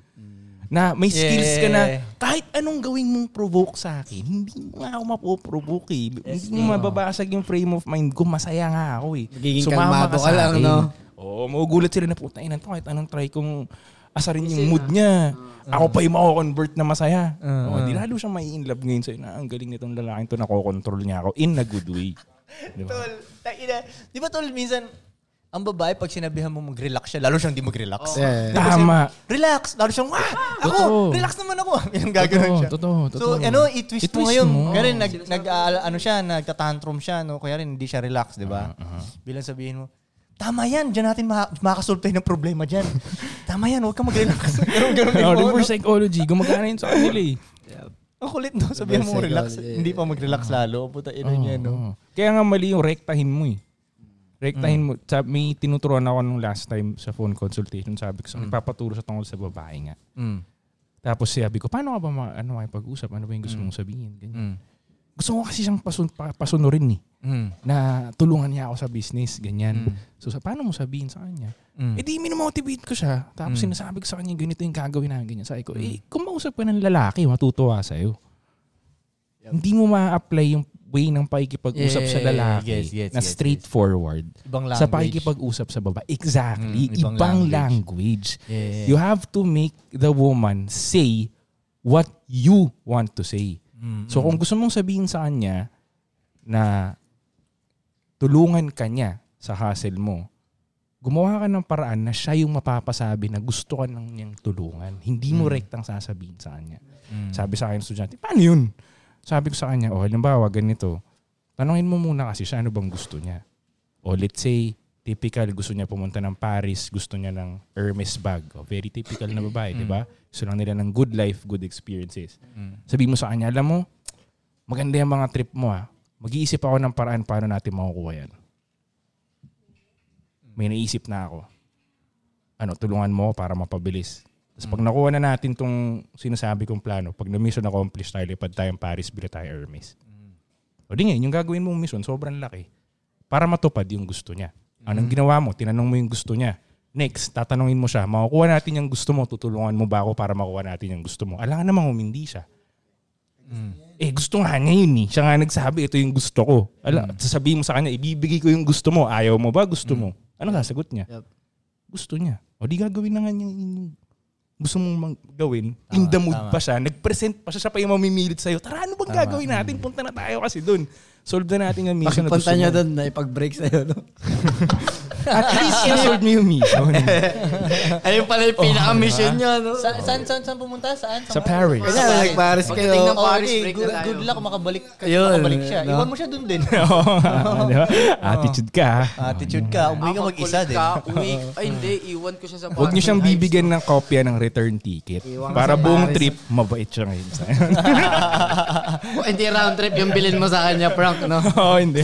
Speaker 6: Na may
Speaker 4: Yeah.
Speaker 6: skills ka na kahit anong gawin mong provoke sa akin, hindi mo nga ako mapoprovoke eh. hindi mo mababasag yung frame of mind ko. Masaya nga ako eh.
Speaker 3: Magiging kalmado ka lang, no?
Speaker 6: Oo, magugulat sila na puta ina to. Kahit anong try kong asarin yung mood niya.
Speaker 4: Ah.
Speaker 6: Ako pa yung mako-convert na masaya. Oo, di lalo siya may in love ngayon sa'yo na "Ah, ang galing nitong lalaking to, nakokontrol niya ako in a good
Speaker 4: <laughs>
Speaker 6: way. Di ba?
Speaker 4: Tol, tangina. Di ba, tol, minsan, ang babae, pag sinabihan mo mag-relax siya, lalo siyang di mag-relax.
Speaker 3: Yeah.
Speaker 6: Tama.
Speaker 4: Relax! Lalo siyang,
Speaker 6: <laughs>
Speaker 4: wah!
Speaker 6: Totoo.
Speaker 4: Ako! Relax naman ako! <laughs> Yan gagawin
Speaker 6: Totoo,
Speaker 4: siya.
Speaker 6: totoo, totoo.
Speaker 4: So, ano, i-twist,
Speaker 6: I-twist
Speaker 4: mo ngayon.
Speaker 6: mo.
Speaker 4: Kaya rin, nag, nag, aala- ano siya, nagtatantrum siya, no? Kaya rin, hindi siya relax, di ba?
Speaker 6: Ah,
Speaker 4: Bilang sabihin mo, tama yan, diyan natin ma- makasolve tayo ng problema
Speaker 6: <laughs>
Speaker 4: diyan. tama yan, huwag kang mag-relax. <laughs> Ganun, ganun
Speaker 6: Oh,
Speaker 4: yung mo,
Speaker 6: reverse
Speaker 4: no?
Speaker 6: psychology, gumagana yun sa kanila eh.
Speaker 4: Ang kulit, no? Sabihin mo,
Speaker 3: Reverse
Speaker 4: relax.
Speaker 3: psychology.
Speaker 4: Hindi pa mag-relax
Speaker 6: Ah.
Speaker 4: lalo. Puta, eh, ina niya, no?
Speaker 6: Oo. Kaya nga mali yung rektahin mo eh. Rektahin
Speaker 4: Mm.
Speaker 6: mo. Sabi, may tinuturuan ako nung last time sa phone consultation. Sabi ko, sa ipapaturo sa tungkol sa babae nga.
Speaker 4: Mm.
Speaker 6: Tapos sabi ko, paano ka ba ma- ano, makipag-usap? Ano ba yung
Speaker 4: Mm.
Speaker 6: gusto mong sabihin?
Speaker 1: Hmm.
Speaker 6: Ganyan. Gusto ko kasi siyang pasun, pa, pasunurin eh.
Speaker 4: Hmm.
Speaker 6: Na tulungan niya ako sa business, ganyan. So sa, paano mo sabihin sa kanya?
Speaker 4: Hmm.
Speaker 6: Eh di minomotivate ko siya. Tapos sinasabi ko sa kanya, ganito yung gagawin namin, ganyan. Sabi ko,
Speaker 4: Hmm.
Speaker 6: eh kung mausap ka ng lalaki, matutuwa sa'yo. Hindi mo ma-apply yung way ng pakikipag-usap sa
Speaker 4: Yeah,
Speaker 6: lalaki
Speaker 4: yes, yes,
Speaker 6: na
Speaker 4: yes, yes.
Speaker 6: straightforward
Speaker 4: Ibang
Speaker 6: sa
Speaker 4: language.
Speaker 6: pakikipag-usap sa babae. Exactly.
Speaker 4: Mm,
Speaker 6: ibang,
Speaker 4: ibang
Speaker 6: language.
Speaker 4: Yeah.
Speaker 6: You have to make the woman say what you want to say.
Speaker 4: Mm-hmm.
Speaker 6: So kung gusto mong sabihin sa kanya na tulungan ka niya sa hassle mo, gumawa ka ng paraan na siya yung mapapasabi na gusto ka lang niyang tulungan. Hindi mo rektang sasabihin sa kanya. Sabi sa akin ng estudyante, paano yun? Sabi ko sa kanya, o halimbawa ganito, tanongin mo muna kasi siya ano bang gusto niya. O let's say, typical, gusto niya pumunta ng Paris, gusto niya ng Hermes bag. O, very typical na babae, di ba? Gusto lang nila ng good life, good experiences. Sabi mo sa kanya, alam mo, maganda yung mga trip mo ha. Mag-iisip ako ng paraan paano natin makukuha yan. May naisip na ako. Ano, tulungan mo ako para mapabilis. Tapos pag nakuha na natin tong sinasabi kong plano, pag na mission accomplished tayo, lipad tayong Paris, bila tayo Hermes. O di ngayon, yung gagawin mong mission, sobrang laki. Para matupad yung gusto niya. Anong ginawa mo? Tinanong mo yung gusto niya. Next, tatanungin mo siya, makukuha natin yung gusto mo, tutulungan mo ba ako para makuha natin yung gusto mo? Alangan namang humindi siya. Eh, gusto nga niya yun eh. Siya nga nagsabi, ito yung gusto ko. Ala, sasabihin mo sa kanya, ibibigay ko yung gusto mo. Ayaw mo ba? Gusto mo. Ano sasagot niya?
Speaker 3: Yup.
Speaker 6: Gusto niya. O di gagawin na nga niya yung gusto mong mag- gawin. In the mood pa siya. Nag-present pa siya. Siya pa yung mamimilit sa'yo. Tara, ano bang gagawin natin? Punta na tayo kasi doon. Solve na natin yung mission na gusto
Speaker 3: Pakipunta niya
Speaker 6: mo.
Speaker 3: doon na ipag-break sa'yo. No?
Speaker 6: At least, na-solve mo yung mission. Oh, diba?
Speaker 3: Ayun pala yung pinaka-mission niya. No?
Speaker 4: Sa, saan, saan, saan pumunta? Saan?
Speaker 6: Sa Paris. <laughs>
Speaker 3: Kaya nag-Paris
Speaker 7: Pagdating
Speaker 3: kayo.
Speaker 7: ng Paris,
Speaker 4: eh,
Speaker 7: break
Speaker 4: good,
Speaker 7: na tayo.
Speaker 4: good luck makabalik,
Speaker 3: Ayun,
Speaker 4: makabalik siya.
Speaker 3: no?
Speaker 4: Iwan mo siya dun
Speaker 6: <laughs>
Speaker 4: din.
Speaker 6: Oo. Oh, Di ba? Attitude ka. ha?
Speaker 4: Attitude ka, umuwi ka
Speaker 7: Ako,
Speaker 4: mag-isa
Speaker 7: kulit
Speaker 4: din.
Speaker 7: ka, uwi. Ay, hindi. Iwan ko siya sa
Speaker 4: Oh.
Speaker 6: Huwag niyo siyang
Speaker 7: parking.
Speaker 6: bibigyan ng kopya ng return ticket.
Speaker 3: Iwan
Speaker 6: Para
Speaker 3: sa
Speaker 6: buong
Speaker 3: Paris.
Speaker 6: trip, mabait siya ngayon <laughs> sa'yo.
Speaker 3: Hindi round trip yung bilin mo sa kanya, Frank. No?
Speaker 6: Oo, hindi.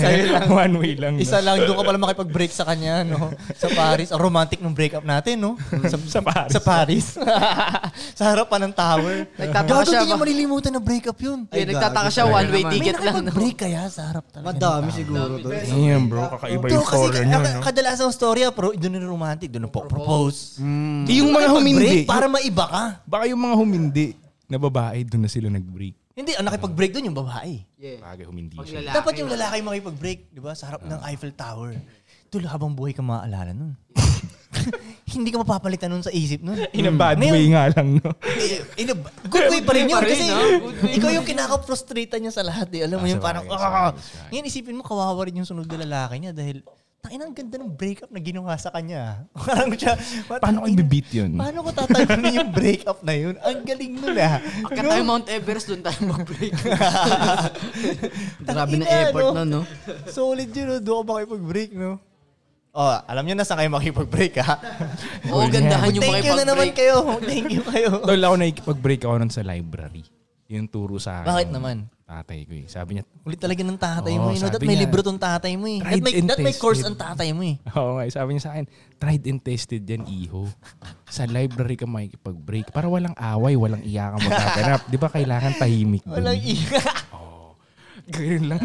Speaker 6: One way lang. no?
Speaker 4: Isa lang, doon ka pala makipag-break sa kanya. No? ano, sa Paris. Ang romantic ng breakup natin, no? Sa,
Speaker 6: Sa Paris.
Speaker 4: Sa Paris. <laughs> sa harapan ng tower.
Speaker 7: Nagtataka
Speaker 4: Gago,
Speaker 7: siya
Speaker 4: hindi niya
Speaker 7: ba?
Speaker 4: malilimutan na breakup yun.
Speaker 7: Eh, nagtataka siya, one-way
Speaker 4: May
Speaker 7: ticket lang. no?
Speaker 4: nakipag-break kaya sa harap talaga.
Speaker 3: Madami siguro to.
Speaker 6: Damn bro, kakaiba
Speaker 4: Pero
Speaker 6: yung
Speaker 4: kasi
Speaker 6: horror niya,
Speaker 4: ka-
Speaker 6: no?
Speaker 4: kadalasan ang storya, pero doon na romantic, doon na propose.
Speaker 6: Yung mga humindi.
Speaker 4: Break para maiba ka.
Speaker 6: Baka yung mga humindi na babae, doon na sila nag-break.
Speaker 4: Hindi, ang nakipag-break doon yung babae.
Speaker 7: Yeah.
Speaker 6: Bagay humindi siya.
Speaker 7: Paglalaki.
Speaker 4: Dapat yung lalaki yung makipag-break, di ba? Sa harap ng Eiffel Tower. Tulo habang buhay ka maaalala nun. <laughs> Hindi ka mapapalitan nun sa isip nun.
Speaker 6: In a bad
Speaker 4: Ngayon,
Speaker 6: way nga lang, no?
Speaker 4: eh, in a- good way pa rin yun.
Speaker 7: Good way pa rin,
Speaker 4: Kasi
Speaker 7: no? Good way.
Speaker 4: ikaw yung kinaka-frustrate niya sa lahat. Eh. Alam mo
Speaker 6: Ah,
Speaker 4: yung
Speaker 6: sabagay,
Speaker 4: parang,
Speaker 6: sabagay,
Speaker 4: ah!
Speaker 6: sabagay.
Speaker 4: Ngayon isipin mo, kawawa rin yung sunod na lalaki niya dahil, tangin ang ganda ng breakup na ginawa sa kanya. <laughs> parang siya,
Speaker 6: Paano ko
Speaker 4: "Tangina,
Speaker 6: i-beat yun?
Speaker 4: Paano ko tatayin yung breakup na yun? Ang galing nun ah.
Speaker 7: Akyat
Speaker 4: No?
Speaker 7: tayo Mount Everest, doon tayo mag-break.
Speaker 4: <laughs> Tangina,
Speaker 3: Grabe na effort
Speaker 4: no?
Speaker 3: nun, no?
Speaker 4: <laughs> Solid yun, no? Doon ako makipag-break, no? Oh, alam nyo na saan kayo makipag-break, ha?
Speaker 7: Oo, gandahan yung
Speaker 4: Thank you na naman
Speaker 7: makipag-break.
Speaker 4: kayo. Thank you kayo.
Speaker 6: Tol, ako nakikipag-break ako nun sa library. Yung turo sa akin.
Speaker 4: Bakit
Speaker 6: ng
Speaker 4: naman?
Speaker 6: Tatay ko eh. Sabi niya, <laughs>
Speaker 4: Ulit talaga ng tatay
Speaker 6: Oo,
Speaker 4: mo, eh. No? That
Speaker 6: sabi
Speaker 4: may
Speaker 6: niya,
Speaker 4: libro tong tatay mo, eh. That
Speaker 6: tried
Speaker 4: may,
Speaker 6: and
Speaker 4: that may course
Speaker 6: tested.
Speaker 4: ang tatay mo, eh.
Speaker 6: oo nga, eh, sabi niya sa akin, tried and tested yan, iho. Sa library ka makikipag-break. Para walang away, walang iyakang magaganap. Di ba kailangan tahimik dun?
Speaker 4: Walang iya.
Speaker 6: <laughs> Ganyan <laughs> lang.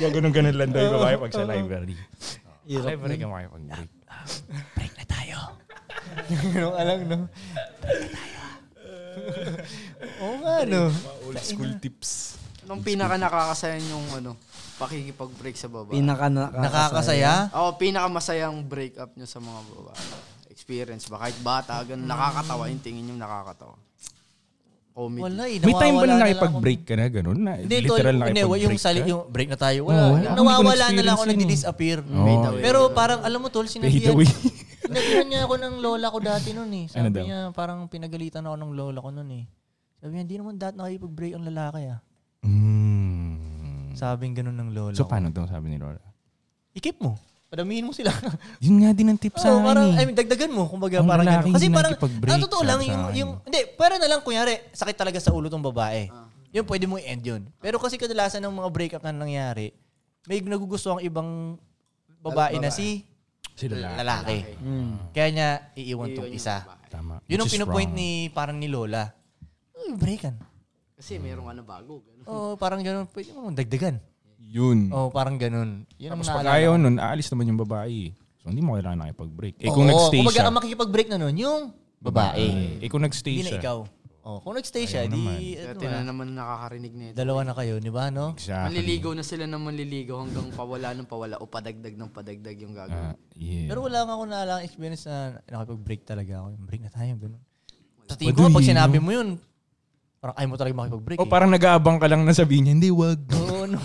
Speaker 6: Gaganong-ganon lang daw yung babae pag sa library. Library ka makipag-break.
Speaker 4: Break na tayo. Ganun ka lang, no? Break na tayo. Oo nga, no?
Speaker 6: Old school tips.
Speaker 7: Anong pinaka nakakasayan yung ano, pakikipag-break sa babae?
Speaker 3: Pinaka nakakasaya.
Speaker 4: Nakakasaya.
Speaker 7: Ako, pinakamasayang breakup nyo sa mga babae. Experience ba? Kahit bata, ganun,
Speaker 4: Mm.
Speaker 7: nakakatawa yung tingin nyo, nakakatawa. Comedy.
Speaker 4: Wala, eh.
Speaker 6: May time ba
Speaker 4: nawawala
Speaker 6: na
Speaker 4: lang
Speaker 6: nakipag-break ka na ganun? Na,
Speaker 4: Hindi,
Speaker 6: literal
Speaker 4: tol, hindi,
Speaker 6: nakipag-break
Speaker 4: yung
Speaker 6: ka?
Speaker 4: sali, yung break na tayo.
Speaker 6: Oo,
Speaker 4: Wala.
Speaker 6: wala. Hindi ko
Speaker 4: nawawala na lang ako,
Speaker 6: na-experience yun, eh.
Speaker 4: nagdi-disappear.
Speaker 6: Oo.
Speaker 4: Pero parang, alam mo tol, sinabihan, <laughs>
Speaker 6: away.
Speaker 4: sinabihan niya ako ng lola ko dati noon eh.
Speaker 6: Ano
Speaker 4: Sabi
Speaker 6: daw?
Speaker 4: niya, parang pinagalitan ako ng lola ko noon eh. Sabi niya, di naman dahil nakipag-break ang lalaki ah.
Speaker 6: Mm.
Speaker 4: Sabing ganun ng lola
Speaker 6: So
Speaker 4: ko.
Speaker 6: paano daw sabi ni Laura?
Speaker 4: Ikip mo. Padamihin mo sila. <laughs>
Speaker 6: Yun nga din ang tip sa
Speaker 4: Oo, Oh, parang, I
Speaker 6: akin. eh.
Speaker 4: mean, dagdagan mo. Kumbaga,
Speaker 6: Ang
Speaker 4: parang
Speaker 6: lalaki
Speaker 4: ganun. Kasi
Speaker 6: hindi
Speaker 4: parang,
Speaker 6: nakikipag-break,
Speaker 4: ang totoo lang,
Speaker 6: sabi sa
Speaker 4: yung,
Speaker 6: akin.
Speaker 4: yung, hindi, para na lang, kunyari, sakit talaga sa ulo tong babae. Yun, pwede mo i-end yun. Pero kasi kadalasan ng mga breakup na nangyari, may nagugusto ang ibang babae na si
Speaker 6: Sila
Speaker 4: lalaki. Kaya niya iiwan tong isa.
Speaker 6: Tama.
Speaker 4: Yun ang
Speaker 6: Hmm. Which is
Speaker 4: pinupoint
Speaker 6: wrong.
Speaker 4: ni, parang ni Lola. Uy, <laughs> breakan.
Speaker 7: Kasi merong ano bago. Ganun.
Speaker 4: Oo, parang ganun. Pwede mo dagdagan.
Speaker 6: Yun.
Speaker 4: Oo, parang ganun. Oh, Yun ang
Speaker 6: Tapos
Speaker 4: naalala
Speaker 6: pag ayaw nun, aalis naman yung babae. eh. So hindi mo kailangan nakipag-break. Eh
Speaker 4: Oo,
Speaker 6: kung nag-stay
Speaker 4: kumbaga,
Speaker 6: siya.
Speaker 4: ang makikipag-break na nun, yung babae.
Speaker 6: eh kung nag-stay
Speaker 4: Hindi na
Speaker 6: siya.
Speaker 4: ikaw. Oh, kung nag-stay siya, di,
Speaker 7: Kaya
Speaker 4: ano,
Speaker 7: tinan
Speaker 4: ah,
Speaker 7: naman nakakarinig na ito.
Speaker 4: dalawa na kayo, di ba, no?
Speaker 6: Exactly.
Speaker 7: Manliligaw na sila ng manliligaw hanggang pawala ng pawala o padagdag ng padagdag yung
Speaker 6: Ah,
Speaker 7: gagawin.
Speaker 6: yeah.
Speaker 4: Pero wala nga ako naalang experience na nakipag-break talaga ako. Yung Break na tayo, ganun. Sa tingin ko,
Speaker 6: Baduy,
Speaker 4: pag
Speaker 6: no?
Speaker 4: sinabi mo yun, parang ayaw mo talaga makipag-break. eh.
Speaker 6: O Oh, parang nag-aabang ka lang na sabihin niya, hindi, wag.
Speaker 4: Oo, no.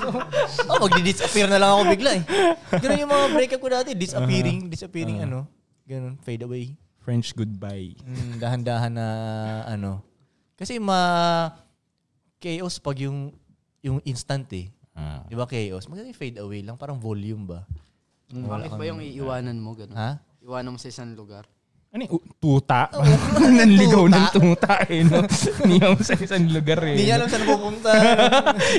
Speaker 4: <laughs> oh, magdi-disappear na lang ako bigla eh. Ganun yung mga breakup ko dati. Disappearing, disappearing ano. Ganun, fade away.
Speaker 6: French goodbye.
Speaker 4: Mm, dahan-dahan na ano. Kasi ma chaos pag yung yung instant eh.
Speaker 6: Ah.
Speaker 4: Di ba chaos? Maganda yung fade away lang. Parang volume ba?
Speaker 7: Bakit ba yung iiwanan mo ganun?
Speaker 4: Ha?
Speaker 7: Iwanan mo sa isang lugar?
Speaker 6: Ano yung
Speaker 4: <laughs>
Speaker 6: tuta? <laughs> Nanligaw ng tuta eh. No? Hindi mo sa isang lugar eh.
Speaker 4: Hindi
Speaker 6: <laughs>
Speaker 4: niya alam saan pupunta.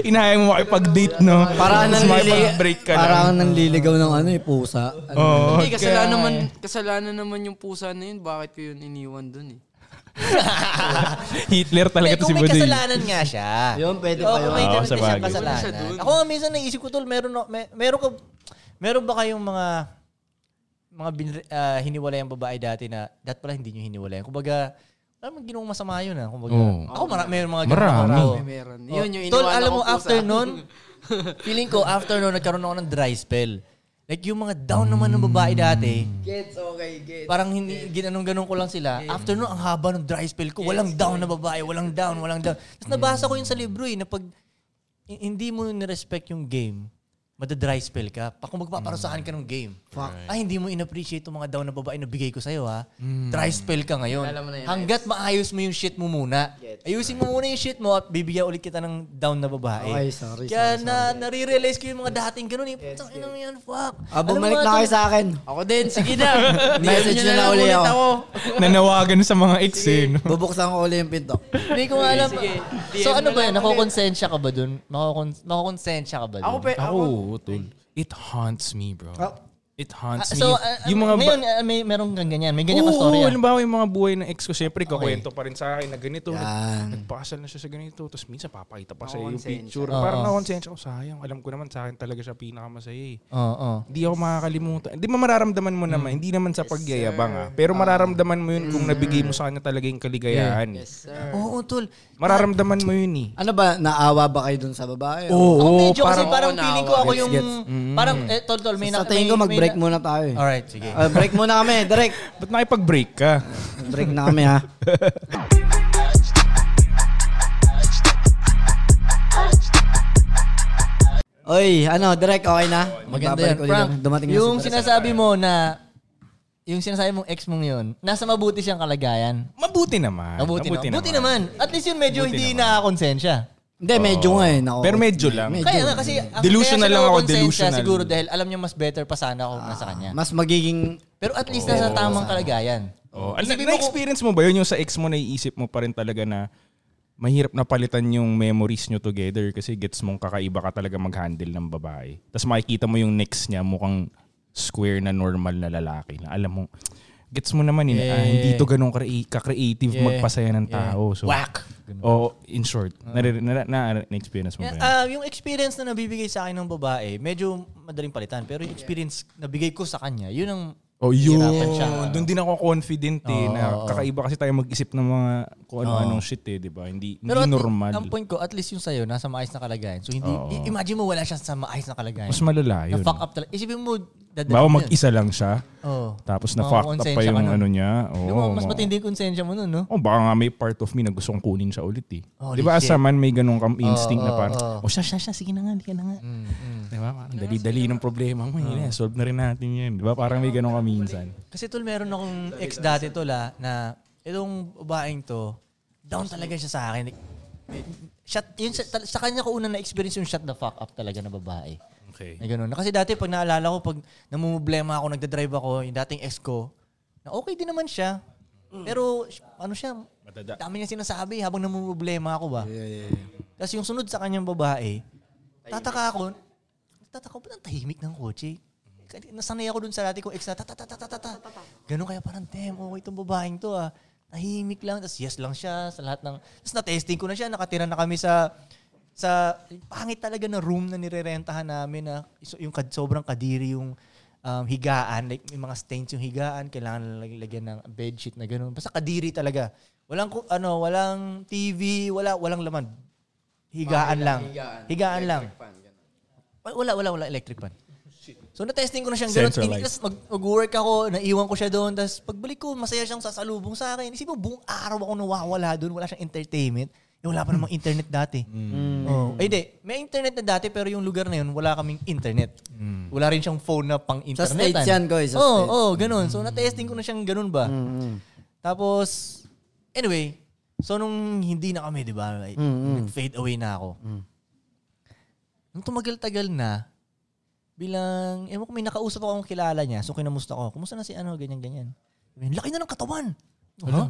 Speaker 6: Inahayang mo makipag-date, no?
Speaker 3: Parang
Speaker 6: Tapos
Speaker 3: nanlili-
Speaker 6: makipag-break ka lang. Oh,
Speaker 3: Parang nanliligaw ng ano eh, pusa.
Speaker 6: Oo.
Speaker 7: Hindi, kasalanan naman, kasalanan naman yung pusa na yun. Bakit ko yun iniwan dun eh?
Speaker 6: Hitler
Speaker 4: Eh,
Speaker 6: talaga to si
Speaker 4: kung may
Speaker 6: Budoy.
Speaker 4: kasalanan nga siya.
Speaker 3: Yun, pwede
Speaker 4: Oo,
Speaker 3: pa
Speaker 4: kung
Speaker 3: yun.
Speaker 4: may
Speaker 6: Oo,
Speaker 4: ganun
Speaker 6: sa
Speaker 4: siyang
Speaker 6: bagay.
Speaker 4: kasalanan.
Speaker 7: Wala siya dun.
Speaker 4: Ako nga minsan naisip ko tol, meron, ako- may, meron, ka, meron ba kayong mga mga bin, ah, hiniwalay ang babae dati na dat pala hindi nyo hiniwalayan. Kumbaga, alam mo, ginawang masama yun ah. Kumbaga,
Speaker 6: Oo.
Speaker 4: ako mara, may mga
Speaker 6: Marami.
Speaker 4: ako.
Speaker 7: May meron. Yun yung
Speaker 4: Oh, Tol,
Speaker 7: iniwanan
Speaker 4: alam
Speaker 7: ko
Speaker 4: mo,
Speaker 7: pusa.
Speaker 4: after
Speaker 7: <laughs>
Speaker 4: nun, feeling ko, after nun, nagkaroon ako ng dry spell. Like, yung mga down naman ng babae dati,
Speaker 7: Gets, okay, gets.
Speaker 4: Parang hindi ginanong-ganong ko lang sila. After noon, ang haba ng dry spell ko. Walang down na babae, walang down, walang down. Tapos nabasa ko yun sa libro eh, na pag hi- hindi mo nirespect yung game, madadry spell ka. Pa kung
Speaker 3: Mm.
Speaker 4: magpaparusahan ka ng game. Ay, hindi mo in-appreciate yung mga down na babae na bigay ko sa'yo ha.
Speaker 3: Mm.
Speaker 4: Dry spell ka ngayon.
Speaker 7: Alam mo na yun,
Speaker 4: Hanggat maayos mo yung shit mo muna. Ayusin mo muna yung shit mo at bibigyan ulit kita ng down na babae.
Speaker 3: Okay, sorry,
Speaker 4: Kaya na, nare-realize ko yung mga dating ganun eh. Putang ina mo yan, fuck.
Speaker 3: Ah,
Speaker 4: Alam mo
Speaker 3: bumalik
Speaker 4: ba
Speaker 3: na kayo
Speaker 4: tong-
Speaker 3: sa akin.
Speaker 7: Ako din, sige na.
Speaker 3: Message
Speaker 7: Message
Speaker 3: na
Speaker 7: na lang
Speaker 3: lang uli
Speaker 7: ulit
Speaker 3: ako.
Speaker 7: ako.
Speaker 6: Nanawagan sa mga ex eh. no?
Speaker 3: Bubuksan ko ulit yung pinto.
Speaker 4: Hindi ko nga alam.
Speaker 7: sige.
Speaker 4: So ano ba
Speaker 7: DM na
Speaker 4: yun?
Speaker 7: lang ulit.
Speaker 4: Nakokonsensya ka ba dun? Nakokon- Nakokonsensya ka ba dun?
Speaker 7: Ako, pe, ako.
Speaker 6: Ako, tol. It haunts me, bro.
Speaker 3: Ah,
Speaker 6: It haunts
Speaker 4: So,
Speaker 6: me.
Speaker 4: ah,
Speaker 6: yung mga...
Speaker 4: ngayon,
Speaker 6: ba-
Speaker 4: ah, may, meron kang ganyan. May ganyan ka
Speaker 6: Oo,
Speaker 4: story.
Speaker 6: oo,
Speaker 4: ah.
Speaker 6: halimbawa yung mga buhay ng ex ko, syempre kakwento pa rin sa akin na ganito.
Speaker 3: Yan.
Speaker 6: Nag, nagpakasal na siya sa ganito. Tapos minsan papakita pa sa
Speaker 12: Nakonsensya.
Speaker 6: yung picture.
Speaker 4: Oo.
Speaker 6: Parang nakonsensya ko, sayang. Alam ko naman sa akin talaga siya pinakamasaya eh.
Speaker 4: Oo, oo.
Speaker 6: Hindi ako makakalimutan. Hindi mo mararamdaman mo naman. Hindi naman sa pagyayabang ah. Pero mararamdaman mo yun
Speaker 4: Hmm.
Speaker 6: kung nabigay mo sa kanya talaga yung kaligayahan. eh.
Speaker 7: Yes, sir.
Speaker 4: Oo, tol.
Speaker 6: Mararamdaman mo yun eh.
Speaker 3: Ano ba, naawa ba kayo dun sa babae?
Speaker 4: Ako medyo
Speaker 7: parang-
Speaker 4: kasi parang
Speaker 7: Oo,
Speaker 4: feeling ko
Speaker 7: naawa.
Speaker 4: ako
Speaker 3: Gets,
Speaker 4: yung...
Speaker 3: gets.
Speaker 4: Parang, eh, tol, tol, may...
Speaker 3: sa
Speaker 4: na-
Speaker 3: tingin
Speaker 4: may-
Speaker 3: ko
Speaker 4: may
Speaker 3: mag-break
Speaker 4: na-
Speaker 3: muna tayo eh.
Speaker 4: Alright, sige.
Speaker 3: Ah, break muna kami, direct.
Speaker 6: Ba't nakipag-break ka?
Speaker 3: Break na kami ha. Oy, ano, direct okay na?
Speaker 4: <laughs> Maganda
Speaker 3: Magbabalik
Speaker 4: yan.
Speaker 3: ulit
Speaker 4: Frank,
Speaker 3: kami. Dumating na
Speaker 4: yung
Speaker 3: si-
Speaker 4: sinasabi mo na... Yung sinasabi mong ex mong yun, nasa mabuti siyang kalagayan.
Speaker 6: Ah, Mabuti naman.
Speaker 4: Mabuti, naman. Buti naman. At least yun medyo
Speaker 6: Mabuti
Speaker 4: hindi
Speaker 6: naman.
Speaker 4: nakakonsensya.
Speaker 3: Hindi, medyo nga eh. nako.
Speaker 6: Pero medyo lang.
Speaker 3: Medyo.
Speaker 4: Kaya nga kasi ako,
Speaker 6: Delusional
Speaker 4: kaya siya
Speaker 6: lang ako,
Speaker 4: nakakonsensya
Speaker 6: delusional.
Speaker 4: Siguro dahil alam niya mas better pa sana kung nasa kanya.
Speaker 3: Mas magiging...
Speaker 4: Pero at least nasa tamang kalagayan.
Speaker 6: Oh, na, na-experience mo ba yun yung sa ex mo naiisip mo pa rin talaga na mahirap na palitan yung memories nyo together kasi gets mong kakaiba ka talaga mag-handle ng babae. Tapos makikita mo yung next niya mukhang square na normal na lalaki na alam mo gets mo naman yun, ah, hindi to ganun kre- ka-creative magpasaya ng tao. So,
Speaker 4: Whack!
Speaker 6: Oh, in short, nare- na, na, experience mo ba yun?
Speaker 4: Ah, yung experience na nabibigay sa akin ng babae, medyo madaling palitan. Pero yung experience na bigay ko sa kanya, yun ang
Speaker 6: Oh, yun.
Speaker 4: Hirapan siya. ano.
Speaker 6: Doon din ako confident eh, na kakaiba kasi tayo mag-isip ng mga kung ano-anong shit eh, di ba? Hindi, hindi
Speaker 4: at-
Speaker 6: normal.
Speaker 4: Ang point ko, at least yung sa'yo, nasa maayos na kalagayan. So, hindi,
Speaker 6: Oo.
Speaker 4: i- imagine mo wala siya sa maayos na kalagayan.
Speaker 6: Mas malala
Speaker 4: na
Speaker 6: yun.
Speaker 4: fuck up talaga. Isipin mo, dadalhin
Speaker 6: Bawa
Speaker 4: yun.
Speaker 6: mag-isa lang siya,
Speaker 4: Oo.
Speaker 6: tapos na-fuck up pa
Speaker 4: Makakonsensya
Speaker 6: yung
Speaker 4: ka nun.
Speaker 6: ano niya.
Speaker 4: Di
Speaker 6: Oo,
Speaker 4: ba, mas
Speaker 6: ma-
Speaker 4: matindi yung konsensya mo nun, no?
Speaker 6: Oh, baka nga may part of me na gusto kong kunin siya ulit eh.
Speaker 4: Holy
Speaker 6: di ba as
Speaker 4: shit.
Speaker 6: a man may ganun kang instinct
Speaker 4: Oo,
Speaker 6: na parang,
Speaker 4: oo, Mm,
Speaker 6: oh, siya, siya, siya, sige na nga, hindi ka na nga. Di ba? Parang dali-dali ng problema mo, yun eh, solve na rin natin yun. Di ba? Parang may ganun ka minsan.
Speaker 4: Kasi tol, meron akong ex dati tol ah, na itong babaeng to, down talaga siya sa akin. Eh, Shut, yun, sa, tal- sa kanya ko una na-experience yung shut the fuck up talaga na babae.
Speaker 6: Okay.
Speaker 4: Na ganun. Na Kasi dati pag naalala ko, pag namumblema ako, nagdadrive ako, yung dating ex ko, na okay din naman siya. Pero sh- ano siya,
Speaker 6: Madada.
Speaker 4: dami niya sinasabi habang namumblema ako ba. Tapos yung sunod sa kanyang babae, tataka ako, tataka ko, ba't ang tahimik ng kotse? Kasi Nasanay ako dun sa dati kong ex na tatatatatata. Ganun kaya parang, damn, okay itong babaeng to ah. Tahimik lang. Tapos yes lang siya sa lahat ng... Tapos na-testing ko na siya. Nakatira na kami sa sa pangit talaga na room na nirerentahan namin na iso- yung kad, sobrang kadiri yung um, higaan. Like, may mga stains yung higaan. Kailangan lag- lagyan ng bedsheet na ganun. Basta kadiri talaga. Walang, ku- ano, walang TV, wala, walang laman. Higaan lang. Higaan, lang. Wa- Wala, wala, wala electric fan. So na-testing ko na siyang ganun.
Speaker 6: Centralized.
Speaker 4: Tapos mag- mag-work ako, naiwan ko siya doon. Tapos pagbalik ko, masaya siyang sasalubong sa akin. Isipin mo, buong araw ako nawawala doon. Wala siyang entertainment. Eh, wala pa namang internet dati. Oh. Eh, di. May internet na dati, pero yung lugar na yun, wala kaming internet. Wala rin siyang phone na pang-internet.
Speaker 3: States yan, guys, sa Mm.
Speaker 4: Oo, oh,
Speaker 3: States.
Speaker 4: ganun. So, na-testing ko na siyang ganun ba.
Speaker 3: mm.
Speaker 4: Tapos, anyway, so nung hindi na kami, di ba, like,
Speaker 3: Mm,
Speaker 4: nag-fade away na ako. Nung tumagal-tagal na, bilang, ewan ko, may nakausap akong kilala niya, so kinamusta ko, kumusta na si ano, ganyan-ganyan. Sabi niya, Laki na ng katawan!
Speaker 3: Ano?
Speaker 4: Huh?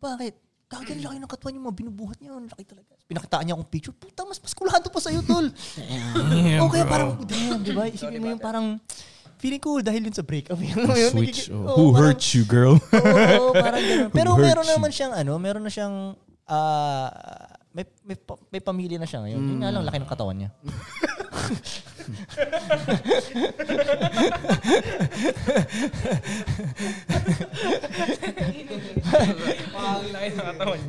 Speaker 4: Bakit? Kagyan laki ng katawan yung mga binubuhat niya. Ang laki talaga. Pinakitaan niya akong picture. Puta, mas maskulado pa sa'yo,
Speaker 3: <laughs>
Speaker 4: tol. o kaya parang, damn, di ba? Isipin mo yung parang, feeling ko dahil yun sa breakup. <laughs> Alam mo yun,
Speaker 6: Switch.
Speaker 4: nagigil- Oo,
Speaker 6: oh. Who
Speaker 4: parang-
Speaker 6: hurt you,
Speaker 4: <laughs>
Speaker 6: girl?
Speaker 4: Oo, parang ganun. Pero
Speaker 6: <laughs> Who hurt
Speaker 4: meron
Speaker 6: you?
Speaker 4: naman siyang ano, meron na siyang ah, may, may pa- may pamilya na siya ngayon. Yun nga lang
Speaker 6: Mm.
Speaker 4: laki ng katawan niya. Oo, laki ng katawan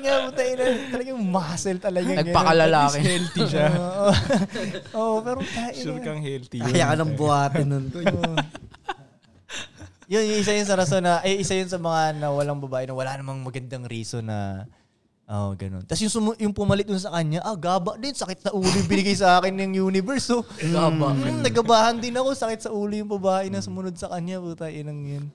Speaker 4: niya. Butay na. Talagang muscle talaga.
Speaker 7: Nagpakalalaki.
Speaker 6: Healthy siya.
Speaker 4: Oo, Oo,
Speaker 6: <laughs>
Speaker 4: pero tayo.
Speaker 6: Sure kang healthy. yun.
Speaker 3: Kaya ka ng buhatin
Speaker 4: <laughs>
Speaker 3: nun. Koy.
Speaker 4: yun, yung isa yun sa rason na, eh, isa yun sa mga nawalang babae na wala namang magandang reason na, oh, ganun. Tapos yung, sumu- yung pumalit dun sa kanya, ah, gaba din, sakit na ulo yung binigay sa akin ng universe. So, Eh, gaba. nagabahan din ako, sakit sa ulo yung babae na sumunod sa kanya, puta, inang yun.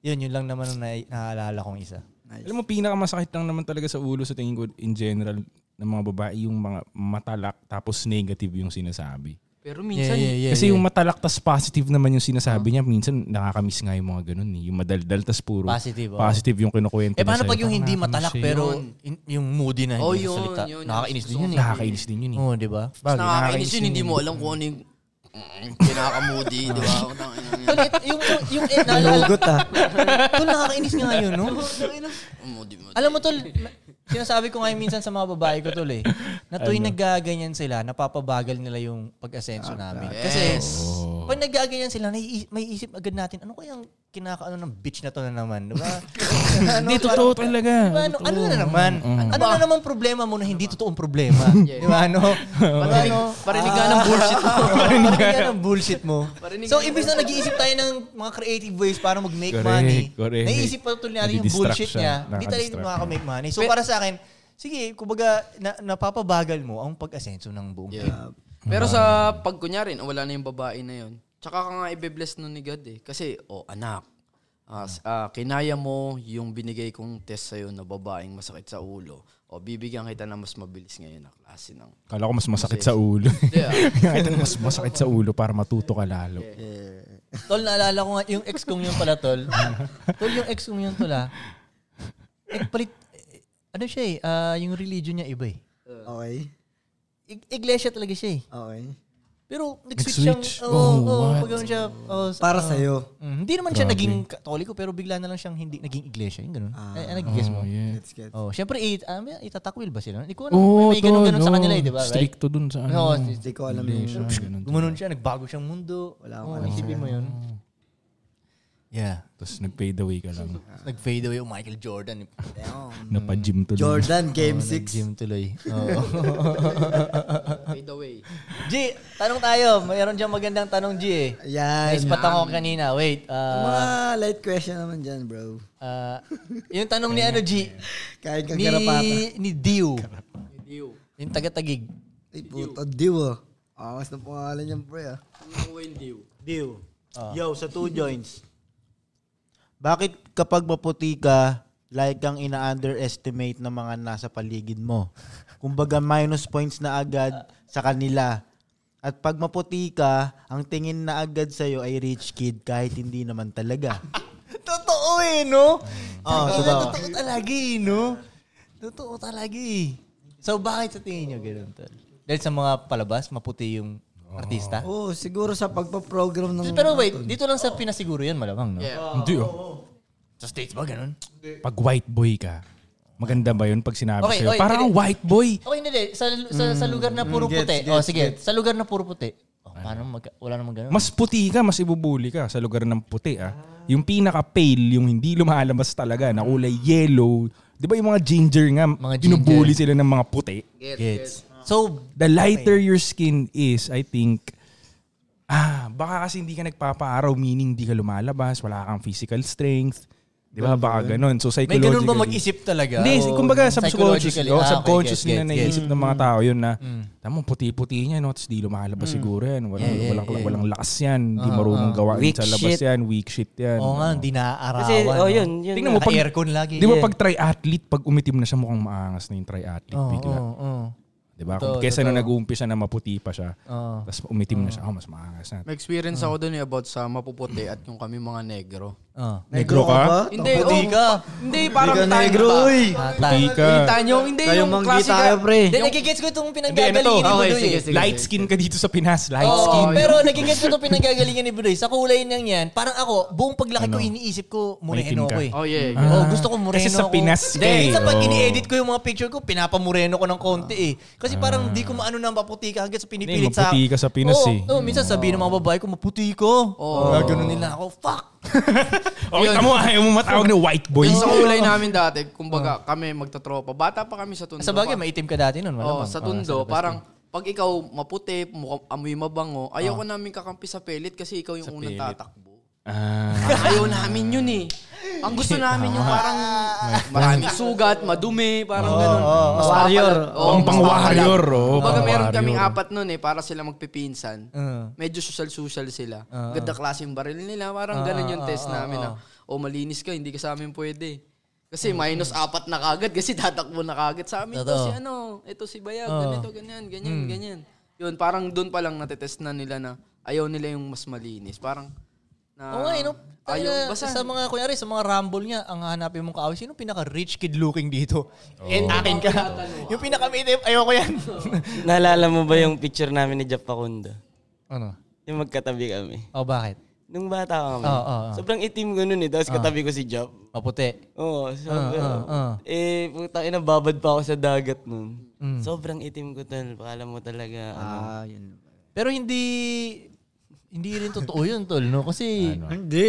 Speaker 4: Yun, yun lang naman ang na- naaalala kong isa.
Speaker 6: Alam mo, pinakamasakit lang naman talaga sa ulo sa tingin ko in general ng mga babae yung mga matalak tapos negative yung sinasabi.
Speaker 7: Pero minsan,
Speaker 6: Kasi yung matalak tas positive naman yung
Speaker 4: Ah.
Speaker 6: sinasabi niya, minsan nakakamiss nga yung mga ganun eh. Yung madaldal tas puro
Speaker 4: Positive, oo.
Speaker 6: positive yung
Speaker 4: Eh,
Speaker 6: kinukwento niya
Speaker 4: paano
Speaker 6: sa'yo.
Speaker 4: pag yung hindi
Speaker 6: Parang
Speaker 4: matalak
Speaker 6: nakakamiss
Speaker 4: pero in- yung moody na
Speaker 7: Oh,
Speaker 4: hindi
Speaker 7: yun,
Speaker 4: salita?
Speaker 7: yun, yun.
Speaker 4: Nakakainis din yun
Speaker 6: eh.
Speaker 4: eh.
Speaker 6: Nakakainis din yun eh.
Speaker 4: Oo, di ba?
Speaker 7: nakakainis yun, hindi mo alam kung ano yung Mm, Kinakamudi, di ba? ano Utang ina niya.
Speaker 4: yung, yung, yung, eh, naalala. Hugot <laughs> ah. Tol, nakakainis nga yun, no?
Speaker 7: Mudi, mudi.
Speaker 4: Alam mo, Tol, na- sinasabi ko nga yun minsan sa mga babae ko, Tol, eh, na tuwing naggaganyan sila, napapabagal nila yung pag-asenso namin. Kasi, pag naggaganyan sila, nai- may isip agad natin, ano kayang kinakaano ng bitch na to na naman, di ba?
Speaker 6: Hindi, totoo talaga.
Speaker 4: Diba, ano, ano na naman?
Speaker 6: Mm-hmm.
Speaker 4: Ano na naman problema mo na hindi totoong problema? Di ba, ano?
Speaker 7: Parinig, parinig ka ng bullshit mo.
Speaker 4: <laughs> Parinig ka ng bullshit mo.
Speaker 7: Parinig
Speaker 4: So,
Speaker 7: ka ng
Speaker 4: imbis na nag-iisip tayo ng mga creative ways para mag-make
Speaker 6: Correct,
Speaker 4: money,
Speaker 6: correct.
Speaker 4: naiisip pa tuloy natin yung
Speaker 6: Nadidistract
Speaker 4: bullshit
Speaker 6: siya.
Speaker 4: niya, hindi tayo
Speaker 6: Nakadistract
Speaker 4: makaka-make money. So, para sa akin, sige, kumbaga, na, napapabagal mo ang pag-asenso ng buong
Speaker 7: Yeah.
Speaker 4: team.
Speaker 7: Pero sa pagkunyarin, wala na yung babae na yun. Tsaka ka nga ibe-bless nun ni God eh. Kasi, oh anak, ah, s- ah, kinaya mo yung binigay kong test sa'yo na babaeng masakit sa ulo. O bibigyan kita na mas mabilis ngayon na klase ng...
Speaker 6: Kala ko mas masakit sa ulo.
Speaker 4: <laughs>
Speaker 7: Yeah.
Speaker 6: Kahit ano, mas masakit sa ulo para matuto ka lalo.
Speaker 4: Tol, naalala ko nga, yung ex kong yun pala, <laughs> Tol. tol, yung ex kong yun, Tol, ah. Eh, palit, eh, ano siya eh, ah, yung religion niya iba eh.
Speaker 3: Okay.
Speaker 4: Ig- iglesia talaga siya eh.
Speaker 3: Okay.
Speaker 4: Pero nag-switch siyang,
Speaker 6: Nag-switch?
Speaker 4: oo,
Speaker 6: Oh,
Speaker 4: oh, oh,
Speaker 6: what?
Speaker 4: pagawin siya, oh, sa-
Speaker 3: Para
Speaker 4: oh.
Speaker 3: sa'yo.
Speaker 4: Mm, hindi naman siya
Speaker 6: Grabe.
Speaker 4: naging katoliko, pero bigla na lang siyang hindi naging iglesia. Yung ganun. Ah, nag-guess mo.
Speaker 6: Oh, yeah.
Speaker 3: Let's get
Speaker 4: Oh, syempre, it, ah, may- itatakwil ba sila? Hindi ko alam.
Speaker 6: Oo,
Speaker 4: may may ganun-ganun sa
Speaker 6: tol,
Speaker 4: kanila eh,
Speaker 6: oo.
Speaker 4: di ba? Right?
Speaker 6: Stricto dun sa
Speaker 4: Oo,
Speaker 6: ano.
Speaker 4: strict.
Speaker 3: Hindi ko alam yung
Speaker 6: Siya, ganun.
Speaker 4: Gumanon siya, nagbago siyang mundo.
Speaker 3: Wala
Speaker 4: oh,
Speaker 3: akong alam
Speaker 4: isipin mo yun. Yeah.
Speaker 6: Tapos nag-fade away ka lang.
Speaker 4: Nag-fade away yung Michael Jordan.
Speaker 6: Napa-gym tuloy.
Speaker 3: Jordan,
Speaker 4: Oh,
Speaker 3: game 6.
Speaker 4: Gym tuloy.
Speaker 3: <laughs>
Speaker 4: Oo.
Speaker 7: Fade away.
Speaker 4: G, tanong tayo. Mayroon diyang magandang tanong, G eh.
Speaker 3: Yan.
Speaker 4: Naispat ako kanina. Wait.
Speaker 3: Mga
Speaker 4: ah
Speaker 3: light question naman dyan, bro.
Speaker 4: ah, yung tanong ni ano, G?
Speaker 3: Kahit
Speaker 4: Ni,
Speaker 3: kagarapata.
Speaker 4: ni Diu.
Speaker 7: Hindi yun.
Speaker 4: Yung taga-tagig.
Speaker 3: Ay, puto. Diwa. Angas na pangalan niyan, pre. ah.
Speaker 7: Ano hindi yun?
Speaker 13: Dew. Yo, sa two joints. Ah. Bakit kapag maputi ka, like kang ina-underestimate ng mga nasa paligid mo? Kumbaga minus points na agad sa kanila. At pag maputi ka, ang tingin na agad sa'yo ay rich kid kahit hindi naman talaga.
Speaker 4: <laughs> Totoo eh, no?
Speaker 13: Oh,
Speaker 4: Tangina,
Speaker 13: totoo.
Speaker 4: totoo talaga eh, no? Totoo talaga eh. So, bakit sa tingin nyo ganun, tol? Dahil sa mga palabas, maputi yung artista?
Speaker 3: Oo, oh, siguro sa pagpaprogram ng...
Speaker 4: Pero wait, dito lang sa pinasiguro yun, malamang, no?
Speaker 7: Yeah.
Speaker 6: Hindi oh.
Speaker 4: Sa States ba, ganun?
Speaker 6: Pag white boy ka, maganda ba yun pag sinabi
Speaker 4: Okay, oy,
Speaker 6: sa'yo? Parang ang white boy.
Speaker 4: Okay, hindi, hindi. Sa, sa, sa lugar na puro puti. oh, sige. Sa lugar na puro puti. Oh, paano mag... Wala namang ganun.
Speaker 6: Mas puti ka, mas ibubuli ka sa lugar ng puti ah. Yung pinaka-pale, yung hindi lumalabas talaga na kulay yellow. Di ba yung mga ginger nga,
Speaker 4: Mga ginger.
Speaker 6: binubuli sila ng mga puti.
Speaker 4: Gets. So,
Speaker 6: The lighter your skin is, I think, ah, baka kasi hindi ka nagpapaaraw, meaning hindi ka lumalabas, wala kang physical strength. Di ba? Baka ganun. So
Speaker 4: may
Speaker 6: psychologically.
Speaker 4: ganun ba mag-isip talaga?
Speaker 6: Hindi,
Speaker 4: O
Speaker 6: kumbaga subconscious,
Speaker 4: psychologically? Ah,
Speaker 6: oh,
Speaker 4: okay,
Speaker 6: subconscious
Speaker 4: gets,
Speaker 6: nila
Speaker 4: gets,
Speaker 6: naisip
Speaker 4: gets.
Speaker 7: Mm.
Speaker 6: ng mga tao yun na,
Speaker 4: Mm.
Speaker 6: tamo, puti-puti niya, no? Tapos di lumalabas siguro yan. Walang, walang, walang lakas yan. Hindi marunong gawain
Speaker 3: Weak
Speaker 6: sa labas
Speaker 3: shit.
Speaker 6: yan. Weak shit yan.
Speaker 4: Uh-huh. Oo nga, hindi naaarawan.
Speaker 8: Kasi, oh,
Speaker 4: no?
Speaker 8: yun, yun.
Speaker 6: Tingnan mo, pag,
Speaker 4: Naka-aircon lagi.
Speaker 6: di ba
Speaker 4: yeah.
Speaker 6: pag triathlete, pag umitim na siya, mukhang maangas na yung triathlete
Speaker 4: Oo,
Speaker 6: bigla.
Speaker 4: oo, oo.
Speaker 6: Di ba?
Speaker 4: Totoo,
Speaker 6: Kesa nung
Speaker 4: totoo.
Speaker 6: nag-uumpisa na maputi pa siya,
Speaker 4: Oo.
Speaker 6: tapos umitim na siya, oh, mas maangas na.
Speaker 7: May experience ako dun eh about sa mapuputi at yung kami mga negro.
Speaker 4: Oo.
Speaker 6: Negro ka?
Speaker 7: Hindi,
Speaker 4: Puti
Speaker 7: oh,
Speaker 4: ka.
Speaker 7: Hindi, parang tayo
Speaker 3: negro,
Speaker 7: ba?
Speaker 3: uy.
Speaker 6: Puti ka.
Speaker 7: Hindi
Speaker 4: eh.
Speaker 7: tayo, hindi
Speaker 3: Tayo
Speaker 7: yung
Speaker 3: manggi
Speaker 7: klase
Speaker 3: tayo, pre.
Speaker 4: Hindi, nagigets ko itong
Speaker 6: Hindi, ano to?
Speaker 4: pinanggagalingan ni
Speaker 7: Okay,
Speaker 4: Budoy.
Speaker 7: sige,
Speaker 4: eh.
Speaker 7: sige.
Speaker 6: Light skin ka dito sa Pinas. Light
Speaker 4: Oo,
Speaker 6: skin.
Speaker 4: oh, pero nagigets ko itong pinanggagalingan ni Budoy. Sa kulay niyang yan, parang ako, buong paglaki ko
Speaker 6: Ano?
Speaker 4: iniisip ko,
Speaker 6: Maitim
Speaker 4: moreno
Speaker 6: ka.
Speaker 4: ko eh.
Speaker 7: Oh yeah.
Speaker 6: Ah,
Speaker 4: Oh, gusto ko moreno
Speaker 6: kasi sa
Speaker 4: ako.
Speaker 6: Pinas ka eh.
Speaker 4: Hindi, minsan pag
Speaker 6: Oo.
Speaker 4: ini-edit ko yung mga picture ko, pinapamoreno ko ng konti eh. Kasi parang di ko maano na maputi ka hanggang sa pinipilit
Speaker 6: Ah. Hindi, maputi ka sa Pinas
Speaker 4: Oo,
Speaker 6: eh.
Speaker 4: oo, minsan sabihin ng mga babae ko, maputi ko.
Speaker 7: Oo.
Speaker 4: Ah, ganun nila ako, fuck.
Speaker 6: Okay, tamo, ayaw mo matawag na white boy.
Speaker 7: Yung sa kulay
Speaker 6: <laughs>
Speaker 7: namin dati,
Speaker 6: Oh.
Speaker 7: kumbaga kami magtatropa. Bata pa kami sa tundo.
Speaker 4: Sa bagay, maitim ka dati nun.
Speaker 7: Oo,
Speaker 4: malamang.
Speaker 7: sa
Speaker 4: Oo,
Speaker 7: tundo,
Speaker 4: labas.
Speaker 7: parang pag ikaw maputi, mukha, amoy mabango, ayaw ko namin kakampi sa pelit kasi ikaw yung unang tatakbo.
Speaker 6: Ah,
Speaker 7: Parang ayaw namin yun eh. Ang gusto namin yung parang maraming sugat, madumi, parang ganun. Mas warrior.
Speaker 6: oh, pang oh. warrior. Oh,
Speaker 7: Kumbaga
Speaker 6: pang
Speaker 7: meron
Speaker 6: warrior.
Speaker 7: kaming apat nun eh, para sila magpipinsan.
Speaker 4: Oo.
Speaker 7: Medyo social-social sila.
Speaker 4: Ah,
Speaker 7: Ganda klase yung baril nila, parang ganun yung test namin na, o malinis ka, hindi ka sa amin pwede. Kasi minus apat na kagad kasi <laughs> tatakbo na kagad sa amin.
Speaker 4: Ah,
Speaker 7: Ito
Speaker 4: Totoo. Ah. Hmm.
Speaker 7: si ano, ito si Bayaw, ganito, ganyan, ganyan, ganyan. Yun, parang doon pa lang natetest na nila na ayaw nila yung mas malinis. Parang na
Speaker 4: Oo nga, eh, no? Tayo
Speaker 7: ayaw,
Speaker 4: na,
Speaker 7: basta
Speaker 4: sa mga, kunyari, sa mga rumble niya, ang hanapin mong kaaway, sino pinaka-rich kid looking dito? Eh, akin <laughs> ka. Yung pinaka-native, ayoko yan.
Speaker 8: Naalala mo ba yung picture namin ni Jap Pacundo?
Speaker 4: <laughs> ano?
Speaker 8: Yung magkatabi kami.
Speaker 4: Oh, bakit?
Speaker 8: Nung bata kami.
Speaker 4: Oo, oo, oo.
Speaker 8: Sobrang itim ko nun eh. Tapos katabi ko si Job.
Speaker 4: Maputi.
Speaker 8: Oo. So,
Speaker 4: ah, ah.
Speaker 8: Eh, putang ina, babad pa ako sa dagat nun. Sobrang itim ko tal. Pakala mo talaga. ano.
Speaker 3: Ah, yun.
Speaker 4: Pero hindi hindi rin totoo yun, tol, no? Kasi
Speaker 3: Diba?
Speaker 6: Ano?
Speaker 3: Hindi.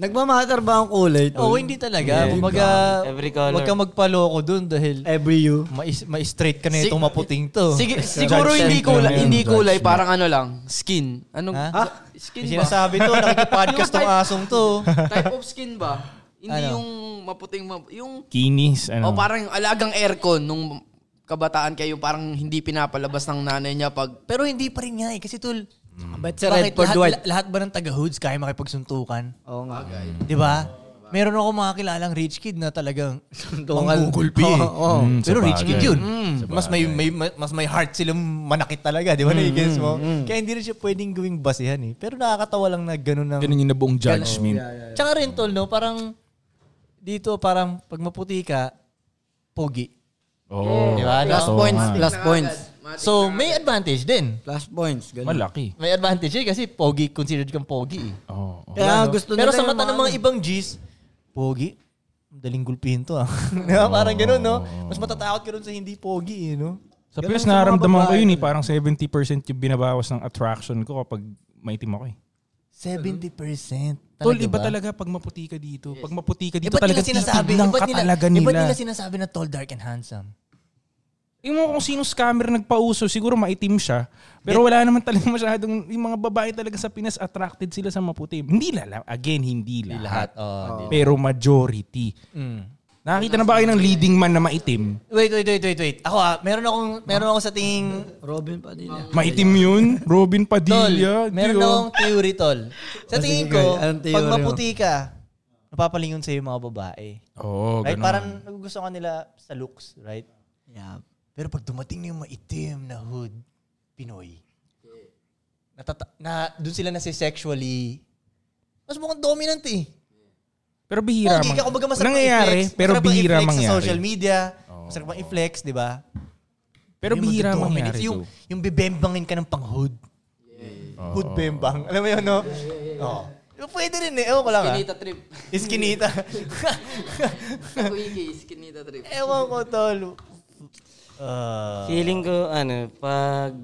Speaker 3: Nagmamatter ba ang kulay?
Speaker 4: Oo, hindi talaga. Kumbaga,
Speaker 8: Every color.
Speaker 4: Huwag kang magpaloko dun dahil
Speaker 3: Every you.
Speaker 4: mais, ma-straight ka na
Speaker 7: Sig-
Speaker 4: itong maputing to.
Speaker 7: Sige, siguro hindi kulay, hindi kulay, parang ano lang, skin. Anong
Speaker 4: Ha? May
Speaker 7: skin ba?
Speaker 4: sinasabi to, <laughs> nakikipodcast
Speaker 7: Yung
Speaker 4: tong
Speaker 7: type-
Speaker 4: asong to.
Speaker 7: Type of skin
Speaker 4: <laughs>
Speaker 7: ba? Hindi
Speaker 4: Ano?
Speaker 7: yung maputing map, yung
Speaker 6: Kinis,
Speaker 4: Mm.
Speaker 6: ano.
Speaker 7: o Oh, parang yung alagang aircon nung kabataan kayo parang hindi pinapalabas ng nanay niya pag
Speaker 4: Pero hindi pa rin nga eh. Kasi tol,
Speaker 3: Ba't si
Speaker 4: bakit
Speaker 3: Redford
Speaker 4: lahat,
Speaker 3: White?
Speaker 4: la- lahat ba ng taga-hoods kaya makipagsuntukan?
Speaker 3: Oo nga.
Speaker 4: Di ba? Mm. Diba? Meron ako mga kilalang rich kid na talagang
Speaker 3: Suntukan.
Speaker 4: manggugulpi.
Speaker 3: Oo, oo.
Speaker 6: Mm,
Speaker 4: Pero
Speaker 6: sabagay.
Speaker 4: rich kid yun.
Speaker 6: Mm. Sabagay.
Speaker 4: Mas may, may ma- mas may heart silang manakit talaga, di ba? Na-guess mo? Kaya hindi rin siya pwedeng gawing basihan eh. Pero nakakatawa lang na ganun ang...
Speaker 6: Ganun yung nabuong judgment.
Speaker 4: Tsaka rin tol, no? Parang dito parang pag maputi ka, pogi.
Speaker 6: Oo.
Speaker 4: Di ba?
Speaker 7: last
Speaker 4: No?
Speaker 7: points, last
Speaker 3: na
Speaker 7: points.
Speaker 4: So may advantage din.
Speaker 3: Plus points. Ganun.
Speaker 6: Malaki. Oh,
Speaker 4: May advantage eh kasi pogi, considered kang pogi eh.
Speaker 6: Oo. oo.
Speaker 3: Kaya
Speaker 4: Ano?
Speaker 3: gusto
Speaker 4: Pero
Speaker 3: nila
Speaker 4: sa
Speaker 3: yung ano.
Speaker 4: mata ng mga ibang G's, pogi, madaling gulpihin to ah. <laughs> Di ba? Parang ganun, no? Mas matatakot ka dun sa hindi pogi, eh, no?
Speaker 6: Sa
Speaker 3: Ganun
Speaker 6: Pinas,
Speaker 3: sa mga
Speaker 6: nararamdaman ko
Speaker 3: babae.
Speaker 6: yun eh. Parang 70% yung binabawas ng attraction ko kapag maitim ako eh.
Speaker 4: 70%.
Speaker 6: Tol, iba
Speaker 4: ba?
Speaker 6: talaga pag maputi ka dito. Pag maputi ka
Speaker 4: Eh,
Speaker 6: dito,
Speaker 4: ba't
Speaker 6: talagang
Speaker 4: nila sinasabi,
Speaker 6: titig lang
Speaker 4: iba't
Speaker 6: ka
Speaker 4: nila,
Speaker 6: talaga
Speaker 4: iba't
Speaker 6: nila.
Speaker 4: nila sinasabi na tall, dark, and handsome.
Speaker 6: Yung mga kung sino scammer nagpauso, siguro maitim siya. Pero wala naman talaga <laughs> masyadong, yung mga babae talaga sa Pinas, attracted sila sa maputi. Hindi lahat. Again, hindi lahat.
Speaker 4: Oh, Mm.
Speaker 6: Pero majority. Nakakita na ba kayo ng leading man na maitim?
Speaker 4: Wait, wait, wait, wait, wait. Ako ah, meron akong, meron ako sa tingin,
Speaker 3: Robin pa din. yan.
Speaker 6: Maitim yun? Robin
Speaker 4: tol,
Speaker 6: Padilla?
Speaker 4: meron
Speaker 6: Tio.
Speaker 4: akong theory, tol. Sa
Speaker 3: Sige,
Speaker 4: tingin
Speaker 3: guys,
Speaker 4: ko,
Speaker 3: anong
Speaker 4: pag
Speaker 3: theory mo?
Speaker 4: maputi ka, napapalingon sa'yo yung mga babae. Right?
Speaker 6: Oo, Oh, ganun.
Speaker 4: Parang nagugustuhan ka nila sa looks, right?
Speaker 3: Yeah.
Speaker 4: Pero pag dumating na yung maitim na hood, Pinoy, natata- na doon sila nasi sexually, mas mukhang dominant eh.
Speaker 6: Pero bihira.
Speaker 4: Pogi ka,
Speaker 6: mang-
Speaker 4: kumbaga masarap
Speaker 6: nangyayari,
Speaker 4: i-flex.
Speaker 6: pero
Speaker 4: Masarap ang
Speaker 6: bihira
Speaker 4: i-flex
Speaker 6: mangyari.
Speaker 4: Sa social media, masarap ang i-flex, di ba?
Speaker 6: Pero
Speaker 4: Yung
Speaker 6: bihira
Speaker 4: magdo-dominate,
Speaker 6: mangyari
Speaker 4: Yung,
Speaker 6: to.
Speaker 4: yung bibembangin ka ng pang-hood. Hood bembang. Alam mo yun, no? Oo. Pwede rin eh. Ewan ko lang ah.
Speaker 7: Skinita <laughs> trip.
Speaker 4: Iskinita.
Speaker 7: Kuiki, skinita
Speaker 3: <laughs>
Speaker 7: trip.
Speaker 4: <laughs> Ewan ko, tol.
Speaker 6: Uh,
Speaker 4: Ah.
Speaker 8: Feeling ko, ano, pag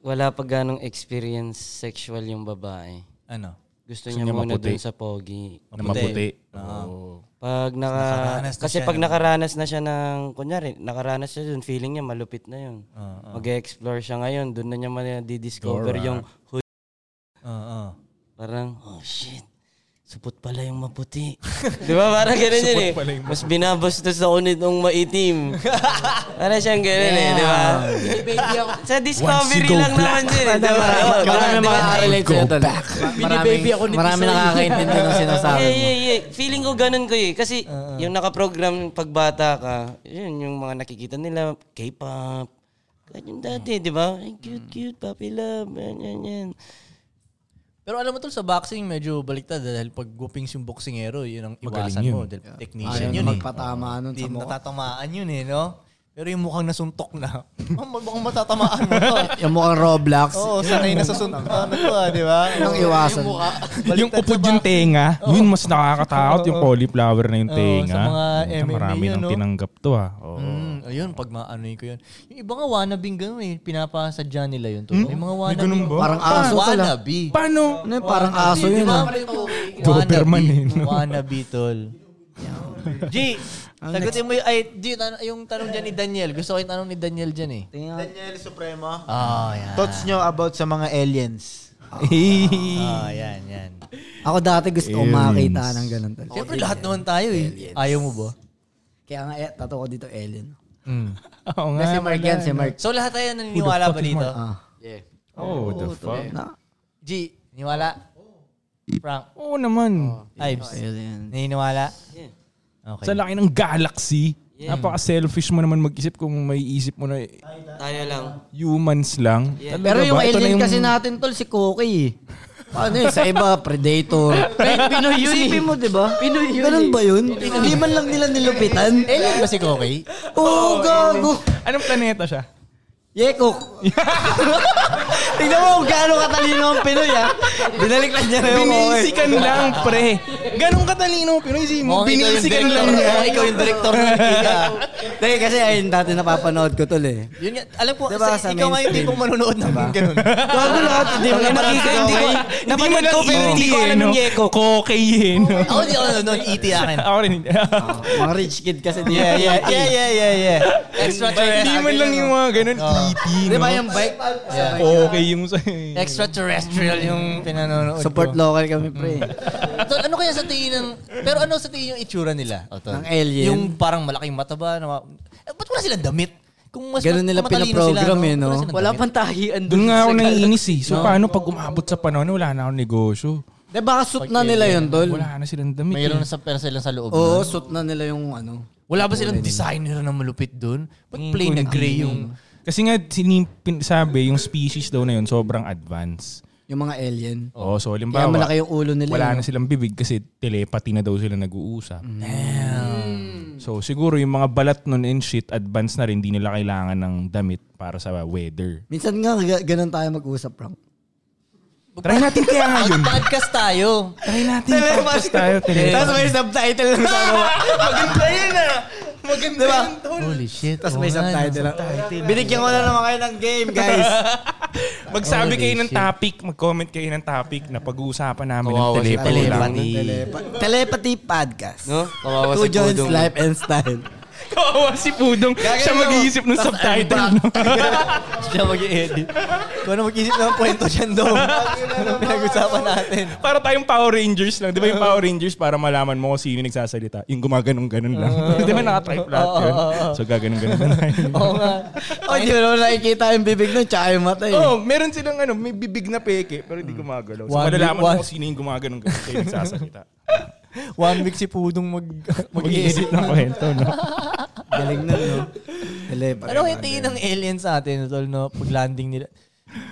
Speaker 8: wala pa ganong experience sexual yung babae,
Speaker 4: ano?
Speaker 8: gusto,
Speaker 6: Gusto
Speaker 8: niya,
Speaker 6: niya
Speaker 8: muna
Speaker 6: maputi.
Speaker 8: dun sa pogi.
Speaker 6: Na maputi.
Speaker 4: Ah.
Speaker 6: Oo.
Speaker 8: Pag naka,
Speaker 4: nakaranas na
Speaker 8: kasi
Speaker 4: siya
Speaker 8: pag
Speaker 4: ng-
Speaker 8: nakaranas na siya ng, kunyari, nakaranas siya dun, feeling niya malupit na yun. Mag-explore siya ngayon, dun na niya ma-discover yung
Speaker 4: Oo.
Speaker 8: hood.
Speaker 4: oo.
Speaker 8: Parang, oh shit, supot pala yung maputi. <laughs> Di ba? Parang ganun yun eh. Mas binabastos ako nitong
Speaker 4: <laughs>
Speaker 8: maitim. Parang siyang ganun eh, di ba?
Speaker 7: Binibaby ako.
Speaker 8: Sa discovery lang naman din. eh, di ba?
Speaker 3: Marami makakarelate sa'yo tol. Marami,
Speaker 7: ako ni
Speaker 3: marami ano? nakakaintindi ng sinasabi
Speaker 7: <laughs>
Speaker 8: Yeah,
Speaker 3: mo.
Speaker 8: yeah, yeah. Feeling ko ganun ko eh. Kasi yung nakaprogram pagbata ka, yun yung mga nakikita nila, K-pop. Ganyan dati, di ba? Ay, Cute, cute, puppy love, yan, yan, yan.
Speaker 4: Pero alam mo tol, sa boxing medyo baliktad eh, dahil pag gupings yung boxingero, yun ang
Speaker 6: Magaling
Speaker 4: iwasan
Speaker 6: yun.
Speaker 4: mo. Dahil
Speaker 3: Ayaw
Speaker 4: technician yun
Speaker 3: na
Speaker 4: eh.
Speaker 3: magpatama nun
Speaker 4: Hindi
Speaker 3: sa mukha.
Speaker 4: natatamaan yun eh, no? Pero yung mukhang nasuntok <laughs> na, mukhang matatamaan mo to. <laughs>
Speaker 3: Yung mukhang Roblox.
Speaker 4: Oo,
Speaker 7: Oh,
Speaker 4: sanay na sa suntok na ano to, ah, di ba?
Speaker 3: Yung iwasan.
Speaker 4: Baliktad
Speaker 6: yung upod
Speaker 4: sa
Speaker 6: yung
Speaker 4: boxing.
Speaker 6: tenga, yun mas nakakatakot yung cauliflower na yung
Speaker 4: Oo,
Speaker 6: tenga.
Speaker 4: sa mga
Speaker 6: Puta,
Speaker 4: MMA
Speaker 6: Marami
Speaker 4: yun,
Speaker 6: nang
Speaker 4: no?
Speaker 6: tinanggap to ah. Oo.
Speaker 4: Mm, ayun, pag maanoy ko yun. Yung iba nga wannabe ganun eh, pinapasadya nila yun. tol. May mga wannabe.
Speaker 6: Hmm? ganun ba?
Speaker 4: Parang
Speaker 3: Parang
Speaker 4: aso
Speaker 3: aso ka lang.
Speaker 4: Wannabe.
Speaker 6: Paano?
Speaker 3: Ano yun, parang aso yun. ah.
Speaker 6: Doberman
Speaker 4: Wannabe.
Speaker 6: eh, no?
Speaker 4: Wannabe, tol. G, sagutin mo yung, ay, G, tan- yung tanong dyan ni Daniel. Gusto ko yung tanong ni Daniel dyan eh.
Speaker 3: Oh,
Speaker 2: Daniel Supremo.
Speaker 4: Oh, yan.
Speaker 2: Thoughts nyo about sa mga aliens?
Speaker 4: Oh, yan, yan.
Speaker 3: Ako dati gusto ko
Speaker 6: Aliens.
Speaker 3: makakita ng ganun tol.
Speaker 4: Siyempre, lahat naman tayo eh. Ayaw mo ba?
Speaker 3: Kaya nga, eh, tato ko dito, Ellen.
Speaker 6: Oo nga.
Speaker 3: si Mark yan, si Mark.
Speaker 4: So, lahat tayo naniniwala ba dito?
Speaker 3: Ah.
Speaker 7: Yeah.
Speaker 6: Oh, the fuck.
Speaker 3: Na,
Speaker 4: G, niwala? Frank,
Speaker 6: Oo naman.
Speaker 3: Oh,
Speaker 4: Ives,
Speaker 3: alien.
Speaker 4: naniniwala? Okay.
Speaker 6: Sa laki ng galaxy, napaka-selfish mo naman mag-isip kung may isip mo na
Speaker 8: Tayo lang.
Speaker 6: humans lang. Talaga
Speaker 3: Pero yung
Speaker 6: ba? Ito na
Speaker 3: alien kasi natin tol, si Cookie. eh. Paano yun? Sa iba, Predator. Pinoy yun Isipin mo, di ba? Pinoy yun Ganun ba yun? Hindi man lang nila nilupitan.
Speaker 4: Alien ba si Koki?
Speaker 3: Oo, gago.
Speaker 6: Anong planeta siya?
Speaker 3: <laughs> Yeko! Tingnan mo kung gaano katalino ang Pinoy, ha? Binaliklan niya na yung okay.
Speaker 6: Binisikan lang, pre. Ganun katalino, pero isipin mo, binisikan lang niya.
Speaker 3: Ikaw yung director ng Liga. Dahil kasi ayun, dati napapanood ko tol eh.
Speaker 4: Yun nga, alam ko,
Speaker 3: Diba,
Speaker 4: kasi
Speaker 3: sa
Speaker 4: ikaw nga yung
Speaker 3: mainstream?
Speaker 4: tipong manonood ng
Speaker 3: Diba?
Speaker 4: ganun.
Speaker 3: <laughs> Gago lahat, hindi mo na
Speaker 4: Napanood
Speaker 3: makita.
Speaker 4: ko,
Speaker 3: Hindi ko.
Speaker 6: Hindi mo
Speaker 3: Napanood ko, pero hindi ko
Speaker 6: eh,
Speaker 3: alam
Speaker 6: no?
Speaker 3: yung Yeko.
Speaker 6: Kokay eh, no?
Speaker 4: Ako Oh, hindi ako nanonood, ET E akin.
Speaker 6: Ako rin hindi.
Speaker 3: Mga rich kid kasi dito.
Speaker 4: Yeah, yeah, yeah, yeah, yeah, yeah. Extra
Speaker 6: Hindi mo lang yung mga ganun. ET,
Speaker 7: Di ba
Speaker 6: no?
Speaker 7: yung bike?
Speaker 4: ah.
Speaker 6: Kokay yung sa'yo. eh.
Speaker 4: Extraterrestrial yung pinanonood
Speaker 3: Support
Speaker 4: ko.
Speaker 3: local kami, pre.
Speaker 4: <laughs> So, ano kaya sa tingin ng... Pero ano sa tingin yung itsura nila? O, tol?
Speaker 3: Ng alien?
Speaker 4: Yung parang malaking mataba. Na, ma- eh, ba't wala silang damit? Kung mas
Speaker 3: Ganun nila
Speaker 4: matalino
Speaker 3: pinaprogram
Speaker 4: sila,
Speaker 3: eh, no?
Speaker 4: Wala silang
Speaker 7: Wala
Speaker 4: damit.
Speaker 7: pang tahian
Speaker 6: Doon
Speaker 4: <laughs>
Speaker 6: nga ako
Speaker 7: sa Galaxy.
Speaker 6: naiinis eh. So paano pag umabot sa panahon, wala na akong negosyo.
Speaker 3: Di ba suit na nila yun, tol?
Speaker 6: Wala na silang damit.
Speaker 4: Mayroon
Speaker 6: eh.
Speaker 4: na sa pera sila sa loob.
Speaker 3: Oo,
Speaker 4: nun.
Speaker 3: suit na nila yung ano.
Speaker 4: Wala ba silang designer na malupit doon? Ba't plain na gray yung...
Speaker 6: Mm, Kasi nga, sinipin, sabi, yung species daw na yun, sobrang advanced.
Speaker 3: Yung mga alien.
Speaker 4: Oh.
Speaker 6: Oo, so
Speaker 3: Kaya
Speaker 6: halimbawa,
Speaker 3: malaki yung ulo nila.
Speaker 6: wala
Speaker 3: yun.
Speaker 4: eh,
Speaker 6: na silang bibig kasi telepathy na daw sila nag-uusap.
Speaker 4: Mm.
Speaker 6: So siguro yung mga balat nun and shit, advanced na rin, hindi nila kailangan ng damit para sa weather.
Speaker 3: Minsan nga, ga- ganun tayo mag-usap, Frank.
Speaker 6: Try natin kaya ngayon.
Speaker 4: Podcast tayo.
Speaker 6: Try natin. Tapos tayo, telepathy.
Speaker 3: may subtitle lang sa baba. Maganda yun ah. Maganda diba? yun, tol.
Speaker 4: Holy shit.
Speaker 3: Tapos may subtitle lang. Binigyan ko na naman kayo ng game, <laughs> guys.
Speaker 6: Magsabi kayo ng topic, mag-comment kayo ng topic na pag-uusapan namin ng
Speaker 7: Kawawa si
Speaker 6: telepathy.
Speaker 7: telepathy.
Speaker 3: Telepa- Telepathy podcast.
Speaker 7: No? Kawawa
Speaker 3: Two
Speaker 7: si
Speaker 3: John's
Speaker 7: Pudong.
Speaker 3: Life and Style.
Speaker 6: Kawawa si Pudong. Siya mag-iisip ng
Speaker 3: ano,
Speaker 6: subtitle. no?
Speaker 4: Siya mag-i-edit. Kung ano mag-isip ng kwento dyan
Speaker 3: <laughs>
Speaker 4: doon. Anong pinag-usapan natin?
Speaker 6: para tayong Power Rangers lang. Di ba yung Power Rangers para malaman mo kung sino yung nagsasalita? Yung gumaganong-ganon lang. <laughs> Di ba nakatype lahat yun? So gaganong-ganon na
Speaker 3: <laughs>
Speaker 6: tayo.
Speaker 4: Oo nga.
Speaker 3: Oh, di mo naman nakikita yung bibig nun, tsaka yung mata eh. Hmm.
Speaker 6: Oo, meron silang ano, may bibig na peke pero hindi gumagalaw. So
Speaker 4: One-
Speaker 6: malalaman mo
Speaker 4: one-
Speaker 6: kung sino yung gumaganong-ganon kayo nagsasalita.
Speaker 4: One week si Pudong mag, <laughs> mag-i-edit.
Speaker 6: Mag-iisip ng kwento, no?
Speaker 3: Galing nun, no? Telepathy.
Speaker 4: Ano yung tingin ng aliens sa atin, tol, no? Pag landing nila.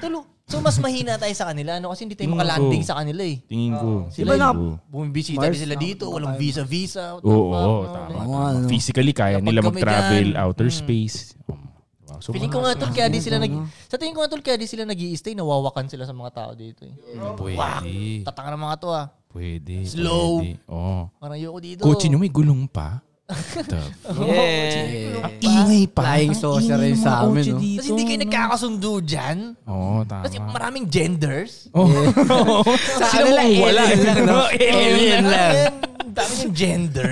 Speaker 4: Tol, so mas mahina tayo sa kanila, no? Kasi hindi tayo
Speaker 6: Mm,
Speaker 4: makalanding
Speaker 6: oo.
Speaker 4: sa kanila, eh.
Speaker 6: Tingin ko.
Speaker 4: Sila
Speaker 3: na-
Speaker 6: Oo,
Speaker 4: Bumibisita
Speaker 3: Mars,
Speaker 4: din sila dito, walang visa-visa.
Speaker 6: oo, tama. tama.
Speaker 3: ano.
Speaker 6: Physically, kaya
Speaker 4: Kapag
Speaker 6: nila
Speaker 4: kami
Speaker 6: mag-travel
Speaker 4: dyan,
Speaker 6: outer
Speaker 4: mm.
Speaker 6: space. Um, diba? So,
Speaker 4: Feeling ko nga tol, kaya di sila nag... Sa tingin ko nga tol, kaya di sila nag stay nawawakan sila sa mga tao dito. Eh.
Speaker 6: pwede.
Speaker 4: Tatanga ng mga to ah.
Speaker 6: Pwede.
Speaker 4: Slow.
Speaker 6: pwede. Oo.
Speaker 4: Parang ayoko dito.
Speaker 6: Kotse nyo may gulong pa. The
Speaker 3: Yeah.
Speaker 6: Ingay pa.
Speaker 3: Flying saucer rin sa amin, no?
Speaker 4: Tapos hindi kayo nagkakasundo dyan.
Speaker 6: Oo, tama.
Speaker 4: Kasi maraming genders.
Speaker 6: Ah. <laughs> Oh.
Speaker 3: Sa kanila, alien lang, no? Alien lang.
Speaker 4: Ang dami ng gender.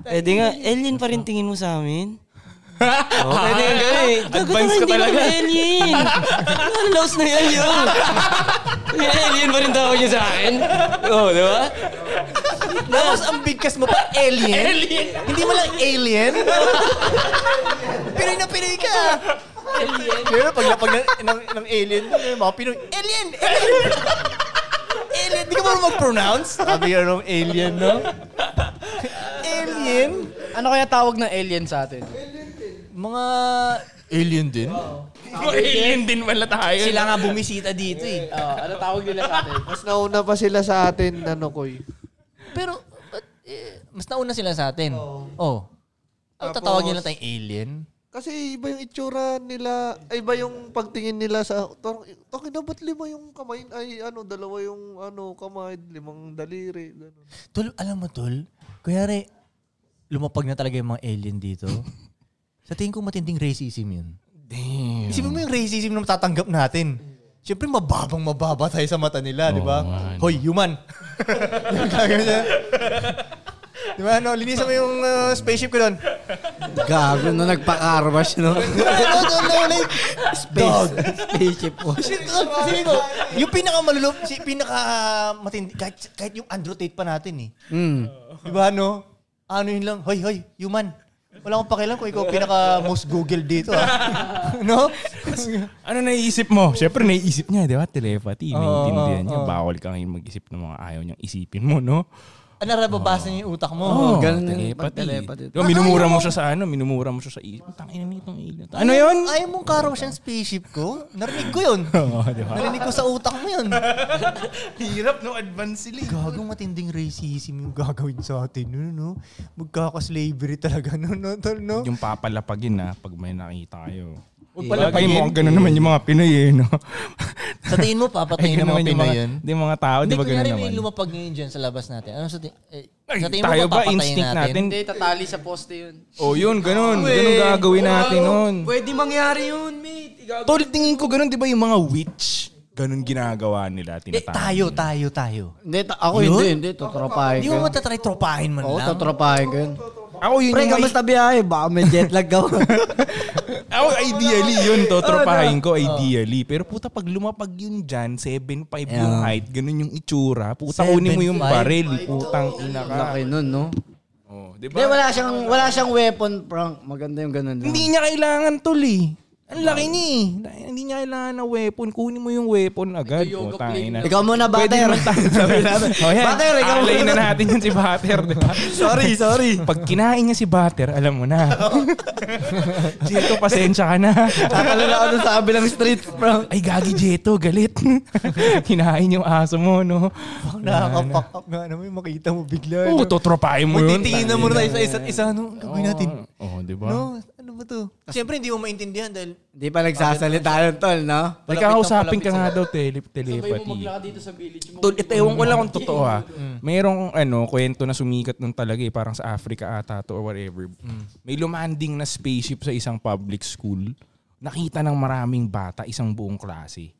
Speaker 8: Pwede Eh, nga, alien pa rin tingin mo sa
Speaker 6: <laughs>
Speaker 8: amin. Oh,
Speaker 6: Pwede yung
Speaker 8: eh.
Speaker 6: Advance
Speaker 8: Advance
Speaker 6: ka talaga.
Speaker 8: alien. Ang laos na yan
Speaker 6: <laughs>
Speaker 8: yun. May alien pa rin tawag niya sa akin. Oo, di ba?
Speaker 4: Tapos ang bigkas mo pa, alien. alien. Hindi mo lang alien.
Speaker 6: <laughs>
Speaker 4: Pinoy na Pinoy ka. Alien. Pero pag lapag ng, ng, ng alien, yung mga Pinoy, alien, alien. alien, di ka marunong mag-pronounce. Sabi ka nung alien, no? alien.
Speaker 7: Ano kaya tawag ng alien sa atin?
Speaker 4: Mga alien din.
Speaker 6: Oh, Alien din pala tayo.
Speaker 4: Sila nga bumisita dito eh.
Speaker 7: Ah, ano tawag nila sa atin?
Speaker 5: Mas nauna pa sila sa atin, ano koy.
Speaker 4: Pero, but, eh, mas nauna sila sa atin. Oo. Oh. Ang tatawag nila tayong alien.
Speaker 5: Kasi iba yung itsura nila, ay iba yung pagtingin nila sa, parang, okay na ba't lima yung kamay, ay ano, dalawa yung ano, kamay, limang daliri. Ganun.
Speaker 4: Tol, alam mo tol, kuyari, lumapag na talaga yung mga alien dito. sa tingin ko matinding racism yun. Damn. Isipin mo yung racism na matatanggap natin. Siyempre, mababang mababa tayo sa mata nila, di ba? Hoy, human! <laughs> Yung gagawin niya. di ba, ano, linisan mo yung uh, spaceship ko doon.
Speaker 3: Gago, no? Nagpa-carwash, no?
Speaker 4: Ano, tol, tol, like,
Speaker 3: Space. Spaceship wash.
Speaker 4: Kasi kasi ko, yung pinakamalulup, si pinaka matindi, kahit, kahit yung Andrew Tate pa natin eh.
Speaker 6: Hmm.
Speaker 3: Mm.
Speaker 4: Di ba no? Ano yun lang, hoy, hoy, human. Wala akong pakialam kung ikaw ang pinaka most Google dito ah. <laughs> no?
Speaker 6: Ano naiisip mo? Siyempre naiisip niya, di ba? Telepathy. Naiintindihan niya. Bawal ka ngayon mag-isip ng mga ayaw niyang isipin mo, no?
Speaker 4: Ah, narababasa niya yung utak mo.
Speaker 6: Oo,
Speaker 3: ganun yung
Speaker 6: telepathy.
Speaker 3: pag-telepathy.
Speaker 6: Diba, minumura mo siya sa ano, minumura mo siya sa isip. Ang tangin na nitong alien. Ano yun?
Speaker 4: Ayaw mong karaw siya ng spaceship ko. Narinig ko yun.
Speaker 6: Oo, di ba?
Speaker 4: Narinig ko sa utak mo yun.
Speaker 6: <laughs> Hirap no advance sila. eh.
Speaker 4: Gagong matinding racism yung gagawin sa atin. No, no, no. Magkakaslavery talaga. No, no, tol, no.
Speaker 6: Yung papalapagin na pag may nakita tayo.
Speaker 4: Huwag
Speaker 6: Palapagin mo, ganun naman yung mga Pinoy eh, <laughs> no?
Speaker 4: Sa tingin mo, papatayin ng mga
Speaker 6: yung
Speaker 4: Pinoy
Speaker 6: mga-
Speaker 4: yun?
Speaker 6: Di mga tao, di
Speaker 4: Hindi,
Speaker 6: ba ganun
Speaker 4: kunyari
Speaker 6: naman?
Speaker 4: may lumapag ngayon dyan sa labas natin. Ano sa tingin? Eh,
Speaker 6: Ay,
Speaker 4: sa tingin
Speaker 6: tayo
Speaker 4: mo,
Speaker 6: ba,
Speaker 4: papatayin
Speaker 6: instinct natin?
Speaker 7: Hindi, tatali sa poste yun.
Speaker 6: Oh, yun, ganun. Ganun gagawin natin nun.
Speaker 7: Pwede mangyari yun, mate. Igagawa.
Speaker 6: Tol, tingin ko ganun, di ba yung mga witch? Ganun ginagawa nila,
Speaker 4: Eh,
Speaker 6: tinatawag.
Speaker 4: tayo, tayo, tayo.
Speaker 3: Hindi, ta- ako hindi, hindi. Tutropahin
Speaker 4: Hindi
Speaker 3: ko.
Speaker 4: mo matatry tropahin man
Speaker 3: Oo,
Speaker 4: lang.
Speaker 3: tutropahin ko yun.
Speaker 6: Ako yun
Speaker 3: Pre,
Speaker 6: yung
Speaker 3: kamusta biyahe? Baka may jet lag ka.
Speaker 6: <laughs> Ako, ideally yun, totropahin
Speaker 4: Oh.
Speaker 6: ko, ideally. Pero puta, pag lumapag yun dyan, 7'5 yung height, ganun yung itsura. Puta, kunin mo yung
Speaker 4: 7'5".
Speaker 6: baril, putang ina ka.
Speaker 3: <laughs> Laki nun, no?
Speaker 6: Oh, di
Speaker 3: Hindi,
Speaker 6: ba?
Speaker 3: wala siyang, wala siyang weapon, Frank. Maganda yung ganun. no?
Speaker 6: Hindi niya kailangan tol eh. Ang laki niya eh. Hindi niya kailangan ng weapon. Kunin mo yung weapon agad.
Speaker 7: yoga
Speaker 6: Putang
Speaker 7: plane.
Speaker 6: ina.
Speaker 3: Ikaw muna,
Speaker 6: Pwede
Speaker 3: bater.
Speaker 6: naman tayo sabi
Speaker 3: <laughs>
Speaker 6: natin. O yan,
Speaker 3: Butter, ikaw
Speaker 6: alay
Speaker 3: muna.
Speaker 6: na natin yan si Butter, di ba?
Speaker 3: sorry, sorry.
Speaker 6: Pag kinain niya si Butter, alam mo
Speaker 3: <laughs>
Speaker 6: na. Jeto, pasensya ka na.
Speaker 3: Kakalala ako dun sa abilang street, Frank.
Speaker 6: Ay, gagi Jeto, galit. <laughs> kinain yung aso mo, no?
Speaker 4: Pang nakaka-fuck up nga naman yung makita mo bigla.
Speaker 6: Oo,
Speaker 4: no?
Speaker 6: totropahin mo yun.
Speaker 4: Magtitinginan mo na tayo sa isa't isa. Ano gagawin natin?
Speaker 6: Oo, di ba?
Speaker 4: No, ano ba to? Siyempre, hindi mo maintindihan dahil
Speaker 3: Hindi pa nagsasalita yun, tol, no?
Speaker 6: May kakausapin ka nga daw, tele-
Speaker 7: Sabay mo
Speaker 6: telepathy.
Speaker 7: maglaka Ah, dito sa village mo.
Speaker 6: Tol, ito ewan ko lang kung
Speaker 4: Mm-hmm.
Speaker 6: totoo ha.
Speaker 4: Mm.
Speaker 6: Merong ano, kwento na sumikat nun talaga eh, parang sa Africa ata to or whatever.
Speaker 4: Mm.
Speaker 6: May lumanding na spaceship sa isang public school. Nakita ng maraming bata isang buong klase.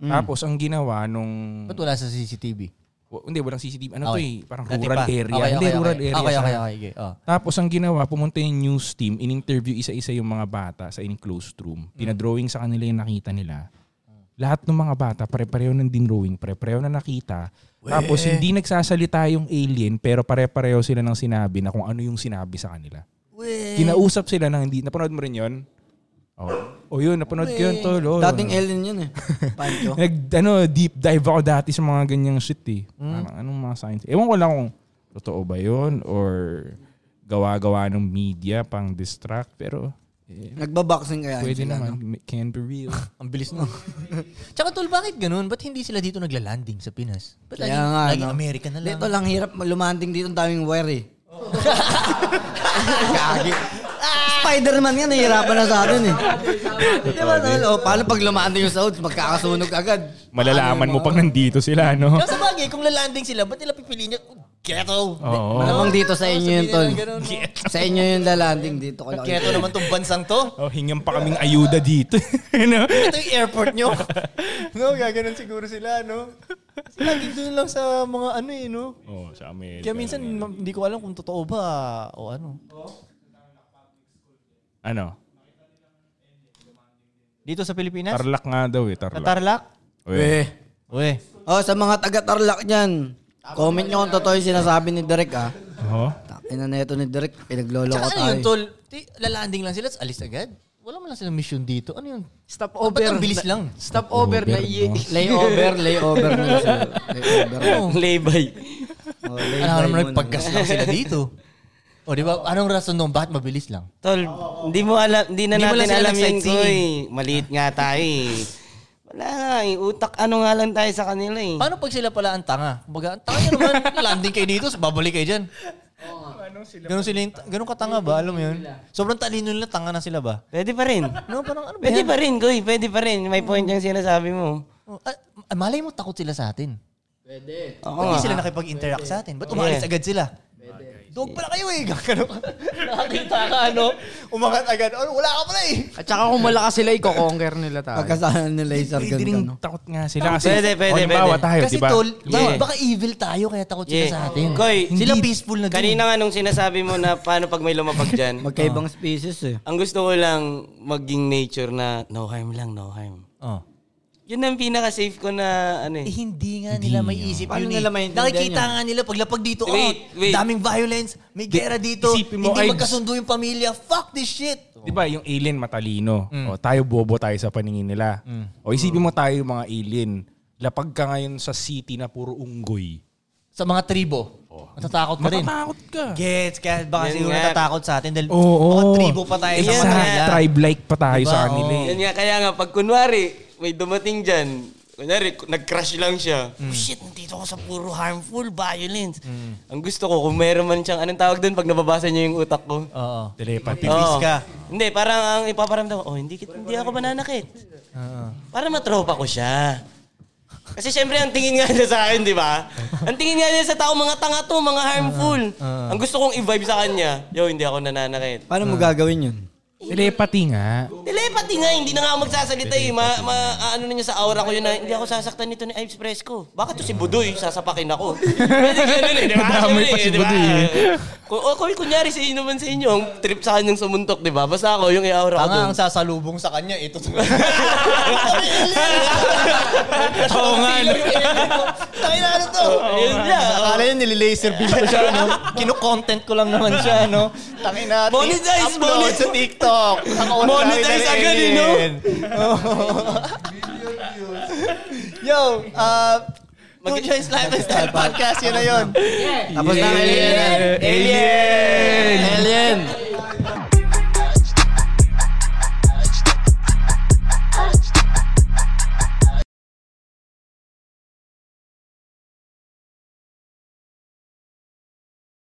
Speaker 4: Mm.
Speaker 6: Tapos ang ginawa nung
Speaker 4: Ba't wala sa CCTV?
Speaker 6: w- hindi walang CCTV ano to
Speaker 4: Okay.
Speaker 6: eh, parang
Speaker 4: Dati
Speaker 6: rural
Speaker 4: pa.
Speaker 6: area.
Speaker 4: Okay,
Speaker 6: hindi
Speaker 4: okay,
Speaker 6: rural
Speaker 4: okay.
Speaker 6: area.
Speaker 4: Okay,
Speaker 6: siya.
Speaker 4: okay, okay. okay. Oh.
Speaker 6: Tapos ang ginawa, pumunta yung news team, in-interview isa-isa yung mga bata sa in-closed room. Pinadrawing sa kanila yung nakita nila. Lahat ng mga bata, pare-pareho ng dinrawing, pare-pareho na nakita. Tapos hindi nagsasalita yung alien, pero pare-pareho sila ng sinabi na kung ano yung sinabi sa kanila. Kinausap sila ng hindi. Napanood mo rin yun? Oh. O yun, napanood ko yun, tol. Oh.
Speaker 3: Dating Ellen yun eh. <laughs> Pancho.
Speaker 6: Nag, ano, deep dive ako dati sa mga ganyang shit eh. Parang anong mga science. Ewan ko lang kung totoo ba yun or gawa-gawa ng media pang distract. Pero eh,
Speaker 3: Nagbaboxing kaya.
Speaker 6: pwede
Speaker 3: sila, no?
Speaker 6: naman. It Can be real.
Speaker 4: Ang bilis no. <laughs> Tsaka tol, bakit ganun? Ba't hindi sila dito nagla-landing sa Pinas? Ba't
Speaker 3: Kaya
Speaker 4: lagi,
Speaker 3: nga,
Speaker 4: lagi
Speaker 3: no?
Speaker 4: American na lang?
Speaker 3: Dito lang hirap lumanding dito ang daming wire eh. Gagi. Spider-Man yan, nahihirapan na sa atin eh. Di ba, tol? O, paano pag lumanding yung sounds, magkakasunog agad.
Speaker 6: <laughs> Malalaman mo pag nandito sila, no?
Speaker 4: Kaya sa bagay, kung lalanding sila, ba't nila pipiliin yun? Oh, Ghetto!
Speaker 6: Oo.
Speaker 3: Malamang dito sa inyo yun, tol.
Speaker 4: Ganun, no?
Speaker 3: Sa inyo yung lalanding dito. Ko lang.
Speaker 4: Ghetto naman tong bansang to.
Speaker 6: Oh, hingan pa kaming ayuda dito. <laughs> ano?
Speaker 4: Ito yung airport
Speaker 3: <laughs>
Speaker 4: nyo. no, gaganon siguro sila, no? Lagi doon lang sa mga ano eh, no?
Speaker 6: Oh, sa Amerika.
Speaker 4: Kaya minsan, ma- hindi ko alam kung totoo ba o ano.
Speaker 6: Ano?
Speaker 4: Dito sa Pilipinas?
Speaker 6: Tarlac nga daw eh,
Speaker 4: Sa
Speaker 6: Tarlac.
Speaker 4: Tarlac?
Speaker 6: Uy.
Speaker 4: Uy.
Speaker 3: Oh, sa mga taga-tarlak niyan, comment nyo kung totoo yung sinasabi ni Derek ah.
Speaker 6: Oh.
Speaker 3: Ina na ito ni Derek, pinagloloko
Speaker 4: Tsaka ano yun,
Speaker 3: tayo.
Speaker 4: tol? Ti- Lalanding lang sila, tas alis agad. Wala mo lang silang mission dito. Ano yun?
Speaker 7: Stop
Speaker 4: Oh, ba't
Speaker 7: over.
Speaker 4: ang bilis lang?
Speaker 7: Stop over na iye.
Speaker 3: Layover, layover nila sila. Layover.
Speaker 8: Laybay.
Speaker 3: Oh, layover
Speaker 4: Ano naman
Speaker 3: muna.
Speaker 4: nagpagkas lang sila
Speaker 3: <laughs>
Speaker 4: dito. O di ba, anong rason nung bakit mabilis lang?
Speaker 8: Tol, hindi mo alam, hindi na
Speaker 4: Hindi mo lang
Speaker 8: natin
Speaker 4: sila
Speaker 8: alam yun,
Speaker 4: nagsightseeing.
Speaker 8: Koy. Maliit nga tayo eh. Wala nga eh. Utak, ano nga lang tayo sa kanila eh.
Speaker 4: Paano pag sila pala ang tanga? Kumbaga, ang tanga nyo
Speaker 8: <laughs>
Speaker 4: naman, landing kayo dito, so babalik kayo dyan. Ganun sila, yung- ganun ka tanga ba? Alam mo yun? Sobrang talino nila, tanga na sila ba?
Speaker 8: Pwede pa rin.
Speaker 4: No, parang ano ba
Speaker 8: Pwede
Speaker 4: yan?
Speaker 8: pa rin, Koy. Pwede pa rin. May point yung sinasabi mo.
Speaker 4: Oh, ah, ah, malay mo, takot sila sa atin.
Speaker 8: Oo
Speaker 4: Hindi
Speaker 8: nga.
Speaker 4: sila nakipag-interact sa atin. Ba't umaalis agad sila? Dog pala kayo eh. <laughs> Gagano ka. Nakakita ka ano. Umangat agad. Ano, wala ka pala eh.
Speaker 7: At saka kung malakas sila, iko-conquer nila tayo.
Speaker 3: Pagkasalan ni Laser gun
Speaker 6: Pwede
Speaker 3: ka,
Speaker 6: rin
Speaker 3: no?
Speaker 6: takot nga sila. Kasi,
Speaker 8: Pwede, pwede,
Speaker 6: oh, halimbawa
Speaker 8: pwede.
Speaker 6: tayo,
Speaker 4: Kasi
Speaker 6: diba?
Speaker 4: tol, baka,
Speaker 8: Yeah.
Speaker 4: baka evil tayo kaya takot sila
Speaker 8: Yeah.
Speaker 4: sa atin.
Speaker 8: Koy,
Speaker 4: sila
Speaker 6: hindi.
Speaker 4: peaceful na din.
Speaker 8: Kanina nga nung sinasabi mo na paano pag may lumapag dyan.
Speaker 4: <laughs>
Speaker 3: Magkaibang species eh.
Speaker 8: Ang gusto ko lang maging nature na no harm lang, no harm.
Speaker 4: Oh.
Speaker 8: Yun ang pinaka-safe ko na ano
Speaker 4: Eh,
Speaker 8: eh.
Speaker 4: hindi nga nila may isip
Speaker 3: Paano
Speaker 4: yun
Speaker 3: nila
Speaker 4: eh.
Speaker 3: maintindihan
Speaker 4: Nakikita
Speaker 3: yun?
Speaker 4: nga nila paglapag dito,
Speaker 8: Wait,
Speaker 4: oh,
Speaker 8: wait.
Speaker 4: daming violence, may gera dito,
Speaker 6: isipin mo,
Speaker 4: hindi
Speaker 6: Ives.
Speaker 4: magkasundo yung pamilya, fuck this shit.
Speaker 6: Di ba, yung alien matalino.
Speaker 4: Mm.
Speaker 6: O, tayo bobo tayo sa paningin nila. O, isipin mo tayo yung mga alien. Lapag ka ngayon sa city na puro unggoy.
Speaker 4: sa mga tribo. Matatakot ka rin.
Speaker 6: Matatakot ka.
Speaker 4: Gets, kaya baka
Speaker 8: Yan
Speaker 4: siguro
Speaker 8: nga.
Speaker 4: natatakot sa atin dahil
Speaker 6: Oo.
Speaker 4: baka tribo pa tayo sa
Speaker 8: Yan
Speaker 4: mga
Speaker 8: nga.
Speaker 4: nila.
Speaker 6: Tribe-like pa tayo
Speaker 4: Diba?
Speaker 6: sa kanila eh.
Speaker 8: Yan nga, kaya nga, pag kunwari, may dumating dyan, kunwari, nag-crash lang siya. Oh shit, nandito ako sa puro harmful violence. Ang gusto ko, kung meron man siyang, anong tawag doon pag nababasa niya yung utak ko?
Speaker 4: Oo.
Speaker 6: Telepathy.
Speaker 8: Oo.
Speaker 4: ka.
Speaker 8: Hindi, parang ang ipaparamdam, oh, hindi, kit- hindi ako mananakit. Para matropa ko siya. Kasi syempre, ang tingin nga niya sa akin, di ba? Ang tingin nga niya sa tao, mga tanga to, mga harmful. Ang gusto kong i-vibe sa kanya, yo, hindi ako nananakit.
Speaker 3: Paano mo gagawin yun?
Speaker 6: Telepathy nga.
Speaker 8: Telepathy nga, hindi na nga ako magsasalita eh. Ma, ma, ano na niya sa aura ko yun na, hindi ako sasaktan nito ni Ives Fresco. Bakit to si Budoy, sasapakin ako. Pwede ganun eh, di ba?
Speaker 6: Nadamay pa si
Speaker 8: Di ba?
Speaker 6: Budoy eh.
Speaker 8: <laughs> Kung, o, kung kunyari sa inyo naman sa inyo, ang trip sa kanyang sumuntok, di ba? Basta ako, yung i-aura ko
Speaker 4: Tanga
Speaker 8: doon.
Speaker 4: ang sasalubong sa kanya, <laughs> ito.
Speaker 6: Oo nga. no?
Speaker 4: Tayo na ano to?
Speaker 8: Yun lang.
Speaker 4: Akala niya nililaser beam ko siya, no? Kinukontent ko lang naman siya, no? Tangin na.
Speaker 8: Monetize,
Speaker 4: upload
Speaker 8: monetize.
Speaker 4: sa TikTok. Nakauna
Speaker 8: Monetize
Speaker 4: tayo na
Speaker 8: agad, eh, no?
Speaker 4: yun. Oo. Yo, uh, Two Joints Lifestyle Podcast, yun na yun.
Speaker 3: Tapos na
Speaker 6: Alien!